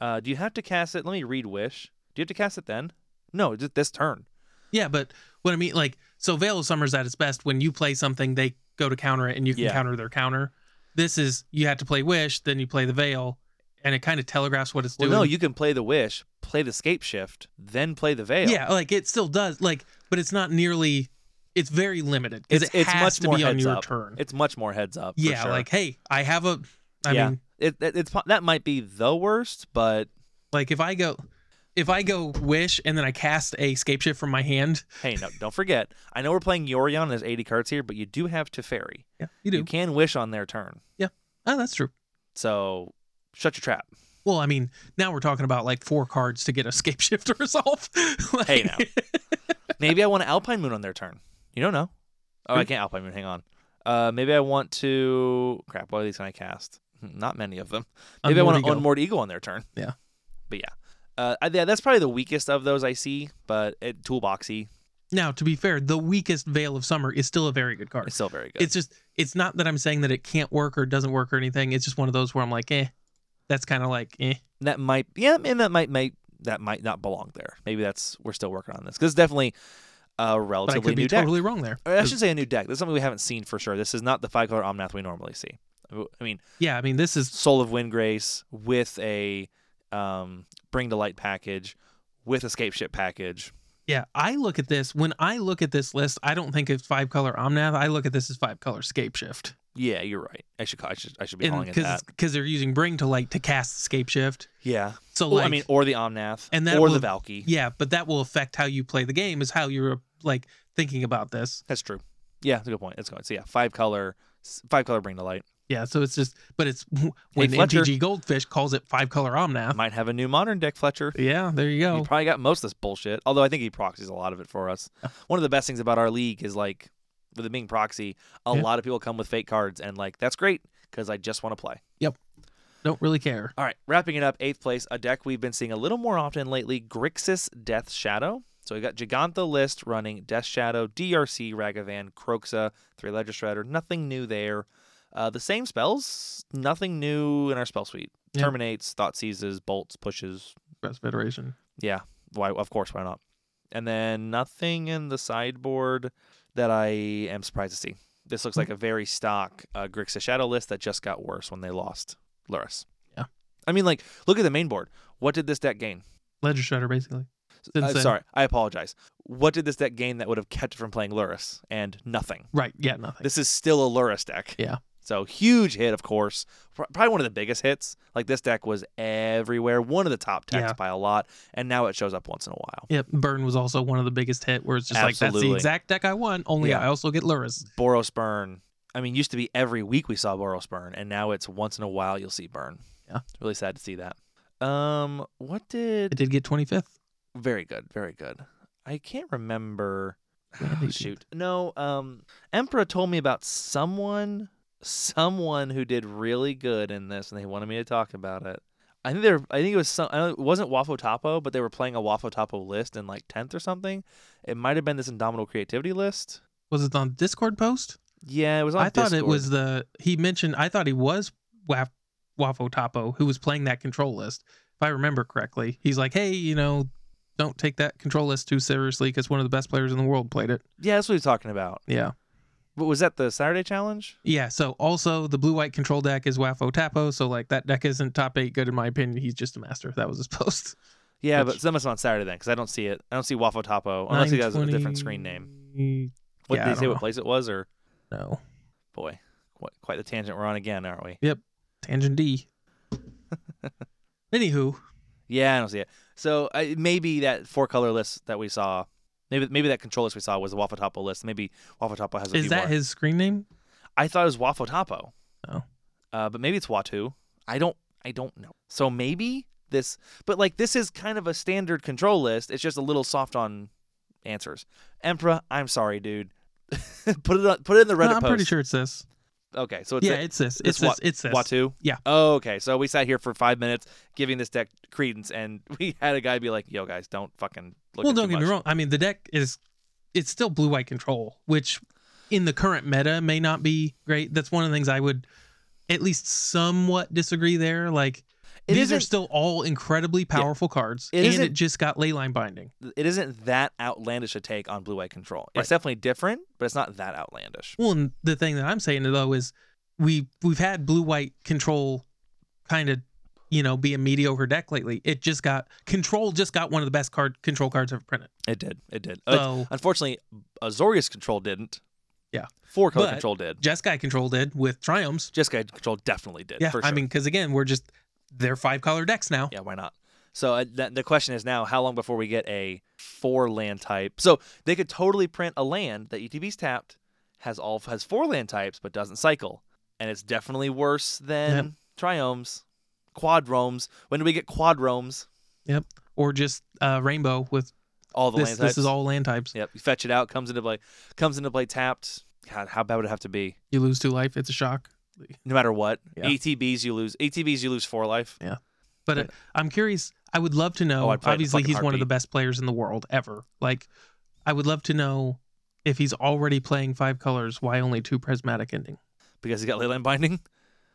Speaker 3: Uh, do you have to cast it? Let me read wish. Do you have to cast it then? No, just this turn.
Speaker 1: Yeah, but what I mean, like, so Veil of Summer's at its best when you play something, they go to counter it, and you can
Speaker 3: Yeah.
Speaker 1: counter their counter. This is you have to play Wish, then you play the Veil, and it kind of telegraphs what it's
Speaker 3: Well,
Speaker 1: doing.
Speaker 3: no, you can play the wish, play the scape shift, then play the veil.
Speaker 1: yeah, like it still does, like, but it's not nearly. It's very limited because
Speaker 3: It's-
Speaker 1: it
Speaker 3: it's
Speaker 1: has
Speaker 3: much
Speaker 1: to
Speaker 3: more
Speaker 1: be on
Speaker 3: heads
Speaker 1: your
Speaker 3: up.
Speaker 1: turn.
Speaker 3: it's much more heads up. for
Speaker 1: yeah,
Speaker 3: sure.
Speaker 1: like hey, I have a. I
Speaker 3: Yeah.
Speaker 1: mean,
Speaker 3: it, it, it's po- that might be the worst, but
Speaker 1: like if I go, if I go Wish and then I cast a scape shift from my hand,
Speaker 3: hey, no, don't forget. I know we're playing Yorion. and There's 80 cards here, but you do have Teferi.
Speaker 1: yeah, you do.
Speaker 3: You can wish on their turn.
Speaker 1: Oh, that's true.
Speaker 3: So shut your trap.
Speaker 1: Well, I mean, now we're talking about like four cards to get a scape shift to resolve. Like-
Speaker 3: Hey, now. Maybe I want an Alpine Moon on their turn. You don't know. Oh, I
Speaker 1: Who?
Speaker 3: can't Alpine Moon. Hang on. Uh, maybe I want to. Crap. What are these can I cast? Hmm, Not many of them. Maybe I want to
Speaker 1: Unmoored Ego.
Speaker 3: unmoored ego on their turn.
Speaker 1: Yeah.
Speaker 3: But yeah. Uh, I- yeah, that's probably the weakest of those I see, but it, toolboxy
Speaker 1: Now, to be fair, the weakest Veil of Summer is still a very good card.
Speaker 3: is still very good.
Speaker 1: It's just, it's not that I'm saying that it can't work or doesn't work or anything. It's just one of those where I'm like, eh, that's kind of like, eh.
Speaker 3: that might yeah and that might make that might not belong there maybe that's we're still working on this because it's definitely
Speaker 1: But
Speaker 3: a
Speaker 1: I
Speaker 3: relatively
Speaker 1: could be
Speaker 3: new deck
Speaker 1: totally wrong there.
Speaker 3: Or I should say a new deck. This is something we haven't seen for sure. This is not the five color Omnath we normally see. I mean,
Speaker 1: Yeah, I mean, this is,
Speaker 3: Soul of Windgrace with a um, Bring to Light package, with Escape Ship package.
Speaker 1: yeah, I look at this, when I look at this list, I don't think it's five color Omnath. I look at this as five color scape shift.
Speaker 3: Yeah, you're right. I should call, I should I should be calling it that.
Speaker 1: Because they're using Bring to Light to cast scape shift.
Speaker 3: Yeah.
Speaker 1: So,
Speaker 3: Well,
Speaker 1: like,
Speaker 3: I mean, or the Omnath,
Speaker 1: and that
Speaker 3: or
Speaker 1: will-
Speaker 3: the Valky.
Speaker 1: yeah, but that will affect how you play the game, is how you're like thinking about this.
Speaker 3: That's true. Yeah, that's a good point. That's a good. point. So yeah, five color, s- five color Bring to Light
Speaker 1: Yeah, so it's just, but it's when
Speaker 3: Fletcher.
Speaker 1: MTG Goldfish calls it five color Omnath.
Speaker 3: might have a new modern deck. Fletcher.
Speaker 1: Yeah, there you
Speaker 3: He
Speaker 1: go.
Speaker 3: probably got most of this bullshit. Although I think he proxies a lot of it for us. One of the best things about our league is like with it being proxy, a
Speaker 1: Yeah.
Speaker 3: lot of people come with fake cards and like that's great because I just want to play.
Speaker 1: Don't really care.
Speaker 3: All right, wrapping it up, eighth place, a deck we've been seeing a little more often lately, Grixis Death Shadow. So we got Gigantha List running Death Shadow, DRC, Ragavan, Croxa, Three Ledger Shredder. Nothing new there. Uh, the same spells, nothing new in our spell suite.
Speaker 1: Yeah.
Speaker 3: Terminates, Thought Seizes, Bolts, Pushes,
Speaker 1: Best Federation.
Speaker 3: yeah why of course why not and then nothing in the sideboard that i am surprised to see This looks like a very stock uh, Grixis Shadow list that just got worse when they lost Luris.
Speaker 1: Yeah.
Speaker 3: I mean, like, look at the main board. What did this deck gain?
Speaker 1: Ledger Shutter, basically. Didn't
Speaker 3: Uh,
Speaker 1: say.
Speaker 3: sorry, I apologize. What did this deck gain that would have kept it from playing Luris? And nothing.
Speaker 1: Right. Yeah. Nothing.
Speaker 3: This is still a Luris deck.
Speaker 1: Yeah.
Speaker 3: So huge hit, of course. Pro- Probably one of the biggest hits. Like this deck was everywhere, one of the top decks
Speaker 1: Yeah.
Speaker 3: by a lot, and now it shows up once in a while.
Speaker 1: Yep, Burn was also one of the biggest hit where it's just like that's the
Speaker 3: Absolutely.
Speaker 1: exact deck I want, only
Speaker 3: Yeah.
Speaker 1: I also get Luris.
Speaker 3: Boros Burn. I mean, used to be every week we saw Boros Burn, and now it's once in a while you'll see Burn.
Speaker 1: Yeah.
Speaker 3: It's really sad to see that. Um, what did?
Speaker 1: It did get 25th.
Speaker 3: Very good, very good. I can't remember.
Speaker 1: Yeah, they did.
Speaker 3: Shoot, no. Um, Emperor told me about someone, someone who did really good in this, and they wanted me to talk about it. I think they were, I think it was some. I don't, it wasn't Waffo Topo, but they were playing a Waffo Topo list in like tenth or something. It might have been this Indomitable Creativity list.
Speaker 1: Was it on Discord post?
Speaker 3: Yeah, it was on.
Speaker 1: I thought it
Speaker 3: Discord.
Speaker 1: was the he mentioned. I thought he was Waf- Wafo Topo who was playing that control list. If I remember correctly, he's like, hey, you know, don't take that control list too seriously because one of the best players in the world played it.
Speaker 3: Yeah, that's what he was talking about.
Speaker 1: Yeah,
Speaker 3: But was that the Saturday challenge?
Speaker 1: yeah. So also the blue white control deck is Wafo Topo, so like that deck isn't top eight good in my opinion. He's just a master. That was his post.
Speaker 3: Yeah,
Speaker 1: Which-
Speaker 3: but that must have been on Saturday then, because I don't see it. I don't see Waffle Topo unless he has a different screen name.
Speaker 1: 920
Speaker 3: What
Speaker 1: Yeah, I
Speaker 3: did they say?
Speaker 1: don't
Speaker 3: What
Speaker 1: know.
Speaker 3: place it was? Or
Speaker 1: No,
Speaker 3: boy, what, quite the tangent we're on again, aren't we?
Speaker 1: tangent D. Anywho,
Speaker 3: Yeah, I don't see it. So I, maybe that four color list that we saw, maybe maybe that control list we saw was the Waffle Topo list. Maybe Waffle Topo has a
Speaker 1: is
Speaker 3: few
Speaker 1: that
Speaker 3: more.
Speaker 1: his screen name?
Speaker 3: I thought it was Waffle Topo.
Speaker 1: Oh.
Speaker 3: Uh, but maybe it's Watu. I don't I don't know. So maybe this but like this is kind of a standard control list. It's just a little soft on answers. Emperor, I'm sorry, dude. put it on, put it in the
Speaker 1: No,
Speaker 3: Reddit
Speaker 1: I'm
Speaker 3: post.
Speaker 1: pretty sure it's this.
Speaker 3: Okay, so it's
Speaker 1: yeah,
Speaker 3: it-
Speaker 1: it's this.
Speaker 3: it's
Speaker 1: It's
Speaker 3: Wa-
Speaker 1: this. It's this.
Speaker 3: Watu?
Speaker 1: Yeah.
Speaker 3: Oh, okay. So we sat here for five minutes giving this deck credence, and we had a guy be like, "Yo, guys, don't fucking look."
Speaker 1: well,
Speaker 3: at
Speaker 1: don't
Speaker 3: too
Speaker 1: get me
Speaker 3: much."
Speaker 1: wrong. I mean, the deck is it's still blue white control, which in the current meta may not be great. That's one of the things I would at least somewhat disagree there. Like
Speaker 3: It
Speaker 1: these are
Speaker 3: isn't-
Speaker 1: still all incredibly powerful cards,
Speaker 3: It
Speaker 1: and
Speaker 3: isn't-
Speaker 1: it just got leyline binding.
Speaker 3: It isn't that outlandish a take on blue-white control. It's
Speaker 1: Right.
Speaker 3: definitely different, but it's not that outlandish.
Speaker 1: Well, and the thing that I'm saying though is we we've had blue white control kind of you know be a mediocre deck lately. It just got control just got one of the best card control cards ever printed.
Speaker 3: It did. It did. Uh,
Speaker 1: So
Speaker 3: Unfortunately, Azorius control didn't.
Speaker 1: Yeah.
Speaker 3: Four color
Speaker 1: But-
Speaker 3: control did.
Speaker 1: Jeskai control did with triumphs.
Speaker 3: Jessica control definitely did.
Speaker 1: Yeah,
Speaker 3: for
Speaker 1: I
Speaker 3: sure.
Speaker 1: mean, because again, we're just they're five color decks now.
Speaker 3: Yeah, why not? So uh, th- the question is now, how long before we get a four land type? So they could totally print a land that ETB's tapped, has all has four land types, but doesn't cycle, and it's definitely worse than triomes, quadromes. When do we get quadromes?
Speaker 1: Or just uh, rainbow with
Speaker 3: All the
Speaker 1: this.
Speaker 3: land types.
Speaker 1: This is all land types.
Speaker 3: Yep, you fetch it out, comes into play, comes into play tapped. God, how bad would it have to be?
Speaker 1: You lose two life. It's a shock.
Speaker 3: No matter what,
Speaker 1: Yeah.
Speaker 3: ATBs you lose. ATBs you lose four life.
Speaker 1: But uh, I'm curious. I would love to know.
Speaker 3: Oh, I'd play it in a
Speaker 1: obviously,
Speaker 3: fucking
Speaker 1: he's one of the
Speaker 3: heartbeat.
Speaker 1: best players in the world ever. Like, I would love to know if he's already playing five colors. Why only two prismatic ending?
Speaker 3: because he got leyline binding.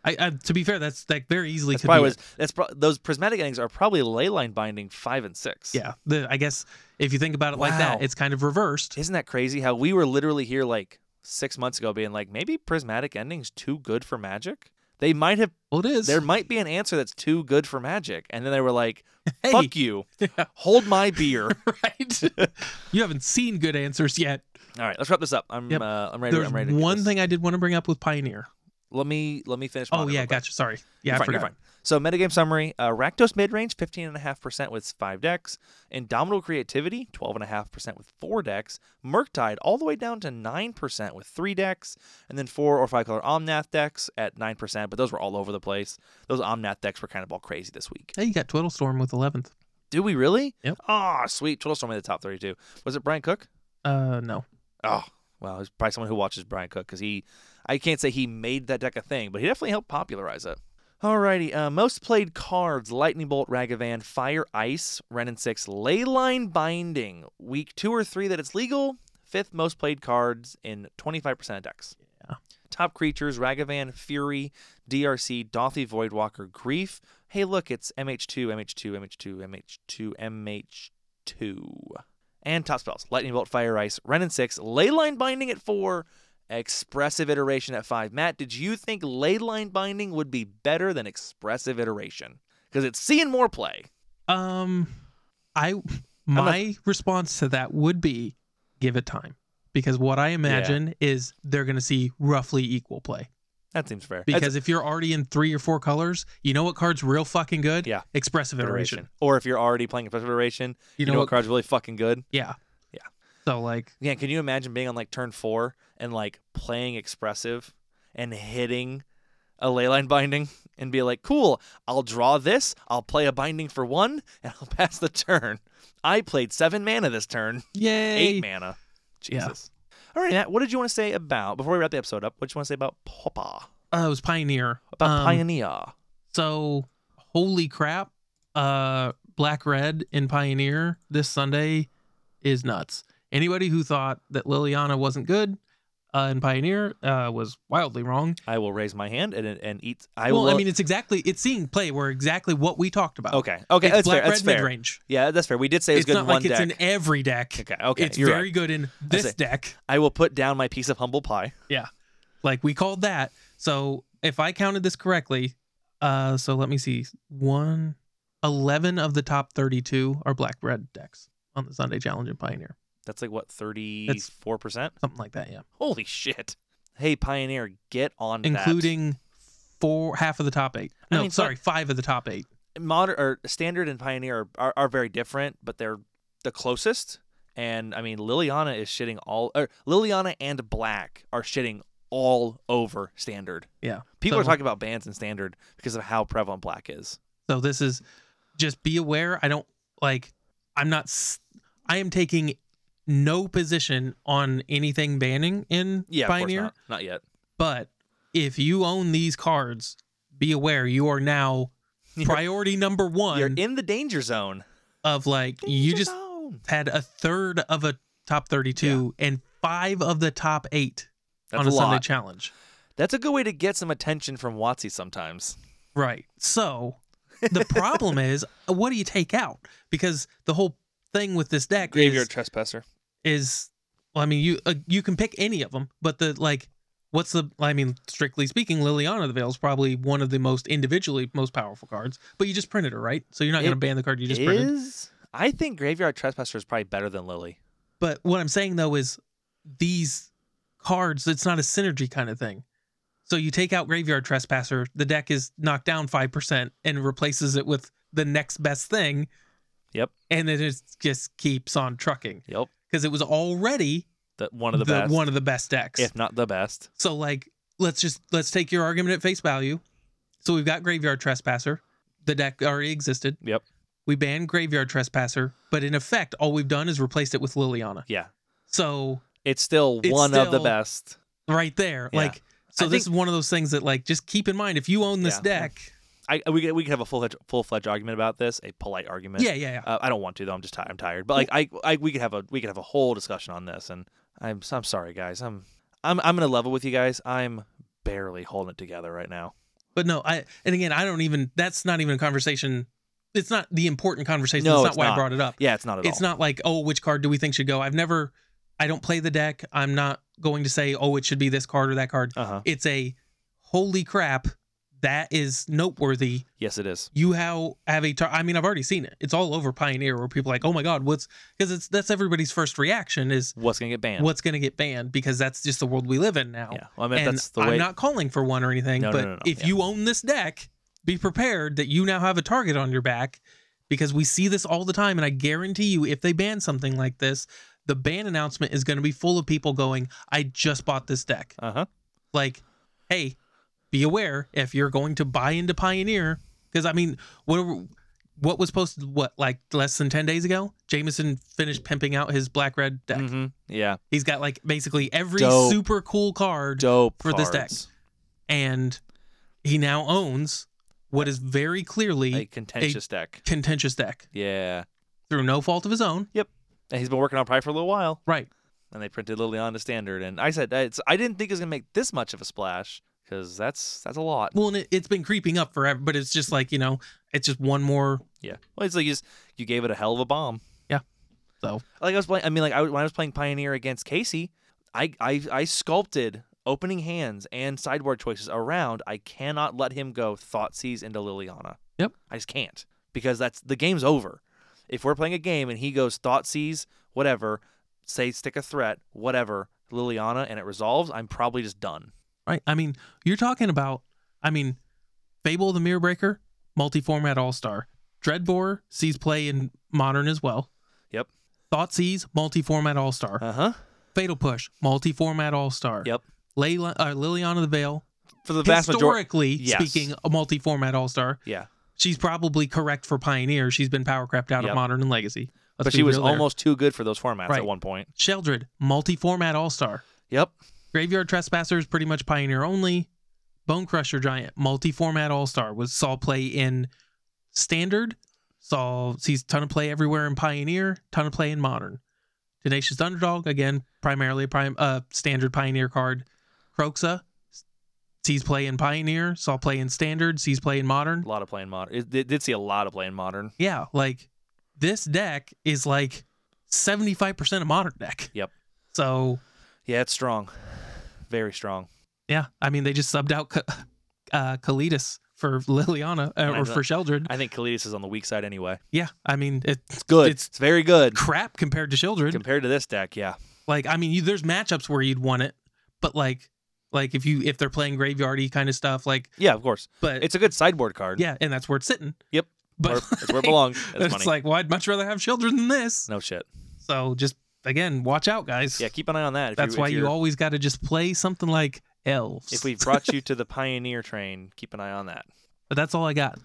Speaker 1: I, I to be fair, that's like very easily
Speaker 3: That's
Speaker 1: could
Speaker 3: probably
Speaker 1: be
Speaker 3: was, that's pro- those prismatic endings are probably leyline binding five and six.
Speaker 1: yeah. The, I guess if you think about it like
Speaker 3: Wow.
Speaker 1: that, it's kind of reversed.
Speaker 3: Isn't that crazy how we were literally here like six months ago being like, maybe prismatic ending's too good for magic? They might have
Speaker 1: Well, it is.
Speaker 3: there might be an answer that's too good for magic. And then they were like,
Speaker 1: Hey,
Speaker 3: Fuck you.
Speaker 1: Yeah.
Speaker 3: Hold my beer.
Speaker 1: right? you haven't seen good answers yet.
Speaker 3: All right, let's wrap this up. I'm
Speaker 1: Yep.
Speaker 3: uh, I'm ready
Speaker 1: There's
Speaker 3: I'm ready to get
Speaker 1: one
Speaker 3: this.
Speaker 1: thing I did want to bring up with Pioneer.
Speaker 3: Let me let me finish
Speaker 1: Oh
Speaker 3: mine real
Speaker 1: yeah,
Speaker 3: quick.
Speaker 1: gotcha. Sorry.
Speaker 3: You're
Speaker 1: Yeah, I
Speaker 3: fine, you're
Speaker 1: forgot.
Speaker 3: fine. So metagame summary, uh, Rakdos midrange, 15.5% with 5 decks. Indomitable Creativity, 12.5% with 4 decks. Murktide all the way down to 9% with 3 decks. And then 4 or 5 color Omnath decks at 9%, but those were all over the place. Those Omnath decks were kind of all crazy this week.
Speaker 1: Hey, you got Twiddle Storm with eleventh.
Speaker 3: Do we really?
Speaker 1: Yep.
Speaker 3: Ah, sweet. Total Storm in the top 32. Was it Brian Cook?
Speaker 1: Uh, no.
Speaker 3: Oh, well, it's probably someone who watches Brian Cook because he, I can't say he made that deck a thing, but he definitely helped popularize it. Alrighty, uh, most played cards: Lightning Bolt, Ragavan, Fire Ice, Renin Six, Leyline Binding. Week two or three that it's legal. Fifth most played cards in 25% of decks.
Speaker 1: Yeah.
Speaker 3: Top creatures: Ragavan, Fury, DRC, Dothy Voidwalker, Grief. Hey, look, it's MH2, MH2, MH2, MH2, MH2 and top spells Lightning Bolt, Fire Ice, Renin 6, Leyline Binding at 4, Expressive iteration at five. Matt, did you think ley line binding would be better than expressive iteration? Because it's seeing more play.
Speaker 1: Um, I my response to that would be give it time because what I imagine is they're going to see roughly equal play
Speaker 3: That seems fair. That's
Speaker 1: because if you're already in three or four colors, you know what card's real fucking good.
Speaker 3: Yeah.
Speaker 1: expressive iteration.
Speaker 3: iteration. Or if you're already playing expressive iteration,
Speaker 1: You,
Speaker 3: you, know, what card's really fucking good?
Speaker 1: Yeah,
Speaker 3: Yeah.
Speaker 1: So like,
Speaker 3: Yeah, can you imagine being on like turn four and like playing expressive and hitting a ley line binding and be like, cool, I'll draw this, I'll play a binding for one, and I'll pass the turn. I played seven mana this turn,
Speaker 1: yay!
Speaker 3: eight mana.
Speaker 1: Yeah.
Speaker 3: Jesus. All right, Matt, what did you want to say about, before we wrap the episode up, what did you want to say about Poppa?
Speaker 1: Uh, it was Pioneer.
Speaker 3: About
Speaker 1: Um,
Speaker 3: Pioneer?
Speaker 1: So, holy crap! Uh, Black Red in Pioneer this Sunday is nuts. Anybody who thought that Liliana wasn't good uh, in Pioneer uh, was wildly wrong.
Speaker 3: I will raise my hand and, and eat. I
Speaker 1: well,
Speaker 3: will.
Speaker 1: I mean, it's exactly it's seeing play where exactly what we talked about.
Speaker 3: okay. Okay,
Speaker 1: it's
Speaker 3: that's
Speaker 1: Black
Speaker 3: fair. That's
Speaker 1: Red
Speaker 3: fair.
Speaker 1: mid range.
Speaker 3: Yeah, that's fair. We did say it was
Speaker 1: It's
Speaker 3: good
Speaker 1: not
Speaker 3: in one
Speaker 1: like it's
Speaker 3: deck.
Speaker 1: in every deck.
Speaker 3: okay, okay.
Speaker 1: it's
Speaker 3: you're
Speaker 1: very
Speaker 3: right.
Speaker 1: good in this
Speaker 3: it.
Speaker 1: deck.
Speaker 3: I will put down my piece of humble pie.
Speaker 1: Like we called that. So if I counted this correctly, uh, so let me see. One, 11 of the top 32 are black red decks on the Sunday Challenge and Pioneer.
Speaker 3: That's like what thirty-four percent.
Speaker 1: Something like that, yeah.
Speaker 3: Holy shit! Hey, Pioneer, get on
Speaker 1: Including four, half of the top eight.
Speaker 3: I
Speaker 1: No,
Speaker 3: mean,
Speaker 1: sorry, five of the top eight.
Speaker 3: that. Modern or standard and Pioneer are, are, are very different, but they're the closest. And I mean, Liliana is shitting all. Or Liliana and Black are shitting all over standard.
Speaker 1: Yeah.
Speaker 3: People are
Speaker 1: So-
Speaker 3: talking about bans in standard because of how prevalent Black is.
Speaker 1: So this is just be aware. I don't like, I'm not, s- I am taking no position on anything banning in
Speaker 3: Yeah,
Speaker 1: Pioneer.
Speaker 3: of course not. Not yet.
Speaker 1: But if you own these cards, be aware you are now
Speaker 3: You're-
Speaker 1: priority number
Speaker 3: You're
Speaker 1: one
Speaker 3: in the danger zone.
Speaker 1: of like you
Speaker 3: Danger
Speaker 1: just
Speaker 3: zone.
Speaker 1: had a third of a top 32 and five of the top eight
Speaker 3: That's
Speaker 1: on a,
Speaker 3: a
Speaker 1: Sunday
Speaker 3: lot.
Speaker 1: challenge.
Speaker 3: That's a good way to get some attention from Watsy sometimes.
Speaker 1: Right. So the problem is, what do you take out? Because the whole thing with this deck is
Speaker 3: trespasser.
Speaker 1: is well, I mean you uh, you can pick any of them, but the like what's the I mean strictly speaking Liliana the Veil is probably one of the most individually most powerful cards, but you just printed her, right? So you're not going to
Speaker 3: It
Speaker 1: ban the card you just printed.
Speaker 3: is I think Graveyard Trespasser is probably better than Lily.
Speaker 1: But what I'm saying though is these cards it's not a synergy kind of thing. So you take out Graveyard Trespasser, the deck is knocked down 5% and replaces it with the next best thing.
Speaker 3: Yep.
Speaker 1: And then it just keeps on trucking
Speaker 3: Yep,
Speaker 1: because it was already
Speaker 3: the, one of the, best,
Speaker 1: one of the best decks.
Speaker 3: if not the best.
Speaker 1: So like let's just let's take your argument at face value. So we've got graveyard trespasser. The deck already existed.
Speaker 3: Yep.
Speaker 1: We banned graveyard trespasser, but in effect, all we've done is replaced it with Liliana.
Speaker 3: Yeah,
Speaker 1: So
Speaker 3: it's still
Speaker 1: It's
Speaker 3: one of the
Speaker 1: still-
Speaker 3: best.
Speaker 1: right there,
Speaker 3: Yeah.
Speaker 1: like so
Speaker 3: I
Speaker 1: this is
Speaker 3: think-
Speaker 1: one of those things that like just keep in mind if you own this
Speaker 3: Yeah.
Speaker 1: deck.
Speaker 3: I we could, we could have a full full fledged argument about this, a polite argument.
Speaker 1: Yeah, yeah, yeah.
Speaker 3: uh, I don't want to though. I'm just tired. I'm tired. But like I, I we could have a we could have a whole discussion on this, and I'm I'm sorry guys. I'm I'm I'm gonna level with you guys. I'm barely holding it together right now.
Speaker 1: But no, I and again, I don't even that's not even a conversation. It's not the important conversation.
Speaker 3: No,
Speaker 1: that's not
Speaker 3: it's
Speaker 1: why I
Speaker 3: not.
Speaker 1: brought it up.
Speaker 3: Yeah, it's not at
Speaker 1: it's
Speaker 3: all.
Speaker 1: not like oh which card do we think should go i've never i don't play the deck i'm not going to say oh it should be this card or that card
Speaker 3: Uh huh.
Speaker 1: it's a holy crap that is noteworthy
Speaker 3: Yes, it is.
Speaker 1: you how have a tar- i mean i've already seen it it's all over pioneer where people are like oh my god what's because it's that's everybody's first reaction is
Speaker 3: What's gonna get banned?
Speaker 1: what's going to get banned because that's just the world we live in now
Speaker 3: Yeah. Well, I mean,
Speaker 1: and
Speaker 3: that's the
Speaker 1: i'm
Speaker 3: way.
Speaker 1: not calling for one or anything
Speaker 3: No, no,
Speaker 1: but
Speaker 3: no, no,
Speaker 1: if
Speaker 3: yeah.
Speaker 1: you own this deck be prepared that you now have a target on your back because we see this all the time and i guarantee you if they ban something like this the ban announcement is going to be full of people going i just bought this deck
Speaker 3: Uh huh.
Speaker 1: like hey be aware if you're going to buy into pioneer because i mean what were- what was posted what like less than 10 days ago jameson finished pimping out his black red deck
Speaker 3: hmm Yeah.
Speaker 1: he's got like basically every
Speaker 3: Dope.
Speaker 1: super cool card
Speaker 3: Dope
Speaker 1: For this deck.
Speaker 3: cards.
Speaker 1: and he now owns what is very clearly
Speaker 3: A contentious deck.
Speaker 1: contentious deck
Speaker 3: Yeah.
Speaker 1: through no fault of his own.
Speaker 3: And he's been working on Pride for a little while,
Speaker 1: Right.
Speaker 3: and they printed Liliana standard. And I said, it's, I didn't think it was gonna make this much of a splash because that's that's a lot.
Speaker 1: Well, and it, it's been creeping up forever, but it's just like you know, it's just one more.
Speaker 3: Yeah. Well, it's like you just you gave it a hell of a bomb.
Speaker 1: Yeah. So.
Speaker 3: Like I was playing. I mean, like I was, when I was playing Pioneer against Casey, I, I I sculpted opening hands and sideboard choices around. I cannot let him go Thoughtseize into Liliana.
Speaker 1: Yep.
Speaker 3: I just can't because that's the game's over. If we're playing a game and he goes Thoughtseize, whatever, say stick a threat, whatever, Liliana, and it resolves, I'm probably just done.
Speaker 1: right? I mean, you're talking about, I mean, Fable the Mirror Breaker, multi format all star. Dreadbore sees play in modern as well.
Speaker 3: Yep.
Speaker 1: Thought sees multi format all star.
Speaker 3: Uh huh.
Speaker 1: Fatal Push, multi format all star.
Speaker 3: Yep.
Speaker 1: Layla, uh, Liliana the Veil,
Speaker 3: For the vast majority.
Speaker 1: historically
Speaker 3: Yes.
Speaker 1: speaking, a multi format all star.
Speaker 3: Yeah.
Speaker 1: She's probably correct for Pioneer. She's been power crapped out
Speaker 3: Yep.
Speaker 1: of modern and legacy. Let's
Speaker 3: But
Speaker 1: be
Speaker 3: she was
Speaker 1: real there.
Speaker 3: almost too good for those formats
Speaker 1: Right.
Speaker 3: at one point.
Speaker 1: Sheldred, multi format all star.
Speaker 3: Yep.
Speaker 1: Graveyard Trespasser is pretty much Pioneer only. Bone Crusher Giant, multi-format all-star, was saw play in Standard, saw sees ton of play everywhere in Pioneer, ton of play in Modern. Tenacious Underdog, again, primarily a prime uh standard Pioneer card. Croxa sees play in Pioneer, saw play in Standard, sees play in Modern.
Speaker 3: A lot of playing modern. It, it did see a lot of playing modern.
Speaker 1: Yeah, like this deck is like 75% a modern deck.
Speaker 3: Yep.
Speaker 1: So
Speaker 3: Yeah, it's strong. Very strong.
Speaker 1: Yeah, I mean they just subbed out K- uh, Kalidas for Liliana uh,
Speaker 3: I
Speaker 1: or for Sheldred.
Speaker 3: I think Kalidas is on the weak side anyway.
Speaker 1: Yeah, I mean it's
Speaker 3: It's good. It's,
Speaker 1: It's-
Speaker 3: very good
Speaker 1: crap compared to Sheldred.
Speaker 3: compared to this deck. Yeah.
Speaker 1: Like I mean, you, there's matchups where you'd want it, but like like if you if they're playing graveyardy kind of stuff, like
Speaker 3: Yeah, of course.
Speaker 1: but
Speaker 3: It's a good sideboard card.
Speaker 1: yeah, and that's where it's sitting.
Speaker 3: Yep.
Speaker 1: but
Speaker 3: Where- it's where it belongs. That's
Speaker 1: it's
Speaker 3: funny.
Speaker 1: like well, I'd much rather have Sheldred than this.
Speaker 3: no shit.
Speaker 1: So just again, watch out, guys.
Speaker 3: Yeah, keep an eye on that. If
Speaker 1: that's
Speaker 3: you're-
Speaker 1: why
Speaker 3: if
Speaker 1: you
Speaker 3: you're-
Speaker 1: always got to just play something like elves.
Speaker 3: If we've brought you to the pioneer train, keep an eye on that.
Speaker 1: but that's all I got.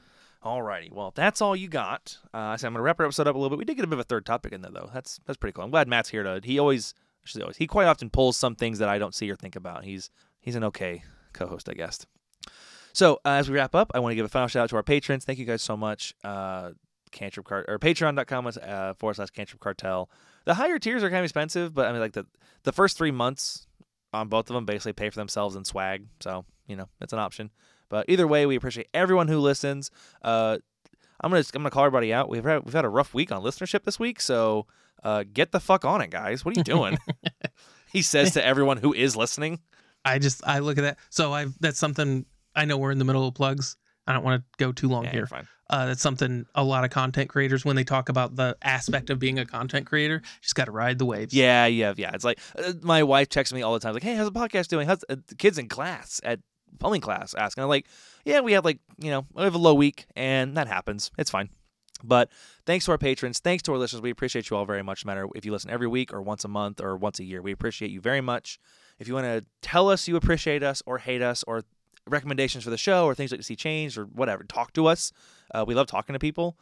Speaker 3: Alrighty. Well, if that's all you got. Uh, so I'm gonna wrap our episode up a little bit. We did get a bit of a third topic in there though. That's that's pretty cool. I'm glad Matt's here to. He always, I should say always, he quite often pulls some things that I don't see or think about. He's he's an okay co-host, I guess. So uh, as we wrap up, I want to give a final shout out to our patrons. Thank you guys so much. Uh, Cantrip Cart or Patreon.com is uh, forward slash Cantrip Cartel. The higher tiers are kind of expensive, but I mean like the the first three months on both of them basically pay for themselves in swag. So you know that's an option. But either way, we appreciate everyone who listens. Uh, I'm gonna I'm gonna call everybody out. We've had, we've had a rough week on listenership this week, so uh, get the fuck on it, guys. What are you doing? he says to everyone who is listening.
Speaker 1: I just I look at that. So I that's something I know we're in the middle of plugs. I don't want to go too long
Speaker 3: Yeah, you're
Speaker 1: here.
Speaker 3: fine.
Speaker 1: Uh, that's something a lot of content creators when they talk about the aspect of being a content creator, just got to ride the waves.
Speaker 3: Yeah, yeah, yeah. It's like uh, my wife texts me all the time, like, "Hey, how's the podcast doing? How's uh, the kids in class at plumbing class asking?" I'm like, "Yeah, we had like you know we have a low week, and that happens. It's fine." But thanks to our patrons, thanks to our listeners, we appreciate you all very much. No matter if you listen every week or once a month or once a year, we appreciate you very much. If you want to tell us you appreciate us or hate us or recommendations for the show or things you'd like to see changed or whatever, talk to us. Uh, we love talking to people.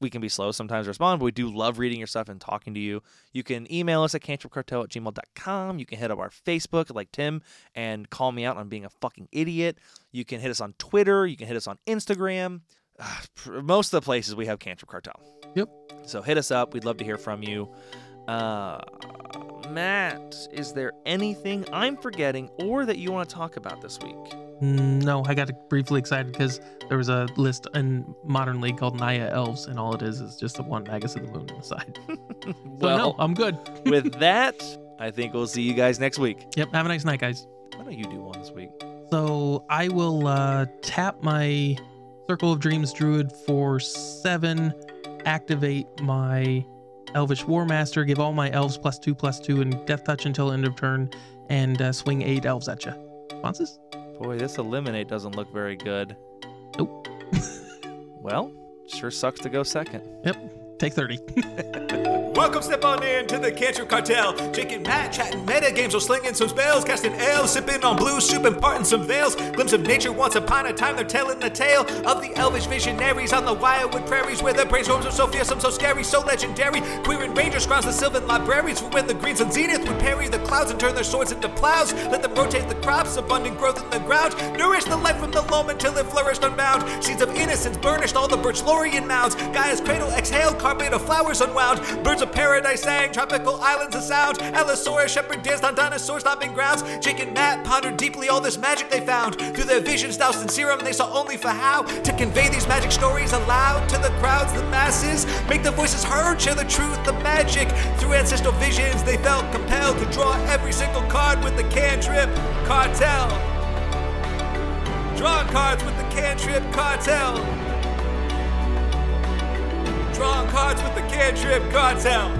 Speaker 3: We can be slow sometimes to respond, but we do love reading your stuff and talking to you. You can email us at cantripcartel at gmail.com. You can hit up our Facebook, like Tim, and call me out on being a fucking idiot. You can hit us on Twitter. You can hit us on Instagram. Ah, pr- Most of the places we have Cantrip Cartel.
Speaker 1: Yep.
Speaker 3: So hit us up. We'd love to hear from you. Uh, Matt, is there anything I'm forgetting or that you want to talk about this week?
Speaker 1: Mm, No, I got briefly excited because there was a list in Modern League called Naya Elves, and all it is is just the one Magus of the Moon on the side. So no, I'm good.
Speaker 3: with that, I think we'll see you guys next week.
Speaker 1: Yep. Have a nice night, guys.
Speaker 3: Why don't you do one this week?
Speaker 1: So I will uh, tap my Circle of Dreams Druid for seven, activate my Elvish War Master, give all my elves plus two plus two and Death Touch until end of turn, and uh, swing eight elves at you. Responses?
Speaker 3: Boy, this eliminate doesn't look very good.
Speaker 1: Nope.
Speaker 3: well, sure sucks to go second.
Speaker 1: Take 30.
Speaker 4: Welcome, step on in to the Cantrip Cartel. Jake and Matt chatting metagames, or slinging some spells, casting ale, sipping on blue soup and parting some veils. Glimpse of nature once upon a time, they're telling the tale of the elvish visionaries on the wildwood prairies where the brainstorms are so fearsome, so scary, so legendary. Queer and rangers grounds the sylvan libraries for when the greens and zenith would parry the clouds and turn their swords into plows. Let them rotate the crops, abundant growth in the ground. Nourish the life from the loam until it flourished unbound. Seeds of innocence burnished all the birch laurian mounds. Gaia's cradle exhaled, carpet of flowers unwound. Birds of paradise sang. Tropical islands of sound. Allosaurus shepherd danced on dinosaurs stomping grounds. Jake and Matt pondered deeply all this magic they found. Through their visions doused in serum, they saw only for how to convey these magic stories aloud to the crowds, the masses. Make the voices heard, share the truth, the magic. Through ancestral visions, they felt compelled to draw every single card with the cantrip cartel. Drawing cards with the cantrip cartel. Drawing cards with the cantrip cartel.